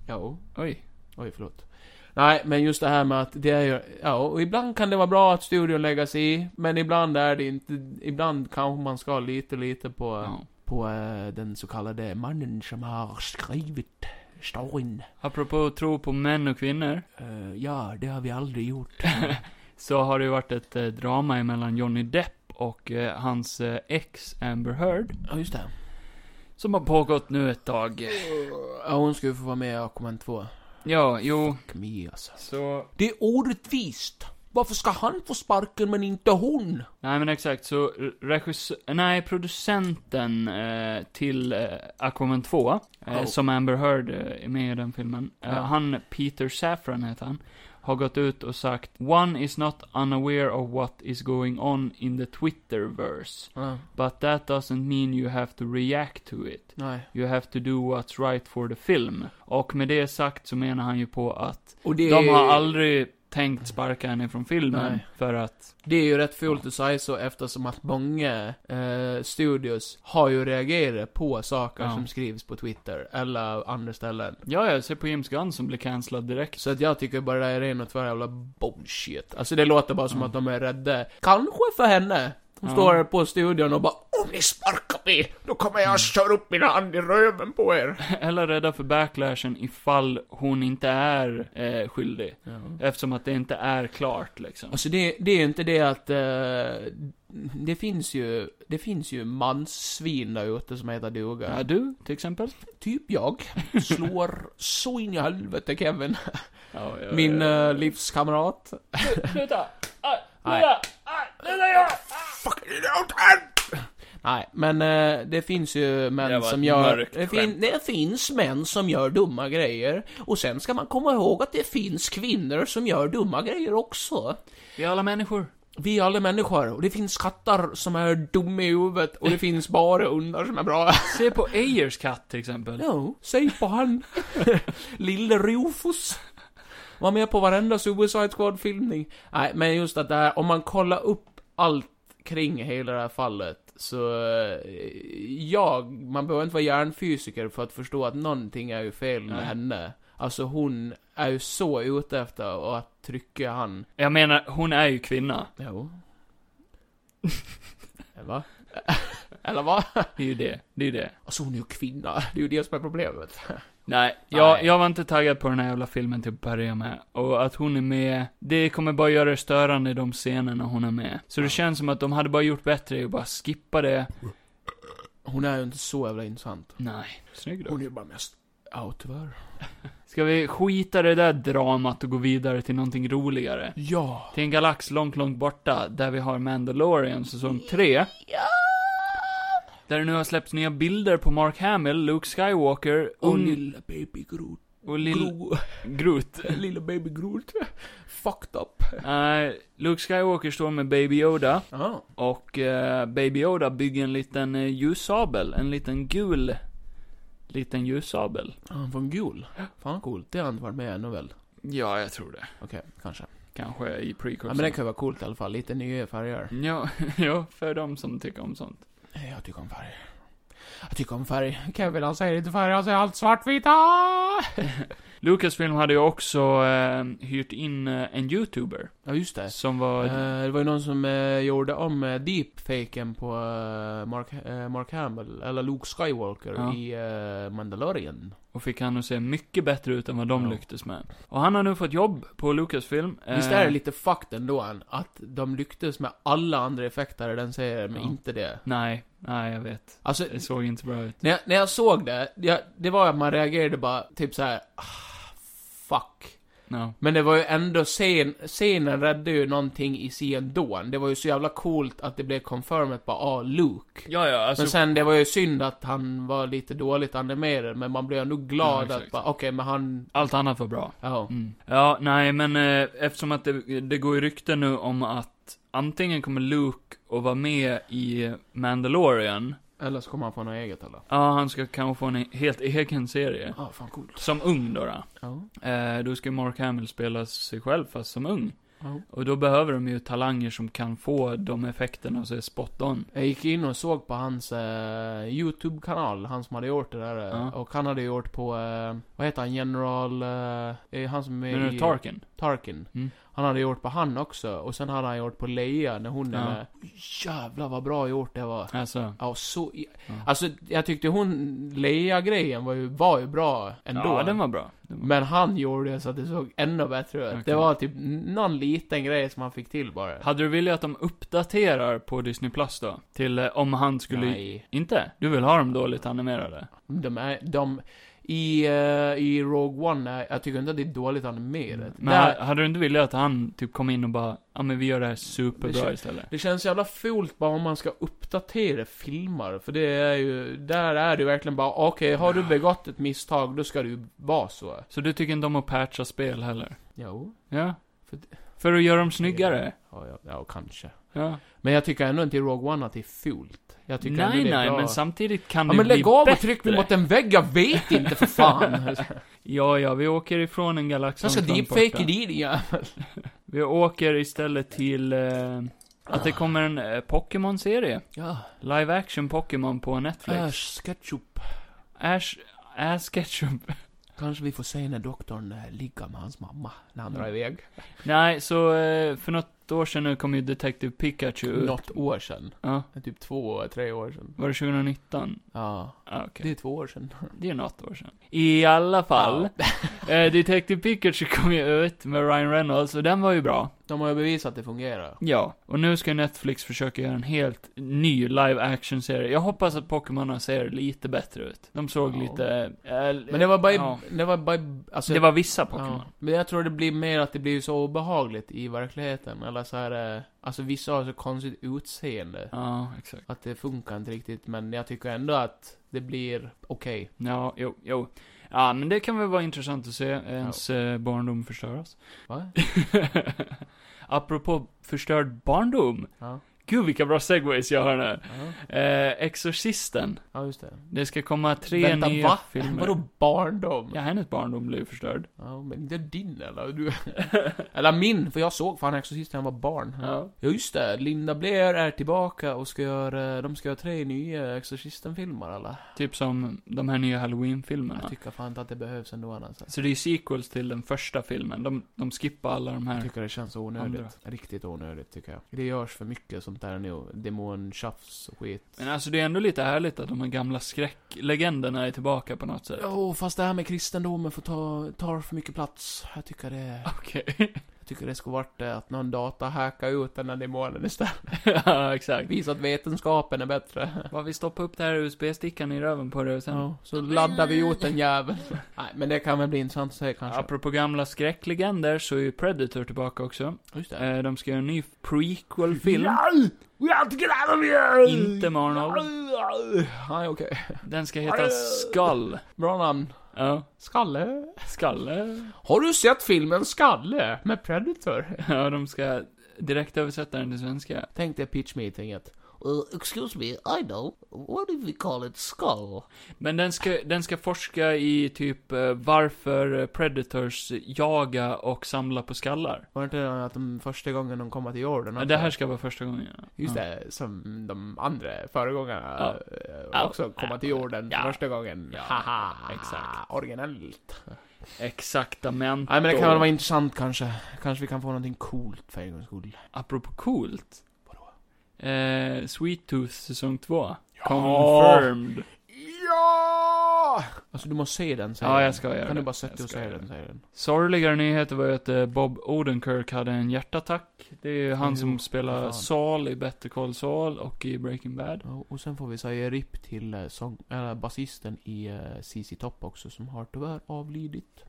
[SPEAKER 2] Jo.
[SPEAKER 1] Oj.
[SPEAKER 2] Oj, förlåt. Nej, men just det här med att det är ju, ja, och ibland kan det vara bra att studion lägger sig i, men ibland är det inte, ibland kanske man ska lite, lite på,
[SPEAKER 1] Ja.
[SPEAKER 2] på eh, den så kallade mannen som har skrivit storyn.
[SPEAKER 1] Apropå att tro på män och kvinnor,
[SPEAKER 2] Eh, ja, det har vi aldrig gjort.
[SPEAKER 1] så har det ju varit ett eh, drama mellan Johnny Depp och eh, hans eh, ex Amber Heard,
[SPEAKER 2] Ja, just det.
[SPEAKER 1] som har pågått nu ett tag.
[SPEAKER 2] Ja, hon ska ju få vara med i Aquaman 2.
[SPEAKER 1] Ja, jo,
[SPEAKER 3] Me, alltså.
[SPEAKER 1] så...
[SPEAKER 3] Det är orättvist. Varför ska han få sparken men inte hon?
[SPEAKER 1] Nej men exakt, så regissör, nej producenten eh, till eh, Aquaman 2, eh,
[SPEAKER 3] Oh.
[SPEAKER 1] som Amber Heard eh, är med i den filmen, eh,
[SPEAKER 3] Ja.
[SPEAKER 1] han, Peter Safran heter han, har gått ut och sagt One is not unaware of what is going on in the Twitterverse, but that doesn't mean you have to react to it.
[SPEAKER 2] Nej.
[SPEAKER 1] You have to do what's right for the film. Och med det sagt så menar han ju på att
[SPEAKER 2] Och det,
[SPEAKER 1] de
[SPEAKER 2] är-
[SPEAKER 1] har aldrig tänkt sparka henne från filmen
[SPEAKER 2] Nej.
[SPEAKER 1] för att...
[SPEAKER 2] det är ju rätt fult att säga så eftersom att många eh, studios har ju reagerat på saker
[SPEAKER 1] Ja.
[SPEAKER 2] som skrivs på Twitter eller andra ställen.
[SPEAKER 1] Ja, jag ser på James Gunn som blir cancellad direkt.
[SPEAKER 2] Så att jag tycker bara det är ren och tvär jävla bullshit. Alltså det låter bara som
[SPEAKER 1] Mm.
[SPEAKER 2] att de är rädda. Kanske för henne. Hon
[SPEAKER 1] Ja.
[SPEAKER 2] står på studion och bara
[SPEAKER 4] Om ni sparkar mig, då kommer
[SPEAKER 1] Mm.
[SPEAKER 4] jag köra upp min hand i röven på er.
[SPEAKER 1] Eller rädda för backlashen ifall hon inte är eh, skyldig. Eftersom att det inte är klart liksom.
[SPEAKER 2] Alltså det, det är ju inte det att... eh, det finns ju... Det finns ju manssvin där ute som heter duga.
[SPEAKER 1] Ja, du, till exempel?
[SPEAKER 2] Typ jag. Slår så in i helvete Kevin.
[SPEAKER 1] Ja, ja,
[SPEAKER 2] Min eh, livskamrat.
[SPEAKER 1] Sluta! Aj,
[SPEAKER 2] Nej.
[SPEAKER 1] sluta! Aj, sluta jag!
[SPEAKER 4] Fuck it out and...
[SPEAKER 2] Nej, men eh, det finns ju män
[SPEAKER 1] Det var
[SPEAKER 2] som
[SPEAKER 1] ett
[SPEAKER 2] gör...
[SPEAKER 1] mörkt
[SPEAKER 2] Det, fin, det finns män som gör dumma grejer. Och sen ska man komma ihåg att det finns kvinnor som gör dumma grejer också.
[SPEAKER 1] Vi är alla människor.
[SPEAKER 2] Vi är alla människor, och det finns katter som är dumma i huvudet, och det finns bara hundar som är bra.
[SPEAKER 1] Se på Eyers katt till exempel.
[SPEAKER 2] Ja, säg på han. Lille Rufus. Var med på varenda Suicide Squad-filmning. Nej, men just att det här, om man kollar upp allt kring hela det här fallet, så... eh, Jag, man behöver inte vara hjärnfysiker för att förstå att någonting är ju fel med
[SPEAKER 1] Nej.
[SPEAKER 2] henne. Alltså hon är ju så ute efter att trycka han.
[SPEAKER 1] Jag menar, hon är ju kvinna.
[SPEAKER 2] Jo. Va? Eller vad?
[SPEAKER 1] Det är ju det. Det är ju det.
[SPEAKER 2] Alltså hon är ju kvinna, det är ju det som är problemet.
[SPEAKER 1] Nej, jag,
[SPEAKER 2] Nej.
[SPEAKER 1] jag var inte taggad på den här jävla filmen till att börja med. Och att hon är med, det kommer bara göra det störande i de scenerna hon är med. Så det känns som att de hade bara gjort bättre i att bara skippa det.
[SPEAKER 2] Hon är ju inte så jävla intressant.
[SPEAKER 1] Nej, snygg då.
[SPEAKER 2] Hon är ju bara mest... Ja, tyvärr.
[SPEAKER 1] Ska vi skita det där dramat och gå vidare till någonting roligare?
[SPEAKER 2] Ja.
[SPEAKER 1] Till en galax långt, långt borta, där vi har Mandalorian säsong 3. Där det nu har släppts nya bilder på Mark Hamill, Luke Skywalker,
[SPEAKER 2] Och
[SPEAKER 1] ung-
[SPEAKER 2] lilla baby Groot.
[SPEAKER 1] och Lill...
[SPEAKER 2] Gro,
[SPEAKER 1] Groot.
[SPEAKER 2] lilla baby Groot. Fucked up.
[SPEAKER 1] Nej, Luke Skywalker står med Baby Yoda.
[SPEAKER 2] Ja.
[SPEAKER 1] Och eh, Baby Yoda bygger en liten eh, ljussabel, en liten gul liten ljussabel.
[SPEAKER 2] Han var en gul. Fan coolt. Det har han inte varit med ännu väl?
[SPEAKER 1] Ja, jag tror det.
[SPEAKER 2] Okej, kanske.
[SPEAKER 1] Kanske i
[SPEAKER 2] Ja,
[SPEAKER 1] prequelsen.
[SPEAKER 2] men det kan ju vara coolt i alla fall. Lite nya färger.
[SPEAKER 1] Ja, ja, för de som tycker om sånt.
[SPEAKER 2] Nej, Jag tycker om färg. Jag tycker om färg. Kevin han säger inte färg, han säger allt svartvita!
[SPEAKER 1] Lucasfilm hade ju också eh, hyrt in eh, en youtuber
[SPEAKER 2] Ja, just det.
[SPEAKER 1] som var...
[SPEAKER 2] Eh, det var ju någon som eh, gjorde om eh, deepfaken på eh, Mark, eh, Mark Hamill, eller Luke Skywalker,
[SPEAKER 1] Ja.
[SPEAKER 2] i eh, Mandalorian.
[SPEAKER 1] och fick han att se mycket bättre ut än vad de
[SPEAKER 2] Ja.
[SPEAKER 1] lycktes med. Och han har nu fått jobb på Lucasfilm. eh,
[SPEAKER 2] Visst är det lite fucked ändå, Ann, att de lycktes med alla andra effekter i den serien, men
[SPEAKER 1] Ja.
[SPEAKER 2] inte det.
[SPEAKER 1] Nej, nej jag vet.
[SPEAKER 2] Alltså,
[SPEAKER 1] Det såg inte bra ut.
[SPEAKER 2] när jag, när jag såg det, jag, det var att man reagerade bara typ så här. Ah, fuck.
[SPEAKER 1] No.
[SPEAKER 2] Men det var ju ändå scen, scenen räddade ju någonting i scen då. Det var ju så jävla coolt att det blev confirmat bara, ah, Luke.
[SPEAKER 1] Ja, ja, alltså...
[SPEAKER 2] Men sen, det var ju synd att han var lite dåligt animerad, men man blev ändå glad
[SPEAKER 1] Ja, exakt.
[SPEAKER 2] att bara, okej, men han,
[SPEAKER 1] Allt annat var bra.
[SPEAKER 2] ja.
[SPEAKER 1] Mm. Ja, nej, men eh, eftersom att det, det går ju rykten nu om att antingen kommer Luke att vara med i Mandalorian.
[SPEAKER 2] Eller så kommer han få något eget eller?
[SPEAKER 1] Ja, han ska kanske få en he- helt egen serie.
[SPEAKER 2] Ja, ah, fan coolt.
[SPEAKER 1] Som ung då. då.
[SPEAKER 2] Ja.
[SPEAKER 1] Eh, då ska ju Mark Hamill spela sig själv fast som ung.
[SPEAKER 2] Ja.
[SPEAKER 1] Och då behöver de ju talanger som kan få de effekterna så är spot on.
[SPEAKER 2] Jag gick in och såg på hans eh, YouTube-kanal, han som hade gjort det där. eh,
[SPEAKER 1] Ja.
[SPEAKER 2] Och han hade gjort på, eh, vad heter han, General... eh, Eh, han som är
[SPEAKER 1] Men
[SPEAKER 2] i...
[SPEAKER 1] du Tarkin?
[SPEAKER 2] Tarkin.
[SPEAKER 1] Mm.
[SPEAKER 2] Han hade gjort på han också, och sen hade han gjort på Leia när hon
[SPEAKER 1] Ja.
[SPEAKER 2] är med. Jävlar vad bra gjort det var.
[SPEAKER 1] Alltså.
[SPEAKER 2] Ja, så...
[SPEAKER 1] Ja.
[SPEAKER 2] Alltså, jag tyckte hon, Leia-grejen var ju, var ju bra ändå.
[SPEAKER 1] Ja, den var bra. Den var...
[SPEAKER 2] Men han gjorde det så att det såg ännu bättre ut.
[SPEAKER 1] Okej.
[SPEAKER 2] Det var typ någon liten grej som han fick till bara.
[SPEAKER 1] Hade du velat att de uppdaterar på Disney Plus då? Till eh, om han skulle...
[SPEAKER 2] Nej.
[SPEAKER 1] Inte? Du vill ha dem dåligt animerade?
[SPEAKER 2] De är, de, I, eh, i Rogue One, nej, jag tycker inte att det är dåligt animerat.
[SPEAKER 1] Men
[SPEAKER 2] Där-
[SPEAKER 1] ha- hade du inte velat att han typ kom in och bara, ja men vi gör det här superbra
[SPEAKER 2] Det kän-
[SPEAKER 1] istället?
[SPEAKER 2] Det känns jävla fult bara om man ska uppdatera filmer, för det är ju, där är det ju verkligen bara, okej, har du begått ett misstag, då ska det ju vara så.
[SPEAKER 1] Så du tycker inte om att patcha spel heller?
[SPEAKER 2] Jo,
[SPEAKER 1] Ja?
[SPEAKER 2] För-
[SPEAKER 1] För att göra dem snyggare?
[SPEAKER 2] ja, ja, ja kanske.
[SPEAKER 1] Ja.
[SPEAKER 2] Men jag tycker ändå inte i Rogue One att det är fult. Jag tycker
[SPEAKER 1] Nej,
[SPEAKER 2] ändå det är
[SPEAKER 1] nej,
[SPEAKER 2] bra.
[SPEAKER 1] men samtidigt kan
[SPEAKER 2] Ja
[SPEAKER 1] det
[SPEAKER 2] men
[SPEAKER 1] bli
[SPEAKER 2] lägg av och
[SPEAKER 1] bättre.
[SPEAKER 2] tryck mig mot en vägg, jag vet inte för fan!
[SPEAKER 1] Ja, ja, vi åker ifrån en galax
[SPEAKER 2] Jag ska
[SPEAKER 1] långt, långt borta.
[SPEAKER 2] deepfake din jävel.
[SPEAKER 1] Vi åker istället till eh, att det kommer en eh, Pokémon-serie.
[SPEAKER 2] Ja,
[SPEAKER 1] Live action Pokémon på Netflix.
[SPEAKER 2] Ash SketchUp.
[SPEAKER 1] Ash, Ash Ketchum.
[SPEAKER 2] Kanske vi får se när doktorn eh, ligger med hans mamma, när
[SPEAKER 1] Mm.
[SPEAKER 2] han drar iväg.
[SPEAKER 1] Nej, så eh, för något år sedan nu kom ju Detective Pikachu ut.
[SPEAKER 2] Något år sedan.
[SPEAKER 1] Ja,
[SPEAKER 2] Typ två, tre år sedan.
[SPEAKER 1] var det 2019?
[SPEAKER 2] Ja,
[SPEAKER 1] Ja, okej.
[SPEAKER 2] det är två år sedan.
[SPEAKER 1] Det är något år sedan. I alla fall. eh, Detective Pikachu kom ju ut med Ryan Reynolds och den var ju bra.
[SPEAKER 2] De har ju bevisat att det fungerar.
[SPEAKER 1] Ja, och nu ska Netflix försöka göra en helt ny live action-serie. Jag hoppas att Pokémonerna ser lite bättre ut. De såg
[SPEAKER 2] Ja.
[SPEAKER 1] lite... eh,
[SPEAKER 2] Men det var bara i,
[SPEAKER 1] ja.
[SPEAKER 2] det var bara i, alltså,
[SPEAKER 1] Det var vissa Pokémon.
[SPEAKER 2] Ja, men jag tror det blir mer att det blir så obehagligt i verkligheten, eller så här, eh, alltså vissa har så konstigt utseende.
[SPEAKER 1] Ja, exakt.
[SPEAKER 2] Att det funkar inte riktigt, men jag tycker ändå att det blir okej.
[SPEAKER 1] Ja, jo, jo. Ja, men det kan väl vara intressant att se ens eh, barndom förstöras.
[SPEAKER 2] Va?
[SPEAKER 1] Apropå förstörd barndom.
[SPEAKER 2] Ja.
[SPEAKER 1] Gud vilka bra segways jag har nu.
[SPEAKER 2] Ja.
[SPEAKER 1] Eh, Exorcisten.
[SPEAKER 2] Ja, just det.
[SPEAKER 1] Det ska komma tre
[SPEAKER 2] Vänta,
[SPEAKER 1] nya
[SPEAKER 2] va?
[SPEAKER 1] filmer.
[SPEAKER 2] Vadå barndom?
[SPEAKER 1] Ja, hennes barndom blev förstörd.
[SPEAKER 2] Ja, men inte din eller? Du... eller min, för jag såg fan Exorcisten när jag var barn.
[SPEAKER 1] Ja.
[SPEAKER 2] Ja, just det. Linda Blair är tillbaka och ska göra, de ska göra tre nya Exorcisten-filmer eller?
[SPEAKER 1] Typ som de här nya
[SPEAKER 2] Jag
[SPEAKER 1] halloween-filmerna.
[SPEAKER 2] tycker fan inte att det behövs ändå alltså.
[SPEAKER 1] Så det är sequels till den första filmen. De, de skippar alla de
[SPEAKER 2] Jag
[SPEAKER 1] här.
[SPEAKER 2] tycker det känns onödigt. Riktigt onödigt tycker jag. Det görs för mycket sånt där nu. Demontjafs och skit.
[SPEAKER 1] Men alltså det är ändå lite härligt att de här gamla skräcklegenderna är tillbaka på något sätt.
[SPEAKER 2] Jo, oh, fast det här med kristendomen får ta, tar för mycket plats. Jag tycker det,
[SPEAKER 1] Okej.
[SPEAKER 2] jag tycker det ska varit eh, att någon data hackar ut den här demonen istället.
[SPEAKER 1] ja, exakt.
[SPEAKER 2] Visa att vetenskapen är bättre.
[SPEAKER 1] Vad vi stoppar upp det här USB-stickan i röven på det och sen...
[SPEAKER 2] Ja, så laddar vi ut den jäveln. Nej, men det kan väl bli intressant att se kanske.
[SPEAKER 1] Apropå gamla skräcklegender så är ju Predator tillbaka också.
[SPEAKER 2] Just det.
[SPEAKER 1] Eh, De ska göra en ny prequel-film.
[SPEAKER 4] No! We have to get out of here!
[SPEAKER 1] Inte med Arnold.
[SPEAKER 2] Nej, okej.
[SPEAKER 1] Den ska heta Skull.
[SPEAKER 2] Bra namn.
[SPEAKER 1] Ja,
[SPEAKER 2] Skalle.
[SPEAKER 1] Skalle.
[SPEAKER 2] Har du sett filmen Skalle? Med Predator?
[SPEAKER 1] Ja, de ska direkt översätta den till svenska.
[SPEAKER 2] Tänk dig pitch meetinget.
[SPEAKER 3] Uh, excuse me, I know. What if we call it skull?
[SPEAKER 1] Men den ska, den ska forska i typ eh, varför eh, Predators jaga och samla på skallar.
[SPEAKER 2] Var det inte det att de första gången de kommer till jorden
[SPEAKER 1] Ja, det här ska vara första gången. ja.
[SPEAKER 2] Just
[SPEAKER 1] Ja.
[SPEAKER 2] det, som de andra föregångarna eh,
[SPEAKER 1] Ja.
[SPEAKER 2] också komma till jorden
[SPEAKER 1] Ja.
[SPEAKER 2] första gången.
[SPEAKER 1] Ja,
[SPEAKER 2] Haha,
[SPEAKER 1] exakt.
[SPEAKER 2] originellt.
[SPEAKER 1] Exaktamente.
[SPEAKER 2] Nej men det kan väl vara intressant kanske. Kanske vi kan få någonting coolt för en gångs skull.
[SPEAKER 1] Apropå coolt. Eh, Sweet Tooth säsong 2.
[SPEAKER 2] Ja.
[SPEAKER 1] Confirmed.
[SPEAKER 2] Ja! Alltså du måste se den säger
[SPEAKER 1] Ja,
[SPEAKER 2] den.
[SPEAKER 1] jag ska göra
[SPEAKER 2] Kan du
[SPEAKER 1] det.
[SPEAKER 2] bara
[SPEAKER 1] Jag
[SPEAKER 2] sätta dig och
[SPEAKER 1] ska
[SPEAKER 2] se
[SPEAKER 1] göra
[SPEAKER 2] den säger den.
[SPEAKER 1] Sorgligare nyheter var ju att eh, Bob Odenkirk hade en hjärtattack. Det är ju han som
[SPEAKER 2] Jo,
[SPEAKER 1] spelar
[SPEAKER 2] fan.
[SPEAKER 1] Saul i Better Call Saul och i Breaking Bad.
[SPEAKER 2] Ja, Och sen får vi säga RIP till eh, sång, eller basisten i eh, CC Top också som har tyvärr avlidit.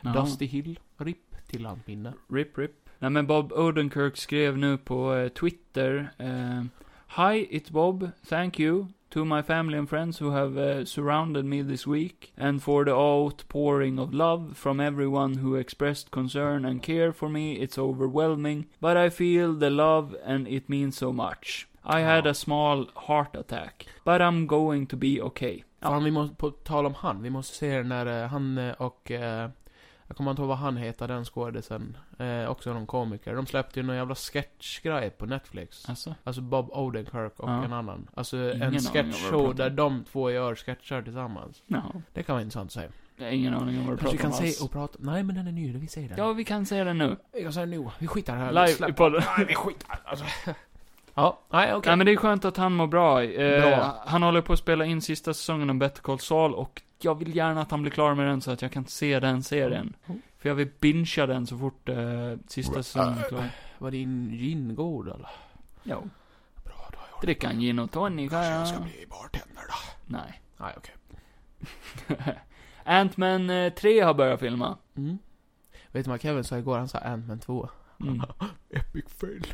[SPEAKER 1] Jaha.
[SPEAKER 2] Dusty Hill, RIP till hans minne.
[SPEAKER 1] Rip, rip. Nej men Bob Odenkirk skrev nu på eh, Twitter. Eh, Hi, it's Bob. Thank you to my family and friends who have eh, surrounded me this week and for the outpouring of love from everyone who expressed concern and care for me. It's overwhelming, but I feel the love and it means so much. I had a small heart attack, but I'm going to be okay. Ja,
[SPEAKER 2] Fan, vi måste, på tal om han, vi måste se den där eh, han eh, och... Eh, jag kommer inte ihåg vad han heter, den skådisen. Eh, också någon komiker. De släppte ju någon jävla sketchgrej på Netflix.
[SPEAKER 1] alltså.
[SPEAKER 2] Alltså Bob Odenkirk och
[SPEAKER 1] Ja.
[SPEAKER 2] en annan. Alltså
[SPEAKER 1] Ingen aning
[SPEAKER 2] en
[SPEAKER 1] om vad du pratar
[SPEAKER 2] sketchshow
[SPEAKER 1] om.
[SPEAKER 2] där de två gör sketcher tillsammans.
[SPEAKER 1] No.
[SPEAKER 2] Det kan vara intressant att se.
[SPEAKER 1] Jag har ingen aning om vad du
[SPEAKER 2] Kanske vi
[SPEAKER 1] pratar om
[SPEAKER 2] kan se
[SPEAKER 1] alls.
[SPEAKER 2] och prata... Nej men den är ny, vi säger den.
[SPEAKER 1] Ja, vi kan säga det nu.
[SPEAKER 2] Vi kan säga den nu. Vi skitar här. Vi
[SPEAKER 1] Live i
[SPEAKER 2] släpper.
[SPEAKER 1] podden.
[SPEAKER 2] Nej, vi skitar alltså. Ja, nej okej.
[SPEAKER 1] Nej men det är skönt att han mår bra. Eh,
[SPEAKER 2] Bra.
[SPEAKER 1] Han håller på att spela in sista säsongen om Better Call Saul och jag vill gärna att han blir klar med den så att jag kan se den serien.
[SPEAKER 2] Mm.
[SPEAKER 1] För jag vill bingea den så fort eh, sista säsongen är klar.
[SPEAKER 2] Var din gin god eller?
[SPEAKER 1] Jo.
[SPEAKER 2] Bra, då har jag
[SPEAKER 1] Dricka en gin och tonic.
[SPEAKER 2] Kanske
[SPEAKER 1] ja.
[SPEAKER 2] jag ska bli bartender då.
[SPEAKER 1] Nej.
[SPEAKER 2] Nej okej.
[SPEAKER 1] Nej Ant-Man eh, 3 har börjat filma.
[SPEAKER 2] Mm. Vet du vad Kevin sa igår? Han sa Ant-Man 2.
[SPEAKER 1] Mm.
[SPEAKER 2] Epic fail.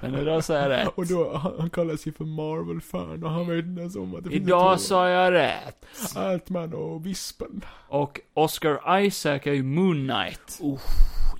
[SPEAKER 1] Men idag sa jag rätt.
[SPEAKER 2] Och då, han, han kallar sig för Marvel-fan och han vet inte ens om att det
[SPEAKER 1] Idag
[SPEAKER 2] finns en
[SPEAKER 1] sa jag rätt.
[SPEAKER 2] tvåa. Ant-Man och Vispen.
[SPEAKER 1] Och Oscar Isaac är ju Moon Knight.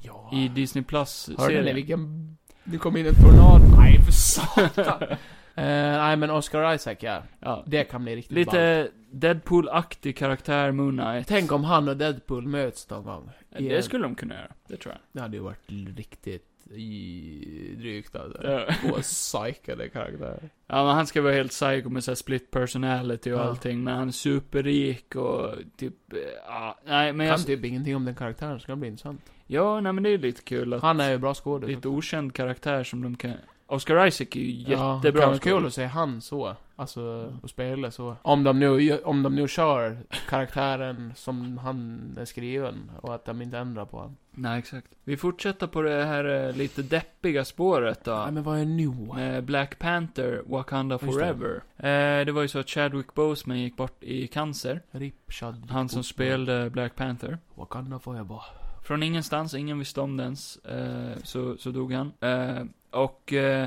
[SPEAKER 2] Ja.
[SPEAKER 1] I Disney
[SPEAKER 2] Hörde ni
[SPEAKER 1] Plus-serien.
[SPEAKER 2] vilken... Det kom in en tornado. Nej, för satan. Eh, nej, men Oscar Isaac, ja.
[SPEAKER 1] Ja.
[SPEAKER 2] Det kan bli riktigt ballt.
[SPEAKER 1] Lite Deadpool-aktig karaktär Moon Knight.
[SPEAKER 2] Tänk om han och Deadpool möts någon gång.
[SPEAKER 1] Det skulle de kunna göra. Det tror jag.
[SPEAKER 2] Det hade ju varit riktigt i... drygt alltså.
[SPEAKER 1] Ja.
[SPEAKER 2] Två psykade karaktärer.
[SPEAKER 1] Ja, men han ska vara helt psycho med såhär split personality och
[SPEAKER 2] Ja.
[SPEAKER 1] allting, men han är superrik och typ, eh, ja, nej men
[SPEAKER 2] Kan
[SPEAKER 1] jag...
[SPEAKER 2] typ ingenting om den karaktären, så det kan bli intressant.
[SPEAKER 1] Ja, nej men det är lite kul att...
[SPEAKER 2] Han är ju bra skådis.
[SPEAKER 1] Lite okänd karaktär som de kan... Oscar Isaac är ju
[SPEAKER 2] Ja,
[SPEAKER 1] jättebra. Mm.
[SPEAKER 2] kan vara kul att se han så. Alltså, och spela så. Om de nu, gör- om de nu kör karaktären som han är skriven och att de inte ändrar på honom.
[SPEAKER 1] Nej, exakt. Vi fortsätter på det här eh, lite deppiga spåret då.
[SPEAKER 2] Nej men vad är nu?
[SPEAKER 1] Med Black Panther, Wakanda
[SPEAKER 2] Just det.
[SPEAKER 1] Forever. Eh, det var ju så att Chadwick Boseman gick bort i cancer.
[SPEAKER 2] Rip Chadwick
[SPEAKER 1] Han som
[SPEAKER 2] Boseman.
[SPEAKER 1] spelade Black Panther.
[SPEAKER 2] Wakanda får jag bara.
[SPEAKER 1] Från ingenstans, ingen visste om det ens, eh, så, så dog han. Eh, och eh,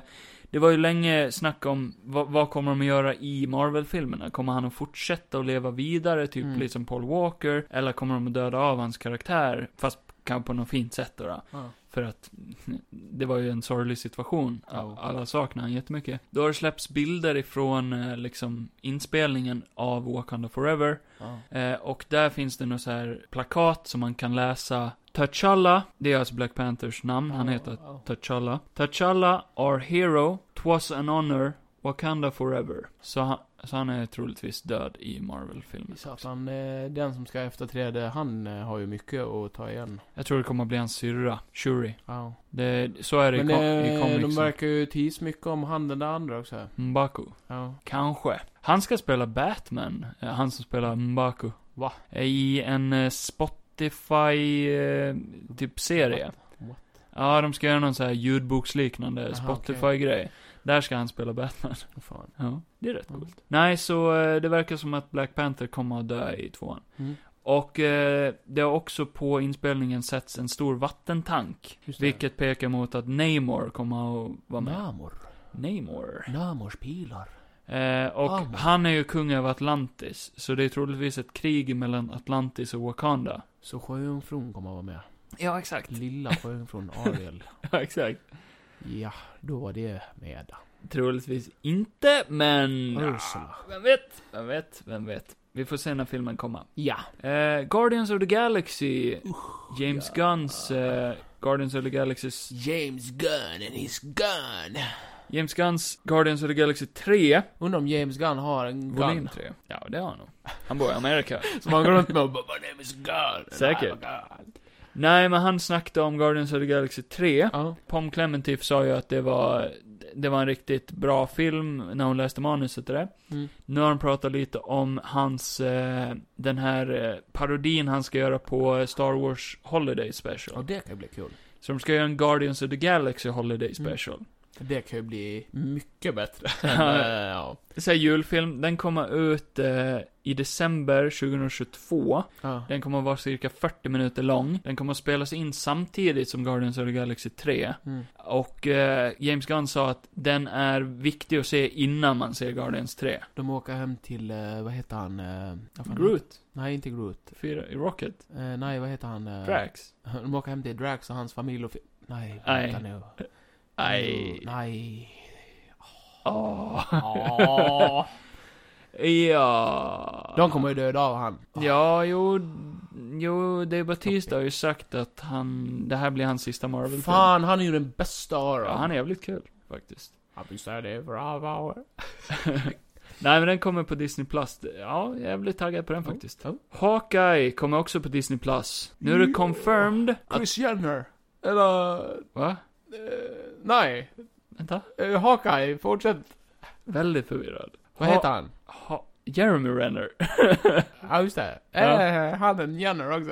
[SPEAKER 1] det var ju länge snack om vad, vad kommer de att göra i Marvel-filmerna? Kommer han att fortsätta att leva vidare, typ
[SPEAKER 2] Mm.
[SPEAKER 1] liksom Paul Walker? Eller kommer de att döda av hans karaktär? Fast kanske på något fint sätt då. då.
[SPEAKER 2] Ja.
[SPEAKER 1] För att det var ju en sorglig situation.
[SPEAKER 2] Ja.
[SPEAKER 1] Alla saknar han jättemycket. Då har det släppts bilder ifrån eh, liksom inspelningen av Wakanda Forever.
[SPEAKER 2] Ja.
[SPEAKER 1] Eh, och där finns det något så här plakat som man kan läsa. T'Challa, det är alltså Black Panthers namn, han heter
[SPEAKER 2] Ja.
[SPEAKER 1] T'Challa. T'Challa, our hero, twas an honor, Wakanda forever. Så han, så han är troligtvis död i Marvel-filmen.
[SPEAKER 2] Satan, eh, den som ska efterträda, han eh, har ju mycket att ta igen.
[SPEAKER 1] Jag tror det kommer att bli hans syrra, Shuri.
[SPEAKER 2] Ja.
[SPEAKER 1] Det, så är det
[SPEAKER 2] Men
[SPEAKER 1] i, kom- i
[SPEAKER 2] eh, de
[SPEAKER 1] comicsen.
[SPEAKER 2] verkar ju tis mycket om han den där andra också.
[SPEAKER 1] M'Baku.
[SPEAKER 2] Ja.
[SPEAKER 1] Kanske. Han ska spela Batman, eh, han som spelar M'Baku.
[SPEAKER 2] Va?
[SPEAKER 1] I en eh, Spotify, eh, typ serie.
[SPEAKER 2] What? What?
[SPEAKER 1] Ja, de ska göra någon så här ljudboksliknande
[SPEAKER 2] Aha,
[SPEAKER 1] Spotify-grej. Där ska han spela Batman.
[SPEAKER 2] Vad Fan.
[SPEAKER 1] Ja, det är rätt
[SPEAKER 2] Mm.
[SPEAKER 1] coolt. Nej, så eh, det verkar som att Black Panther kommer att dö i tvåan.
[SPEAKER 2] Mm.
[SPEAKER 1] Och eh, det har också på inspelningen setts en stor vattentank.
[SPEAKER 2] Just det.
[SPEAKER 1] Vilket pekar mot att Namor kommer att vara med.
[SPEAKER 2] Namor.
[SPEAKER 1] Namor.
[SPEAKER 2] Namors pilar.
[SPEAKER 1] Eh, och
[SPEAKER 2] Ah.
[SPEAKER 1] han är ju kung över Atlantis, så det är troligtvis ett krig mellan Atlantis och Wakanda.
[SPEAKER 2] Så Sjöjungfrun kommer att vara med.
[SPEAKER 1] Ja, exakt.
[SPEAKER 2] Lilla Sjöjungfrun Ariel.
[SPEAKER 1] Ja, exakt.
[SPEAKER 2] ja, då var det med.
[SPEAKER 1] Troligtvis inte, men...
[SPEAKER 2] Ursula.
[SPEAKER 1] Vem vet? Vem vet? Vem vet? Vi får se när filmen kommer.
[SPEAKER 2] Ja.
[SPEAKER 1] Eh, Guardians of the Galaxy, James Gunns eh, Guardians of the Galaxys...
[SPEAKER 2] James Gunn and his gun.
[SPEAKER 1] James Gunns Guardians of the Galaxy 3,
[SPEAKER 2] Undrar om James Gunn har en
[SPEAKER 1] volym
[SPEAKER 2] gun.
[SPEAKER 1] 3. Ja, det har han nog. Han bor i Amerika.
[SPEAKER 2] Som han går runt med och bara My name is Gunn.
[SPEAKER 1] Säkert.
[SPEAKER 2] I'm a gun."
[SPEAKER 1] Nej, men han snackade om Guardians of the Galaxy 3.
[SPEAKER 2] Ja.
[SPEAKER 1] Pom Clementif sa ju att det var, det var en riktigt bra film när hon läste manuset och det.
[SPEAKER 2] Mm.
[SPEAKER 1] Nu har de pratat lite om hans, eh, den här eh, parodin han ska göra på eh, Star Wars Holiday Special.
[SPEAKER 2] Och det kan ju bli kul.
[SPEAKER 1] Så de ska göra en Guardians of the Galaxy Holiday
[SPEAKER 2] Mm.
[SPEAKER 1] Special.
[SPEAKER 2] Det kan ju bli mycket bättre. Men, eh, ja.
[SPEAKER 1] Det är så här julfilm, den kommer ut eh, i december 2022.
[SPEAKER 2] ja.
[SPEAKER 1] Den kommer att vara cirka 40 minuter lång. Den kommer att spelas in samtidigt som Guardians of the Galaxy 3.
[SPEAKER 2] Mm.
[SPEAKER 1] Och eh, James Gunn sa att den är viktig att se innan man ser Guardians 3.
[SPEAKER 2] De åker hem till, eh, vad heter han? eh, vad fan-
[SPEAKER 1] Groot,
[SPEAKER 2] Nej, inte Groot.
[SPEAKER 1] fyra, i Rocket,
[SPEAKER 2] Eh, nej, vad heter han? eh,
[SPEAKER 1] Drax.
[SPEAKER 2] De åker hem till Drax och hans familj och... fi- Nej,
[SPEAKER 1] Nej.
[SPEAKER 2] vänta nu.
[SPEAKER 1] Nej.
[SPEAKER 2] Nej.
[SPEAKER 1] Åh.
[SPEAKER 2] Ja.
[SPEAKER 1] Ja.
[SPEAKER 2] De kommer ju döda av han.
[SPEAKER 1] Ja, jo, jo, Dave Batista har ju sagt att han, det här blir hans sista Marvel-film.
[SPEAKER 2] Fan, han är ju den bästa av dem.
[SPEAKER 1] Ja, han är jävligt kul, faktiskt.
[SPEAKER 2] Han blir såhär, det är bra power.
[SPEAKER 1] Nej, men den kommer på Disney+. Plus. Ja, jag är jävligt taggad på den faktiskt. Hawkeye kommer också på Disney+. Plus. Nu är det
[SPEAKER 2] Ja.
[SPEAKER 1] confirmed att...
[SPEAKER 2] Chris Jenner. Eller...
[SPEAKER 1] Va?
[SPEAKER 2] Eh, nej.
[SPEAKER 1] Vänta.
[SPEAKER 2] Eh, Hawkeye, fortsätt.
[SPEAKER 1] Väldigt förvirrad.
[SPEAKER 2] Vad heter han?
[SPEAKER 1] Ha Jeremy Renner.
[SPEAKER 2] Ja, just det. Eh, han är en Jenner också.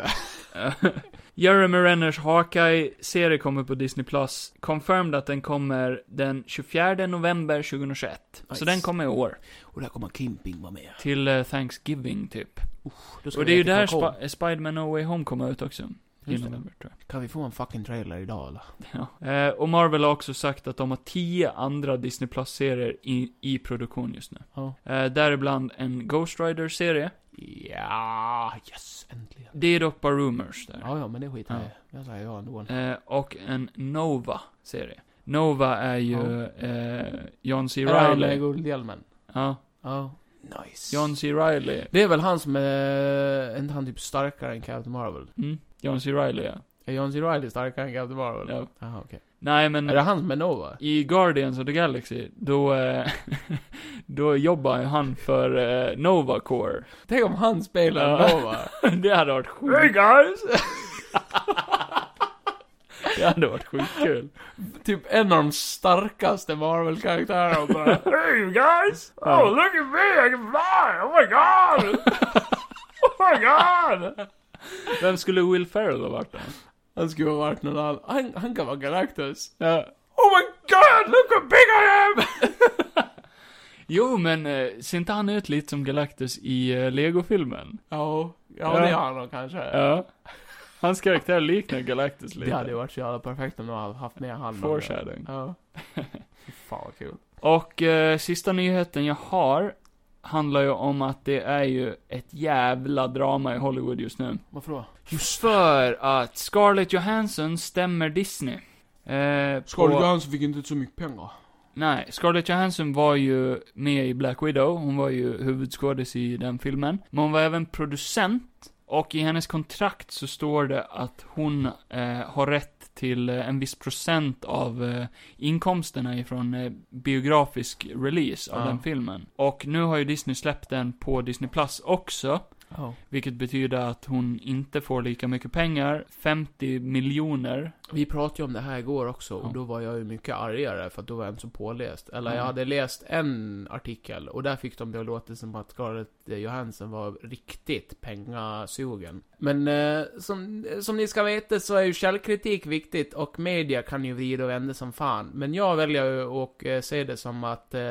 [SPEAKER 1] Jeremy Renners Hawkeye-serie kommer på Disney+. Plus. Confirmed att den kommer den 24 november 2021. Så
[SPEAKER 2] Nice.
[SPEAKER 1] den kommer i år.
[SPEAKER 2] Och där kommer Kimping vara med.
[SPEAKER 1] Till eh, Thanksgiving, typ.
[SPEAKER 3] Då ska vi
[SPEAKER 1] Och det är ju
[SPEAKER 3] veta
[SPEAKER 1] där
[SPEAKER 3] vad kom.
[SPEAKER 1] Sp- Spider-Man No Way Home kommer ut också.
[SPEAKER 3] Just
[SPEAKER 1] I
[SPEAKER 3] det.
[SPEAKER 1] november, tror jag.
[SPEAKER 2] Mm. Kan vi få en fucking trailer idag eller?
[SPEAKER 1] Ja. Eh, och Marvel har också sagt att de har tio andra Disney Plus-serier i, i produktion just nu.
[SPEAKER 2] Ja.
[SPEAKER 1] Eh, däribland en Ghost Rider-serie.
[SPEAKER 2] Ja, yes, äntligen.
[SPEAKER 1] Det är dock bara rumors där.
[SPEAKER 2] Ja, ja, men det skiter jag
[SPEAKER 1] Ja.
[SPEAKER 2] i. Jag säger ja ändå.
[SPEAKER 1] Eh, och en Nova-serie. Nova är ju eh, John C.
[SPEAKER 2] Är han med
[SPEAKER 1] Reilly.
[SPEAKER 2] guldhjälmen?
[SPEAKER 1] Ja,
[SPEAKER 2] Ja. Nice.
[SPEAKER 1] John C. Reilly.
[SPEAKER 2] Det är väl han som är... Är inte han typ starkare än Captain Marvel?
[SPEAKER 1] Mm. John C. Reilly, ja.
[SPEAKER 2] Är John C. Reilly starkare än Captain Marvel?
[SPEAKER 1] ja.
[SPEAKER 2] Jaha, okej.
[SPEAKER 1] Nej, men...
[SPEAKER 2] Är det han som är Nova?
[SPEAKER 1] I Guardians of the Galaxy, då, eh, då jobbar ju han för eh, Nova Corps.
[SPEAKER 2] Tänk om han spelar
[SPEAKER 1] Ja.
[SPEAKER 2] Nova.
[SPEAKER 1] Det hade varit sjukt. Hey guys! det hade varit sjukt kul.
[SPEAKER 2] typ en av de starkaste Marvel-karaktärerna bara.
[SPEAKER 4] Hey, you guys! Oh, look at me! I can fly! Oh my god! oh my god!
[SPEAKER 1] Vem skulle Will Ferrell ha varit då?
[SPEAKER 2] Han skulle ha varit någon annan. Han, han kan vara Galactus.
[SPEAKER 1] Ja.
[SPEAKER 4] Oh my god! Look how big I am!
[SPEAKER 1] Jo, men eh, ser inte han ut lite som Galactus i eh, Lego-filmen?
[SPEAKER 2] Ja, ja,
[SPEAKER 1] Ja.
[SPEAKER 2] det är han nog kanske.
[SPEAKER 1] Ja. Hans karaktär liknar Galactus lite.
[SPEAKER 2] Det hade ju varit så jävla perfekt om de hade haft med han.
[SPEAKER 1] Foreshadowing.
[SPEAKER 2] Ja. Fy fan vad kul.
[SPEAKER 1] Och eh, sista nyheten jag har handlar ju om att det är ju ett jävla drama i Hollywood just nu.
[SPEAKER 2] Varför då?
[SPEAKER 1] För att Scarlett Johansson stämmer Disney. Eh,
[SPEAKER 2] Scarlett
[SPEAKER 1] på,
[SPEAKER 2] Johansson fick inte så mycket pengar.
[SPEAKER 1] nej, Scarlett Johansson var ju med i Black Widow, hon var ju huvudskådis i den filmen. Men hon var även producent, och i hennes kontrakt så står det att hon eh, har rätt till eh, en viss procent av eh, inkomsterna ifrån eh, biografisk release av
[SPEAKER 2] Ja.
[SPEAKER 1] den filmen. Och nu har ju Disney släppt den på Disney Plus också.
[SPEAKER 2] Ja.
[SPEAKER 1] Vilket betyder att hon inte får lika mycket pengar, 50 miljoner.
[SPEAKER 2] Vi pratade ju om det här igår också och
[SPEAKER 1] Ja.
[SPEAKER 2] då var jag ju mycket argare för att då var jag inte så påläst. Eller jag
[SPEAKER 1] Mm.
[SPEAKER 2] hade läst en artikel och där fick de det att låta som att Scarlett Johansson var riktigt pengasugen. Men eh, som, som ni ska veta så är ju källkritik viktigt och media kan ju vrida och vända som fan. Men jag väljer ju att eh, se det som att eh,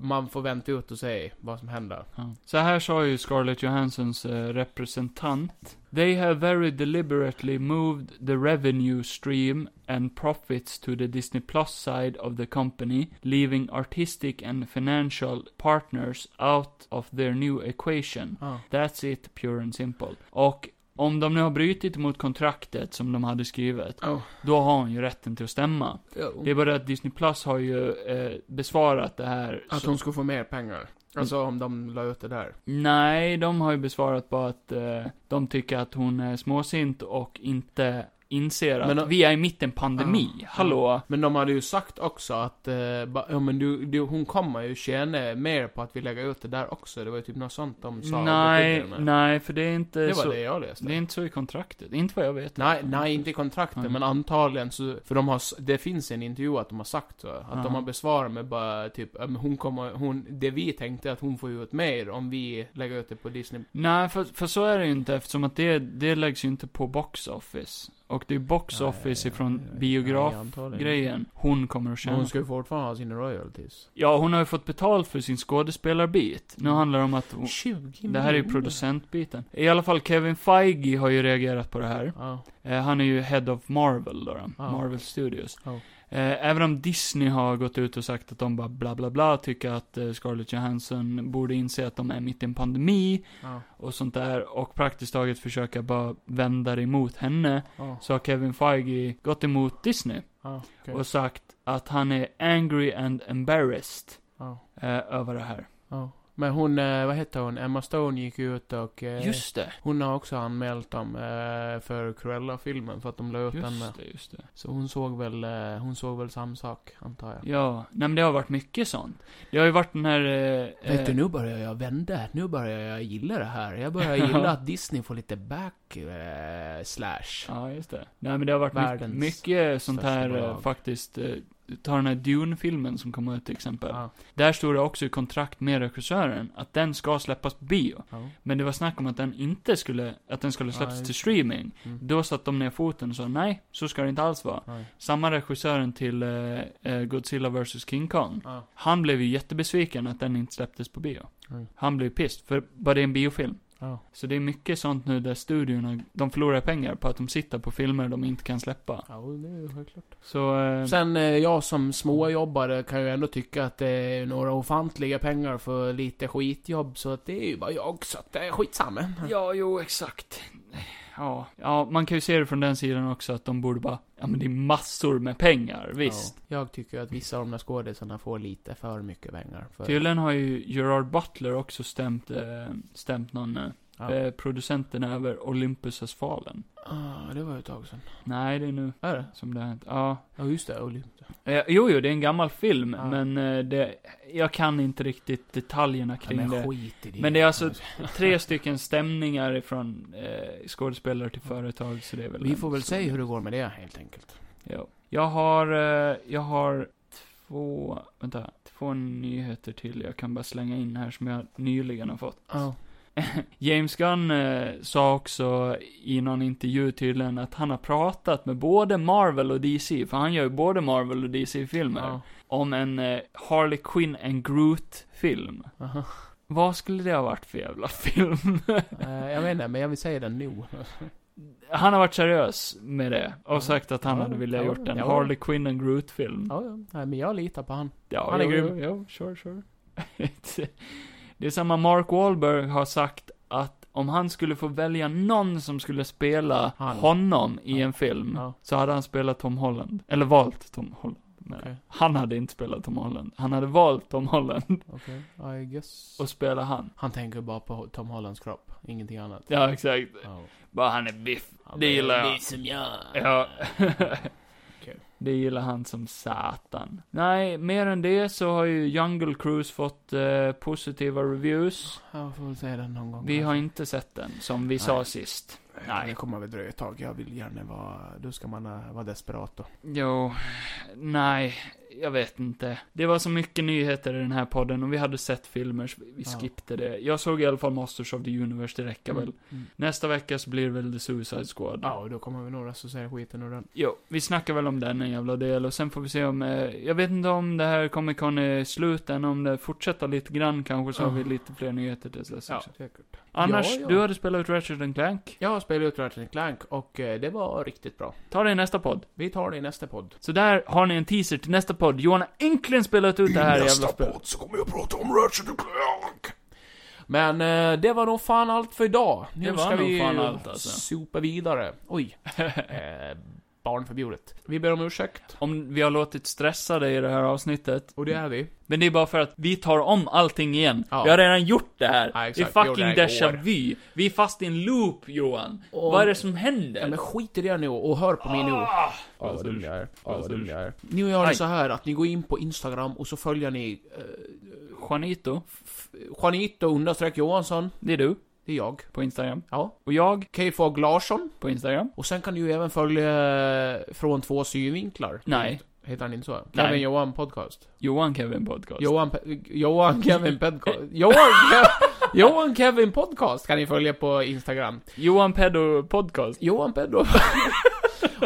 [SPEAKER 2] man får vänta ut och se vad som händer.
[SPEAKER 1] Så här sa ju Scarlett Johanssons eh, representant. They have very deliberately moved the revenue stream and profits to the Disney Plus side of the company, leaving artistic and financial partners out of their new equation.
[SPEAKER 2] Ja.
[SPEAKER 1] That's it, pure and simple. Och om de nu har brutit mot kontraktet som de hade skrivet,
[SPEAKER 2] Oh.
[SPEAKER 1] då har hon ju rätten till att stämma. Det är bara att Disney Plus har ju eh, besvarat det här.
[SPEAKER 2] Att
[SPEAKER 1] så,
[SPEAKER 2] hon ska få mer pengar.
[SPEAKER 1] Mm.
[SPEAKER 2] Alltså om de la ut det där.
[SPEAKER 1] Nej, de har ju besvarat bara att eh, de tycker att hon är småsint och inte inser att
[SPEAKER 2] Men, eh,
[SPEAKER 1] vi är mitt i en pandemi. Hallå?
[SPEAKER 2] Men de hade ju sagt också att, eh, ba, ja men du, du, hon kommer ju tjäna mer på att vi lägger ut det där också. Det var ju typ något sånt de sa. och
[SPEAKER 1] nej,
[SPEAKER 2] beskyllde dem med.
[SPEAKER 1] nej, för det är inte
[SPEAKER 2] Det var
[SPEAKER 1] så.
[SPEAKER 2] det jag läste.
[SPEAKER 1] Det är inte så i kontraktet. Inte vad jag vet.
[SPEAKER 2] Nej, nej, inte i kontrakten,
[SPEAKER 1] Nej.
[SPEAKER 2] men antagligen så, för de har, s- det finns en intervju att de har sagt så. Att
[SPEAKER 1] Aha.
[SPEAKER 2] de har besvarat med bara typ, ja, men hon kommer, hon, det vi tänkte att hon får ut mer om vi lägger ut det på Disney.
[SPEAKER 1] Nej, för, för så är det ju inte eftersom att det, det läggs ju inte på box office. Och det är box
[SPEAKER 2] Nej,
[SPEAKER 1] office
[SPEAKER 2] nej,
[SPEAKER 1] ifrån
[SPEAKER 2] nej, nej, antagligen.
[SPEAKER 1] biografgrejen hon kommer att
[SPEAKER 2] Men
[SPEAKER 1] tjäna.
[SPEAKER 2] hon ska ju fortfarande ha sina royalties.
[SPEAKER 1] Ja, hon har ju fått betalt för sin skådespelarbit. Nu
[SPEAKER 2] Mm.
[SPEAKER 1] handlar det om att... Hon,
[SPEAKER 2] 20
[SPEAKER 1] det här är ju
[SPEAKER 2] miljoner.
[SPEAKER 1] producentbiten. I alla fall Kevin Feige har ju reagerat på det här.
[SPEAKER 2] Ja,
[SPEAKER 1] Eh, han är ju Head of Marvel då, då.
[SPEAKER 2] Ja.
[SPEAKER 1] Marvel Studios.
[SPEAKER 2] Ja.
[SPEAKER 1] Eh, även om Disney har gått ut och sagt att de bara bla bla bla tycker att eh, Scarlett Johansson borde inse att de är mitt i en pandemi
[SPEAKER 2] ja,
[SPEAKER 1] och sånt där och praktiskt taget försöka bara vända det emot henne.
[SPEAKER 2] ja,
[SPEAKER 1] Så har Kevin Feige gått emot Disney
[SPEAKER 2] ja, okej.
[SPEAKER 1] och sagt att han är angry and embarrassed
[SPEAKER 2] ja.
[SPEAKER 1] eh, över det här.
[SPEAKER 2] Ja. Men hon, eh, vad heter hon? Emma Stone gick ut och... Eh,
[SPEAKER 1] Just det.
[SPEAKER 2] Hon har också anmält dem eh, för Cruella-filmen för att de la ut den med.
[SPEAKER 1] Just det, just det.
[SPEAKER 2] Så hon såg väl, eh, hon såg väl samma sak, antar jag.
[SPEAKER 1] Ja, nej men det har varit mycket sånt. Det har ju varit den här... Eh,
[SPEAKER 2] Vet du,
[SPEAKER 1] eh,
[SPEAKER 2] nu börjar jag vända. Nu börjar jag gilla det här. Jag börjar gilla att Disney får lite back eh, slash.
[SPEAKER 1] Ja, just det. Nej men det har varit mycket,
[SPEAKER 2] Världens
[SPEAKER 1] mycket sånt
[SPEAKER 2] största
[SPEAKER 1] här eh,
[SPEAKER 2] bolag.
[SPEAKER 1] faktiskt. Eh, ta den här Dune-filmen som kom ut till exempel.
[SPEAKER 2] Ja.
[SPEAKER 1] Där stod det också i kontrakt med regissören att den ska släppas på bio.
[SPEAKER 2] Ja.
[SPEAKER 1] Men det var snack om att den inte skulle, att den skulle släppas
[SPEAKER 2] Nej.
[SPEAKER 1] till streaming.
[SPEAKER 2] Mm.
[SPEAKER 1] Då satte de ner foten och sa nej, så ska det inte alls vara.
[SPEAKER 2] Nej.
[SPEAKER 1] Samma regissören till eh, eh, Godzilla vs King Kong.
[SPEAKER 2] Ja.
[SPEAKER 1] Han blev ju jättebesviken att den inte släpptes på bio.
[SPEAKER 2] Mm.
[SPEAKER 1] Han blev pissed, för bara det är en biofilm.
[SPEAKER 2] Ja.
[SPEAKER 1] Så det är mycket sånt nu där studiorna, de förlorar pengar på att de sitter på filmer de inte kan släppa.
[SPEAKER 2] Ja, det är ju självklart.
[SPEAKER 1] Så, eh,
[SPEAKER 2] Sen eh, jag som småjobbare kan ju ändå tycka att det är några ofantliga pengar för lite skitjobb. Så att det är ju bara jag, så att det är skitsamma.
[SPEAKER 1] ja, jo, exakt. Ja, ja, man kan ju se det från den sidan också att de borde bara, ja men det är massor med pengar, visst.
[SPEAKER 2] Ja. Jag tycker att vissa av de där skådisarna får lite för mycket pengar. För,
[SPEAKER 1] Tydligen har ju Gerard Butler också stämt, eh, stämt någon, eh,
[SPEAKER 2] Ja.
[SPEAKER 1] eh, producenten över Olympus has fallen.
[SPEAKER 2] Ah, det var ju ett tag sedan.
[SPEAKER 1] Nej, det är nu
[SPEAKER 2] Är det?
[SPEAKER 1] som det har hänt. Ja.
[SPEAKER 2] Ja, just det. Olymp.
[SPEAKER 1] Eh, jo, jo, det är en gammal film,
[SPEAKER 2] Ja.
[SPEAKER 1] men eh, det, jag kan inte riktigt detaljerna
[SPEAKER 2] Ja,
[SPEAKER 1] kring det.
[SPEAKER 2] men skit i det.
[SPEAKER 1] Men det är alltså tre stycken stämningar från eh, skådespelare till företag, så det är väl
[SPEAKER 2] Vi
[SPEAKER 1] en
[SPEAKER 2] får väl
[SPEAKER 1] sån-
[SPEAKER 2] se hur det går med det helt enkelt.
[SPEAKER 1] Ja. Jag har, eh, jag har två, vänta, två nyheter till jag kan bara slänga in här som jag nyligen har fått.
[SPEAKER 2] Ja.
[SPEAKER 1] James Gunn eh, sa också i någon intervju tydligen att han har pratat med både Marvel och DC, för han gör ju både Marvel och DC-filmer,
[SPEAKER 2] Ja.
[SPEAKER 1] om en eh, Harley Quinn and Groot-film.
[SPEAKER 2] Aha.
[SPEAKER 1] Vad skulle det ha varit för jävla film?
[SPEAKER 2] Eh, jag vet inte, men jag vill säga den nu.
[SPEAKER 1] Han har varit seriös med det
[SPEAKER 2] Ja.
[SPEAKER 1] och sagt att han
[SPEAKER 2] Ja,
[SPEAKER 1] hade velat
[SPEAKER 2] ja,
[SPEAKER 1] gjort en
[SPEAKER 2] ja.
[SPEAKER 1] Harley Quinn and Groot-film.
[SPEAKER 2] Ja, ja. Nej, men jag litar på han.
[SPEAKER 1] Ja,
[SPEAKER 2] han är
[SPEAKER 1] jo,
[SPEAKER 2] grym.
[SPEAKER 1] Jo, jo, sure, sure. det är samma Mark Wahlberg har sagt att om han skulle få välja någon som skulle spela
[SPEAKER 2] Han.
[SPEAKER 1] honom i
[SPEAKER 2] Ja.
[SPEAKER 1] en film,
[SPEAKER 2] Ja.
[SPEAKER 1] så hade han spelat Tom Holland. Eller valt Tom Holland. menar jag.
[SPEAKER 2] Okej,
[SPEAKER 1] Han hade inte spelat Tom Holland. Han hade valt Tom Holland
[SPEAKER 2] okej. I guess.
[SPEAKER 1] och spela han.
[SPEAKER 2] Han tänker bara på Tom Hollands kropp, ingenting annat.
[SPEAKER 1] Ja, exakt.
[SPEAKER 2] Ja.
[SPEAKER 1] Bara han är biff.
[SPEAKER 2] Han
[SPEAKER 1] Det gillar
[SPEAKER 2] bara,
[SPEAKER 1] jag.
[SPEAKER 2] "Ni som jag.
[SPEAKER 1] Ja.
[SPEAKER 2] Okej.
[SPEAKER 1] Det gillar han som satan. Nej, mer än det så har ju Jungle Cruise fått eh, positiva reviews.
[SPEAKER 2] Jag får väl säga den någon gång.
[SPEAKER 1] Vi har
[SPEAKER 2] kanske.
[SPEAKER 1] inte sett den, som vi
[SPEAKER 2] Nej.
[SPEAKER 1] sa sist.
[SPEAKER 2] Nej.
[SPEAKER 1] Nej.
[SPEAKER 2] Det kommer väl dröja ett tag. Jag vill gärna vara... Då ska man eh, vara desperat då.
[SPEAKER 1] Jo, nej, jag vet inte. Det var så mycket nyheter i den här podden och vi hade sett filmer så vi, vi
[SPEAKER 2] Ja.
[SPEAKER 1] skippade det. Jag såg i alla fall Masters of the Universe, det räcker väl.
[SPEAKER 2] Mm.
[SPEAKER 1] Nästa vecka så blir det väl The Suicide Squad.
[SPEAKER 2] Ja, och då kommer vi några som säger skiten ur den.
[SPEAKER 1] Jo, vi snackar väl om den en jävla del och sen får vi se om, eh, jag vet inte om det här Comic Con är slut än, om det fortsätter lite grann kanske så har vi
[SPEAKER 2] Ja.
[SPEAKER 1] lite fler nyheter till dess också.
[SPEAKER 2] säkert.
[SPEAKER 1] Annars,
[SPEAKER 2] Ja, ja.
[SPEAKER 1] du hade spelat ut Ratchet and Clank.
[SPEAKER 2] Jag har spelat ut Ratchet Clank och eh, det var riktigt bra.
[SPEAKER 1] Ta det i nästa podd.
[SPEAKER 2] Vi tar det i nästa podd.
[SPEAKER 1] Så där har ni en teaser till nästa podd. Johan har äntligen spelat ut det här jävla spelet.
[SPEAKER 2] så kommer jag prata om Ratchet Clank. Men eh, det var nog fan allt för idag. Nu
[SPEAKER 1] Det var
[SPEAKER 2] ska
[SPEAKER 1] nog
[SPEAKER 2] vi
[SPEAKER 1] fan allt, alltså.
[SPEAKER 2] sopa vidare. Oj. eh, barnförbjudet. Vi ber om ursäkt.
[SPEAKER 1] Om vi har låtit stressa dig i det här avsnittet.
[SPEAKER 2] Och det är vi.
[SPEAKER 1] Men det är bara för att vi tar om allting igen.
[SPEAKER 2] Ja.
[SPEAKER 1] Vi har redan gjort det här. det
[SPEAKER 2] Ja,
[SPEAKER 1] är
[SPEAKER 2] exakt. Vi gjorde
[SPEAKER 1] fucking
[SPEAKER 2] det här igår.
[SPEAKER 1] déjà vu. Vi är fast i en loop, Johan.
[SPEAKER 2] Och-
[SPEAKER 1] Vad är det som händer? Ah!
[SPEAKER 2] Ja, men skit i det nu och hör på mig nu. Ja, vad dum jag är. Ja, Ah. vad dum jag är. Nu gör ni
[SPEAKER 1] Aj.
[SPEAKER 2] så här att ni går in på Instagram och så följer ni eh,
[SPEAKER 1] Juanito,
[SPEAKER 2] Juanito understreck Johansson.
[SPEAKER 1] det är du,
[SPEAKER 2] Det är jag.
[SPEAKER 1] på Instagram.
[SPEAKER 2] Ja.
[SPEAKER 1] Och jag,
[SPEAKER 2] Kfag Larsson.
[SPEAKER 1] på Instagram.
[SPEAKER 2] Och sen kan du ju även följa eh, Från två synvinklar.
[SPEAKER 1] Nej.
[SPEAKER 2] Heter han inte så? Kevin
[SPEAKER 1] Nej.
[SPEAKER 2] Johan Podcast.
[SPEAKER 1] Johan Kevin Podcast.
[SPEAKER 2] Johan, Pe- Johan Kevin Podcast. Johan, Kev, Johan Kevin Podcast kan ni följa på Instagram.
[SPEAKER 1] Johan Peddo Podcast.
[SPEAKER 2] Johan Pedro.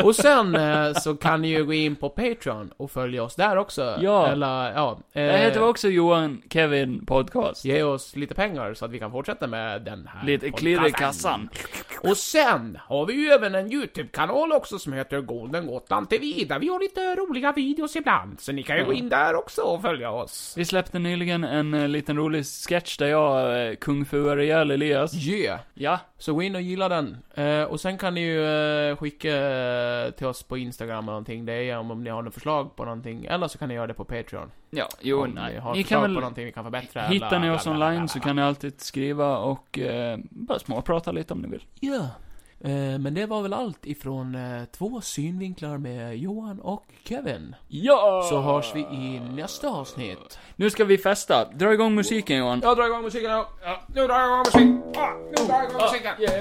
[SPEAKER 2] och sen eh, så kan ni ju gå in på Patreon och följa oss där också.
[SPEAKER 1] Ja.
[SPEAKER 2] Eller, ja. Eh,
[SPEAKER 1] Det heter också Johan Kevin Podcast.
[SPEAKER 2] Ge oss lite pengar så att vi kan fortsätta med den här
[SPEAKER 1] Lite klirr i
[SPEAKER 2] podcasten.
[SPEAKER 1] kassan.
[SPEAKER 2] Och sen har vi ju även en YouTube-kanal också som heter Golden Gotland TV där vi har lite roliga videos ibland. Så ni kan ju gå
[SPEAKER 1] Mm.
[SPEAKER 2] in där också och följa oss.
[SPEAKER 1] Vi släppte nyligen en eh, liten rolig sketch där jag eh, kung-fuar ihjäl Elias.
[SPEAKER 2] Yeah.
[SPEAKER 1] Ja.
[SPEAKER 2] Så gå in och gilla den. Eh, och sen kan ni ju eh, skicka eh, till oss på Instagram eller någonting. Det är om, om ni har några förslag på någonting. Eller så kan ni göra det på Patreon.
[SPEAKER 1] Ja, jo,
[SPEAKER 2] om ni
[SPEAKER 1] nej.
[SPEAKER 2] har
[SPEAKER 1] Ni
[SPEAKER 2] förslag
[SPEAKER 1] kan
[SPEAKER 2] på
[SPEAKER 1] väl
[SPEAKER 2] någonting vi kan förbättra.
[SPEAKER 1] Hittar ni oss online så
[SPEAKER 2] ni...
[SPEAKER 1] kan ni alltid skriva och eh, bara småprata lite om ni vill.
[SPEAKER 2] Ja. Eh, men det var väl allt ifrån eh, två synvinklar med Johan och Kevin.
[SPEAKER 1] Ja!
[SPEAKER 2] Så hörs vi i nästa avsnitt.
[SPEAKER 1] Nu ska vi festa. Dra igång musiken Johan.
[SPEAKER 2] Jag drar igång musiken nu. Ja. Nu drar jag igång musiken. Ah, nu drar jag igång musiken.
[SPEAKER 1] Eh.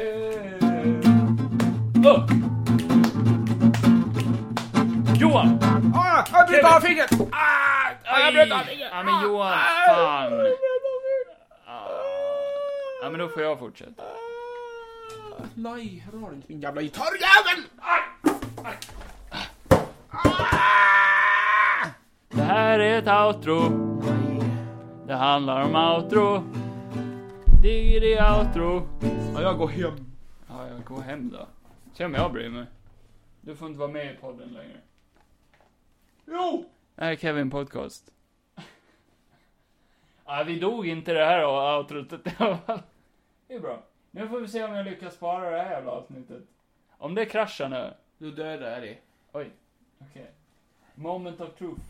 [SPEAKER 1] Oh. Johan!
[SPEAKER 2] Ah, jag bröt av fingret. Ah, ah, jag bröt av
[SPEAKER 1] Aj!
[SPEAKER 2] fingret.
[SPEAKER 1] Ja men Johan,
[SPEAKER 2] Ah,
[SPEAKER 1] fan!
[SPEAKER 2] jag bröt av fingret.
[SPEAKER 1] Ja men då får jag fortsätta.
[SPEAKER 2] Nej, rör inte min jävla gitarrjävel!
[SPEAKER 1] Det här är ett outro.
[SPEAKER 2] Nej.
[SPEAKER 1] Det handlar om outro. Diggity outro.
[SPEAKER 2] Ja, jag går hem.
[SPEAKER 1] Ja, jag går hem då. Se om jag bryr mig. Du får inte vara med i podden längre.
[SPEAKER 2] Jo!
[SPEAKER 1] Det här är Kevin Podcast. Ja, vi dog inte det här och outrotet i alla fall. Det är bra. Nu får vi se om jag lyckas spara det här jävla avsnittet. Om det kraschar nu.
[SPEAKER 2] Du dödar dig.
[SPEAKER 1] Oj. Okej. Moment of truth.